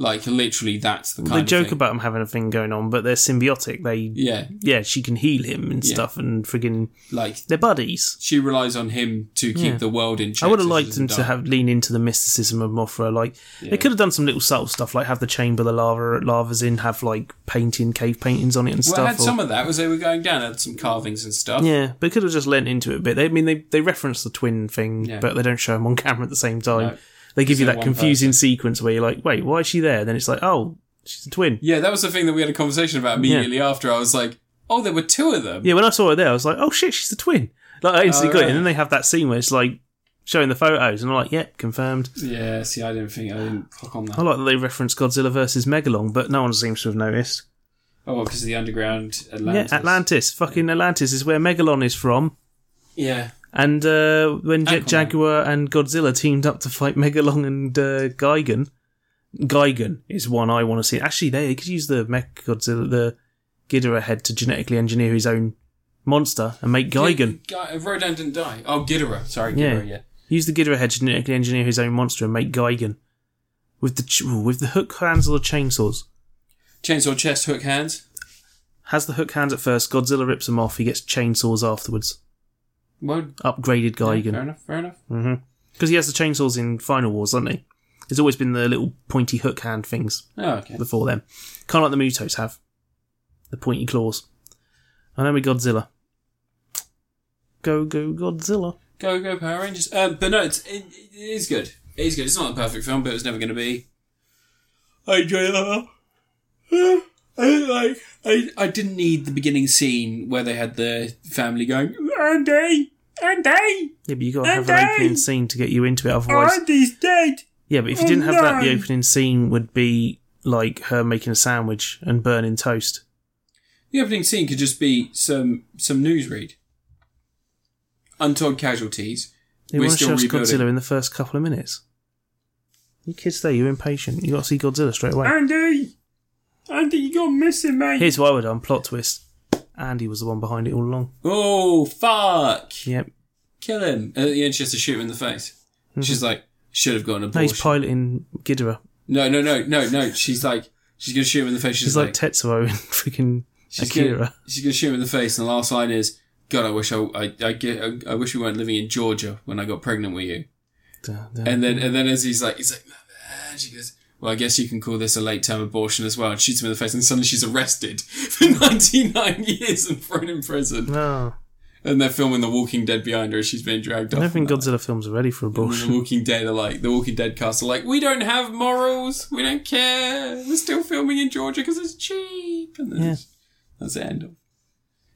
Like literally, that's the kind they of joke thing. about them having a thing going on, but they're symbiotic. They, yeah, Yeah, she can heal him and Yeah. stuff, and friggin' like they're buddies. she relies on him to keep Yeah. the world in check. I would so have she liked doesn't them to die. have lean into the mysticism of Mothra. Like Yeah. they could have done some little subtle stuff, like have the chamber the lava lava's in, have like painting cave paintings on it and Well, I stuff. had or- some of that. Was they were going down, had some carvings and stuff. yeah, but could have just lent into it a bit. They, I mean, they they reference the twin thing, Yeah. but they don't show them on (laughs) camera at the same time. No. They give you they're that one confusing sequence where you're like, wait, why is she there? Then it's like, oh, she's a twin. Yeah, that was the thing that we had a conversation about immediately after. I was like, oh, there were two of them. Yeah, when I saw her there, I was like, oh shit, she's the twin. Like I instantly Oh, got it. right. And then they have that scene where it's like showing the photos, and I'm like, yep, confirmed. Yeah, see, I didn't think I didn't clock on that. I like that they reference Godzilla versus Megalong, but no one seems to have noticed. Oh, because of the underground Atlantis. Yeah, Atlantis. Fucking Atlantis is where Megalon is from. Yeah. And uh, when Jet Aquaman. (laughs) Jaguar and Godzilla teamed up to fight Megalon and uh, Gigan, Gigan is one I want to see. Actually, they could use the Mechagodzilla, the Ghidorah head to genetically engineer his own monster and make Gigan. Guy, uh, Rodan didn't die. Oh, Ghidorah. Sorry, Yeah. Ghidorah. Yeah. Use the Ghidorah head to genetically engineer his own monster and make Gigan. With the ch- ooh, with the hook hands or the chainsaws. Chainsaw chest, hook hands. Has the hook hands at first, Godzilla rips them off, he gets chainsaws afterwards. Well, Upgraded yeah, fair Gigan. enough. Fair enough. Because he has the chainsaws in Final Wars, doesn't he? There's always been the little pointy hook hand things. Oh, okay. before them. Kind of like the Mutos have. The pointy claws. I know we Godzilla. Go, go, Godzilla. Go go Power Rangers. Um, but no, it's, it, it is good. It is good. It's not a perfect film, but it was never going to be. I enjoy it that well. I didn't like. I, I didn't need the beginning scene where they had the family going Andy, Andy, Yeah, but you gotta have an Okay. opening scene to get you into it, otherwise. Andy's dead. Yeah, but if you didn't have that, the No. opening scene would be like her making a sandwich and burning toast. The opening scene could just be some some news read. Untold casualties. They We're want to still show us rebuilding. Godzilla in the first couple of minutes. You kids there, you're impatient. You gotta see Godzilla straight away. Andy, Andy, you're missing, mate. Here's what I would have done plot twist. Andy was the one behind it all along. oh fuck! Yep. Kill him. Uh, And at the end, she has to shoot him in the face. She's like, should have gotten an Mm-hmm. No, abortion. he's piloting Ghidorah. No, no, no, no, no. She's like, she's gonna shoot him in the face. She's, She's like like, Tetsuo in (laughs) freaking she's Akira. gonna, she's gonna shoot him in the face. And the last line is, God, I wish I, I, I get, I, I wish we weren't living in Georgia when I got pregnant with you. Da, da. And then, and then as he's like, he's like, "Ah," she goes, well, I guess you can call this a late term abortion as well. And shoots him in the face, and suddenly she's arrested (laughs) for 99 years and thrown in prison. no, And they're filming The Walking Dead behind her as she's being dragged I off. don't think and Godzilla films are ready for that. And The abortion. Walking Dead are like, The Walking Dead cast are like, we don't have morals, we don't care, we're still filming in Georgia because it's cheap. And then Yeah. That's the end of.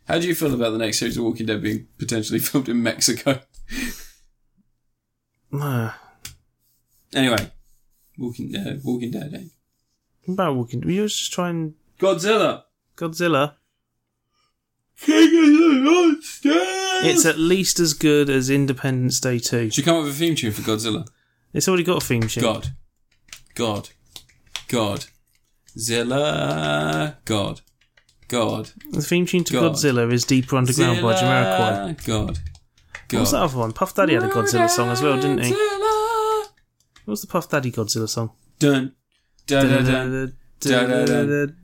How do you feel about the next series of Walking Dead being potentially (laughs) filmed in Mexico? (laughs) No. Anyway, Walking uh, Walking Dead. Eh? What about Walking? We was just trying Godzilla. Godzilla. King of the monsters. It's at least as good as Independence Day two. Should we come up with a theme tune for Godzilla. It's already got a theme tune. God, God, God, Zilla, God, God, The theme tune to God. Godzilla is Deeper Underground by Jamiroquai. Zilla, God, God. What was that other one? Puff Daddy had a Godzilla song as well, didn't he? What Godzilla. was the Puff Daddy Godzilla song? Dun, dun, dun, dun, Da-da-dun.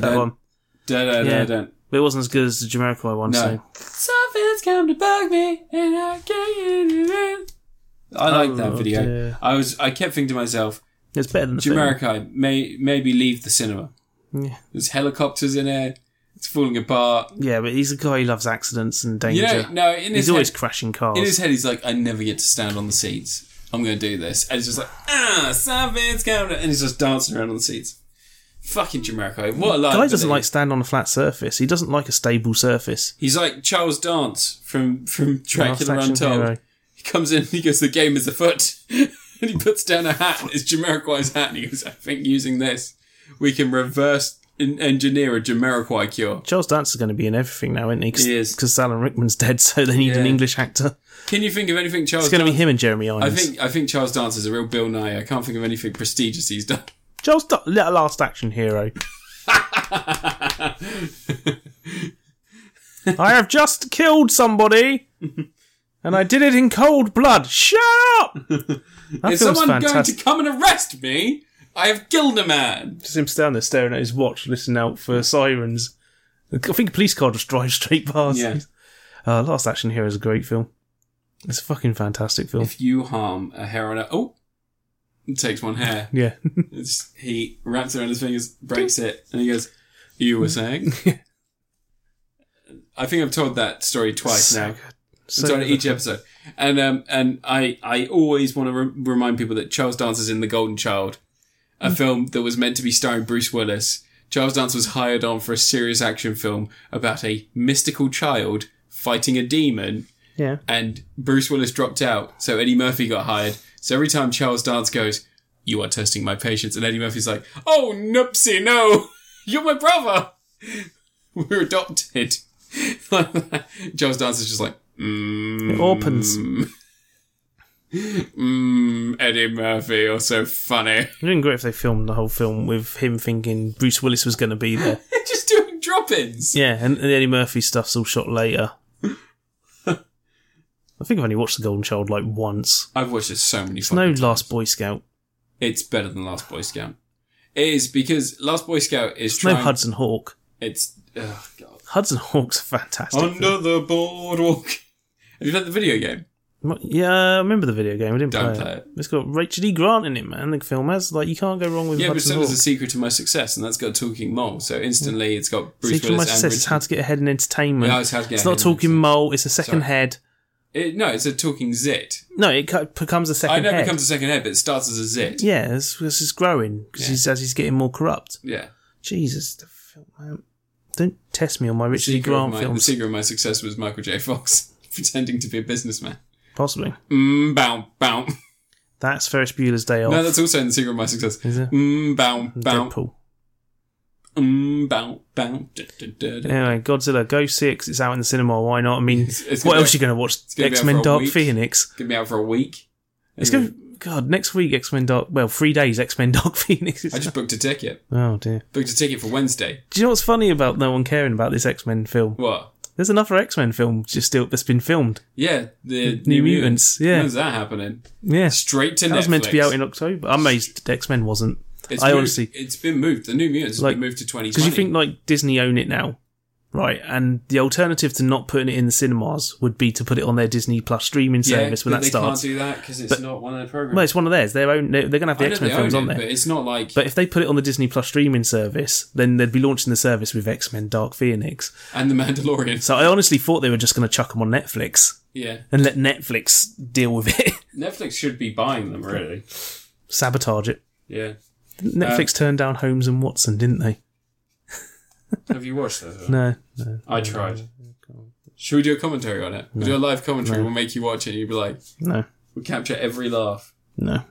That one. dun, dun, Yeah. dun, dun. But it wasn't as good as the Jamiroquai one. No. So Something's come to bug me, and I can't get it in. I like that Oh, video. dear. I was, I kept thinking to myself, it's better than the film. Jamiroquai may maybe leave the cinema. Yeah. There's helicopters in there. It's falling apart. Yeah, but he's a guy who loves accidents and danger. You know, no. In his He's always head, crashing cars. in his head, he's like, I never get to stand on the seats. I'm going to do this, and it's just like, ah, something's coming, and he's just dancing around on the seats. Fucking Jamiroquai, what a life! guy that doesn't he- like stand on a flat surface. He doesn't like a stable surface. He's like Charles Dance from from Last Dracula Action Untold. Hero. He comes in and he goes, The game is afoot. (laughs) and he puts down a hat, and it's Jamiroquai's hat, and he goes, I think using this, we can reverse en- engineer a Jamiroquai cure. Charles Dance is going to be in everything now, isn't he? Cause, He is. Because Alan Rickman's dead, (laughs) so they need an Yeah. English actor. Can you think of anything Charles It's going to be Dance? him and Jeremy I Irons. think I think Charles Dance is a real Bill Nye. I can't think of anything prestigious he's done. Charles Da- Little Last (laughs) Action Hero. I have just killed somebody, and I did it in cold blood. Shut up! That Is film's someone going to fantastic. come and arrest me? I have killed a man. Just him standing there staring at his watch, listening out for sirens. I think a police car just drives straight past. Yeah. (laughs) Uh, Last Action Hero is a great film. It's a fucking fantastic film. If you harm a heroin, oh, it takes one (laughs) hair. (laughs) Yeah. It's, he wraps it around his fingers, breaks it, and he goes, "You were (laughs) saying." I think I've told that story twice now. So I've told it each episode, and um, and I I always want to re- remind people that Charles Dance is in The Golden Child, a film that was meant to be starring Bruce Willis. Charles Dance was hired on for a serious action film about a mystical child fighting a demon yeah. and Bruce Willis dropped out, so Eddie Murphy got hired. So every time Charles Dance goes, "You are testing my patience," and Eddie Murphy's like, "Oh, noopsie, no, (laughs) you're my brother. (laughs) We're adopted." (laughs) Charles Dance is just like, mm, It opens. mm, from Eddie Murphy or so (laughs) funny. It would have been great if they filmed the whole film with him thinking Bruce Willis was going to be there. Just doing drop ins. yeah, and, and the Eddie Murphy stuff's all (laughs) shot later. I think I've only watched The Golden Child like once. I've watched it so many It's fucking no times. Last Boy Scout. It's better than Last Boy Scout. It is because Last Boy Scout is No trying. Hudson Hawk. It's oh god. Hudson Hawk's (laughs) a fantastic. film. Under the boardwalk. Have you played the video game? Mo- Yeah, I remember the video game. I didn't Don't play, play it. it. It's got Rachel E. Grant in it, man. The film has like you can't go wrong with Yeah, but Hudson so Hawk. does the secret to my success, and that's got a talking mole. So instantly, it's got Bruce Secret of My Willis and Success is Richard- how to get ahead in entertainment. Yeah, it's How to Get It's Ahead not in talking Entertainment. mole. It's a second Sorry. head. It- no, it's a talking zit. No, it cu- becomes a second I know head. Oh, it becomes a second head, but it starts as a zit. yeah, it's, it's just growing because he's, as he's getting more corrupt. Yeah. Jesus, the film, man. Don't test me on my Richard E. Secret of Grant my, the films. secret of my success was Michael J. Fox (laughs) pretending to be a businessman. Possibly. Mm, bow, bow. That's Ferris Bueller's Day Off. No, that's also in the secret of my success. Is it? Mm, bow, bow. Deadpool. Mm, bow, bow. Da, da, da, da. Anyway, Godzilla, go see it 'cause it's out in the cinema. Why not? I mean, it's what gonna else be- you going to watch? gonna be out X Men for a Dark week. Phoenix. Gonna be out for a week. It's Anyway, going to. God, next week X Men Dark. Well, three days X Men (laughs) Dark Phoenix. Is I just booked a ticket. Oh dear. Booked a ticket for Wednesday. Do you know what's funny about no one caring about this X Men film? What? There's another X Men film just still that's been filmed. Yeah, the New, Mutants, yeah. when's that happening? Yeah, Straight to that Netflix. was meant to be out in October. I'm amazed X Men wasn't. It's I moved- honestly- it's been moved. The New Mutants Like, has been moved to 2020. Because you think like Disney own it now, right? And the alternative to not putting it in the cinemas would be to put it on their Disney Plus streaming service when but that they starts. can't do that because it's not one of their programs. Well, it's one of theirs. Their own. They're, they're going to have the I know X Men they own films it, on there. but it's not like. But if they put it on the Disney Plus streaming service, then they'd be launching the service with X Men Dark Phoenix. and the Mandalorian. So I honestly thought they were just going to chuck them on Netflix Yeah, and let Netflix deal with it, (laughs) Netflix should be buying them. Really. sabotage it. Yeah. Uh, Netflix turned down Holmes and Watson, didn't they? Have you watched that? No, no. I tried. Should we do a commentary on it? We'll do a live commentary. We'll make you watch it. and You'll be like, No, we'll capture every laugh. no.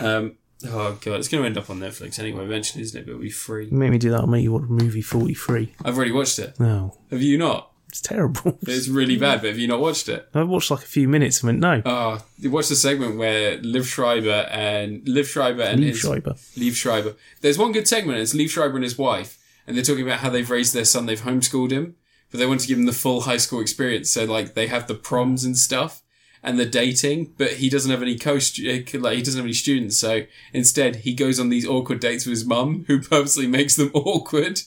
Um, oh god, it's going to end up on Netflix anyway eventually, isn't it? But it'll be free. You make me do that. I'll make you watch movie 43. I've already watched it. No, Have you not? it's terrible. It's really bad. But have you not watched it? I watched like a few minutes and went, no. Oh, you watched the segment where Liv Schreiber and Liv Schreiber and Lee his- Schreiber. Liev Schreiber. There's one good segment. It's Liev Schreiber and his wife, and they're talking about how they've raised their son. They've homeschooled him, but they want to give him the full high school experience. So like they have the proms and stuff and the dating, but he doesn't have any co like he doesn't have any students. So instead, he goes on these awkward dates with his mum, who purposely makes them (laughs) awkward,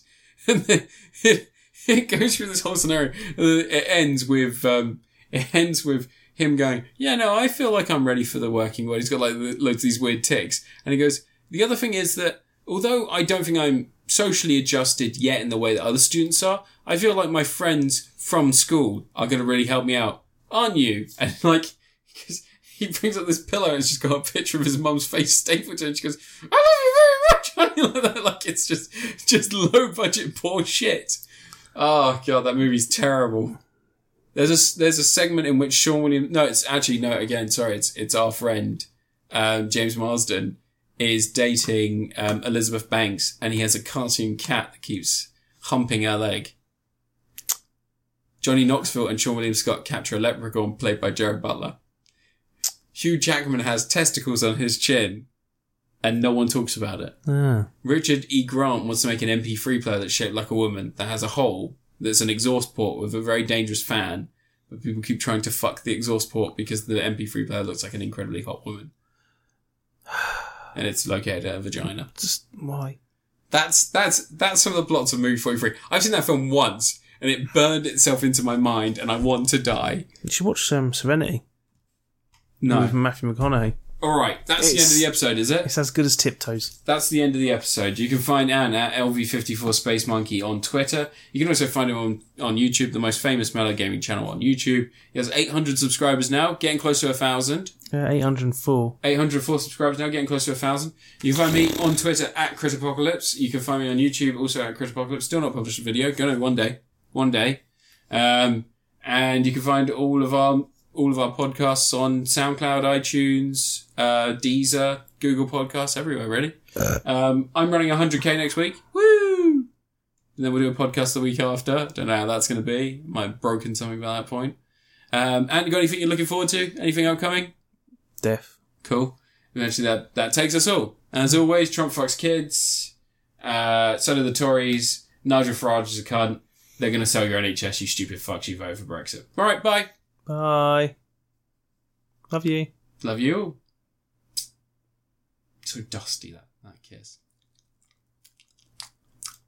and then it, it goes through this whole scenario. And then It ends with um, (laughs) it ends with him going, "Yeah, no, I feel like I'm ready for the working world." He's got like lo- loads of these weird ticks, and he goes, "The other thing is that although I don't think I'm socially adjusted yet in the way that other students are, I feel like my friends from school are going to really help me out, aren't you?" (laughs) And like, 'cause he brings up this pillow and it's just got a picture of his mum's face stapled to it. And she goes, "I love you very much." (laughs) Like, that, like it's just just low budget poor shit. Oh god, that movie's terrible. There's a there's a segment in which Sean William. No, it's actually no. Again, sorry, it's it's our friend um, James Marsden is dating um, Elizabeth Banks, and he has a cartoon cat that keeps humping her leg. Johnny Knoxville and Sean William Scott capture a leprechaun played by Jared Butler. Hugh Jackman has testicles on his chin, and no one talks about it. Ah. Richard E. Grant wants to make an MP3 player that's shaped like a woman that has a hole that's an exhaust port with a very dangerous fan, but people keep trying to fuck the exhaust port because the MP3 player looks like an incredibly hot woman. (sighs) And it's located at a vagina. Just why? That's that's that's some of the plots of movie 43. I've seen that film once and it burned itself into my mind and I want to die. You should watch um, Serenity with No. Matthew McConaughey. Alright, that's the end It's- of the episode, is it? It's as good as Tiptoes. that's the end of the episode. You can find Anne at LV54 Space Monkey on Twitter. You can also find him on, on YouTube, the most famous Mellow Gaming channel on YouTube. He has 800 subscribers now, getting close to a 1,000. Uh, 804. 804 subscribers now, getting close to a thousand. You can find me on Twitter at Critapocalypse. You can find me on YouTube also at Critapocalypse. Still not published a video. Gonna one day, one day. Um, and you can find all of our all of our podcasts on SoundCloud, iTunes, uh, Deezer, Google Podcasts, everywhere. Really. Um, I'm running 100k next week. Woo! And then we'll do a podcast the week after. Don't know how that's going to be. Might have broken something by that point. Um, and you got anything you're looking forward to? Anything upcoming? Deaf. Cool. And actually, that, that takes us all. And as always, Trump fucks kids. Uh, so do the Tories. Nigel Farage is a cunt. They're going to sell your NHS, you stupid fucks. You voted for Brexit. All right, bye. Bye. Love you. Love you all. So dusty, that, that kiss.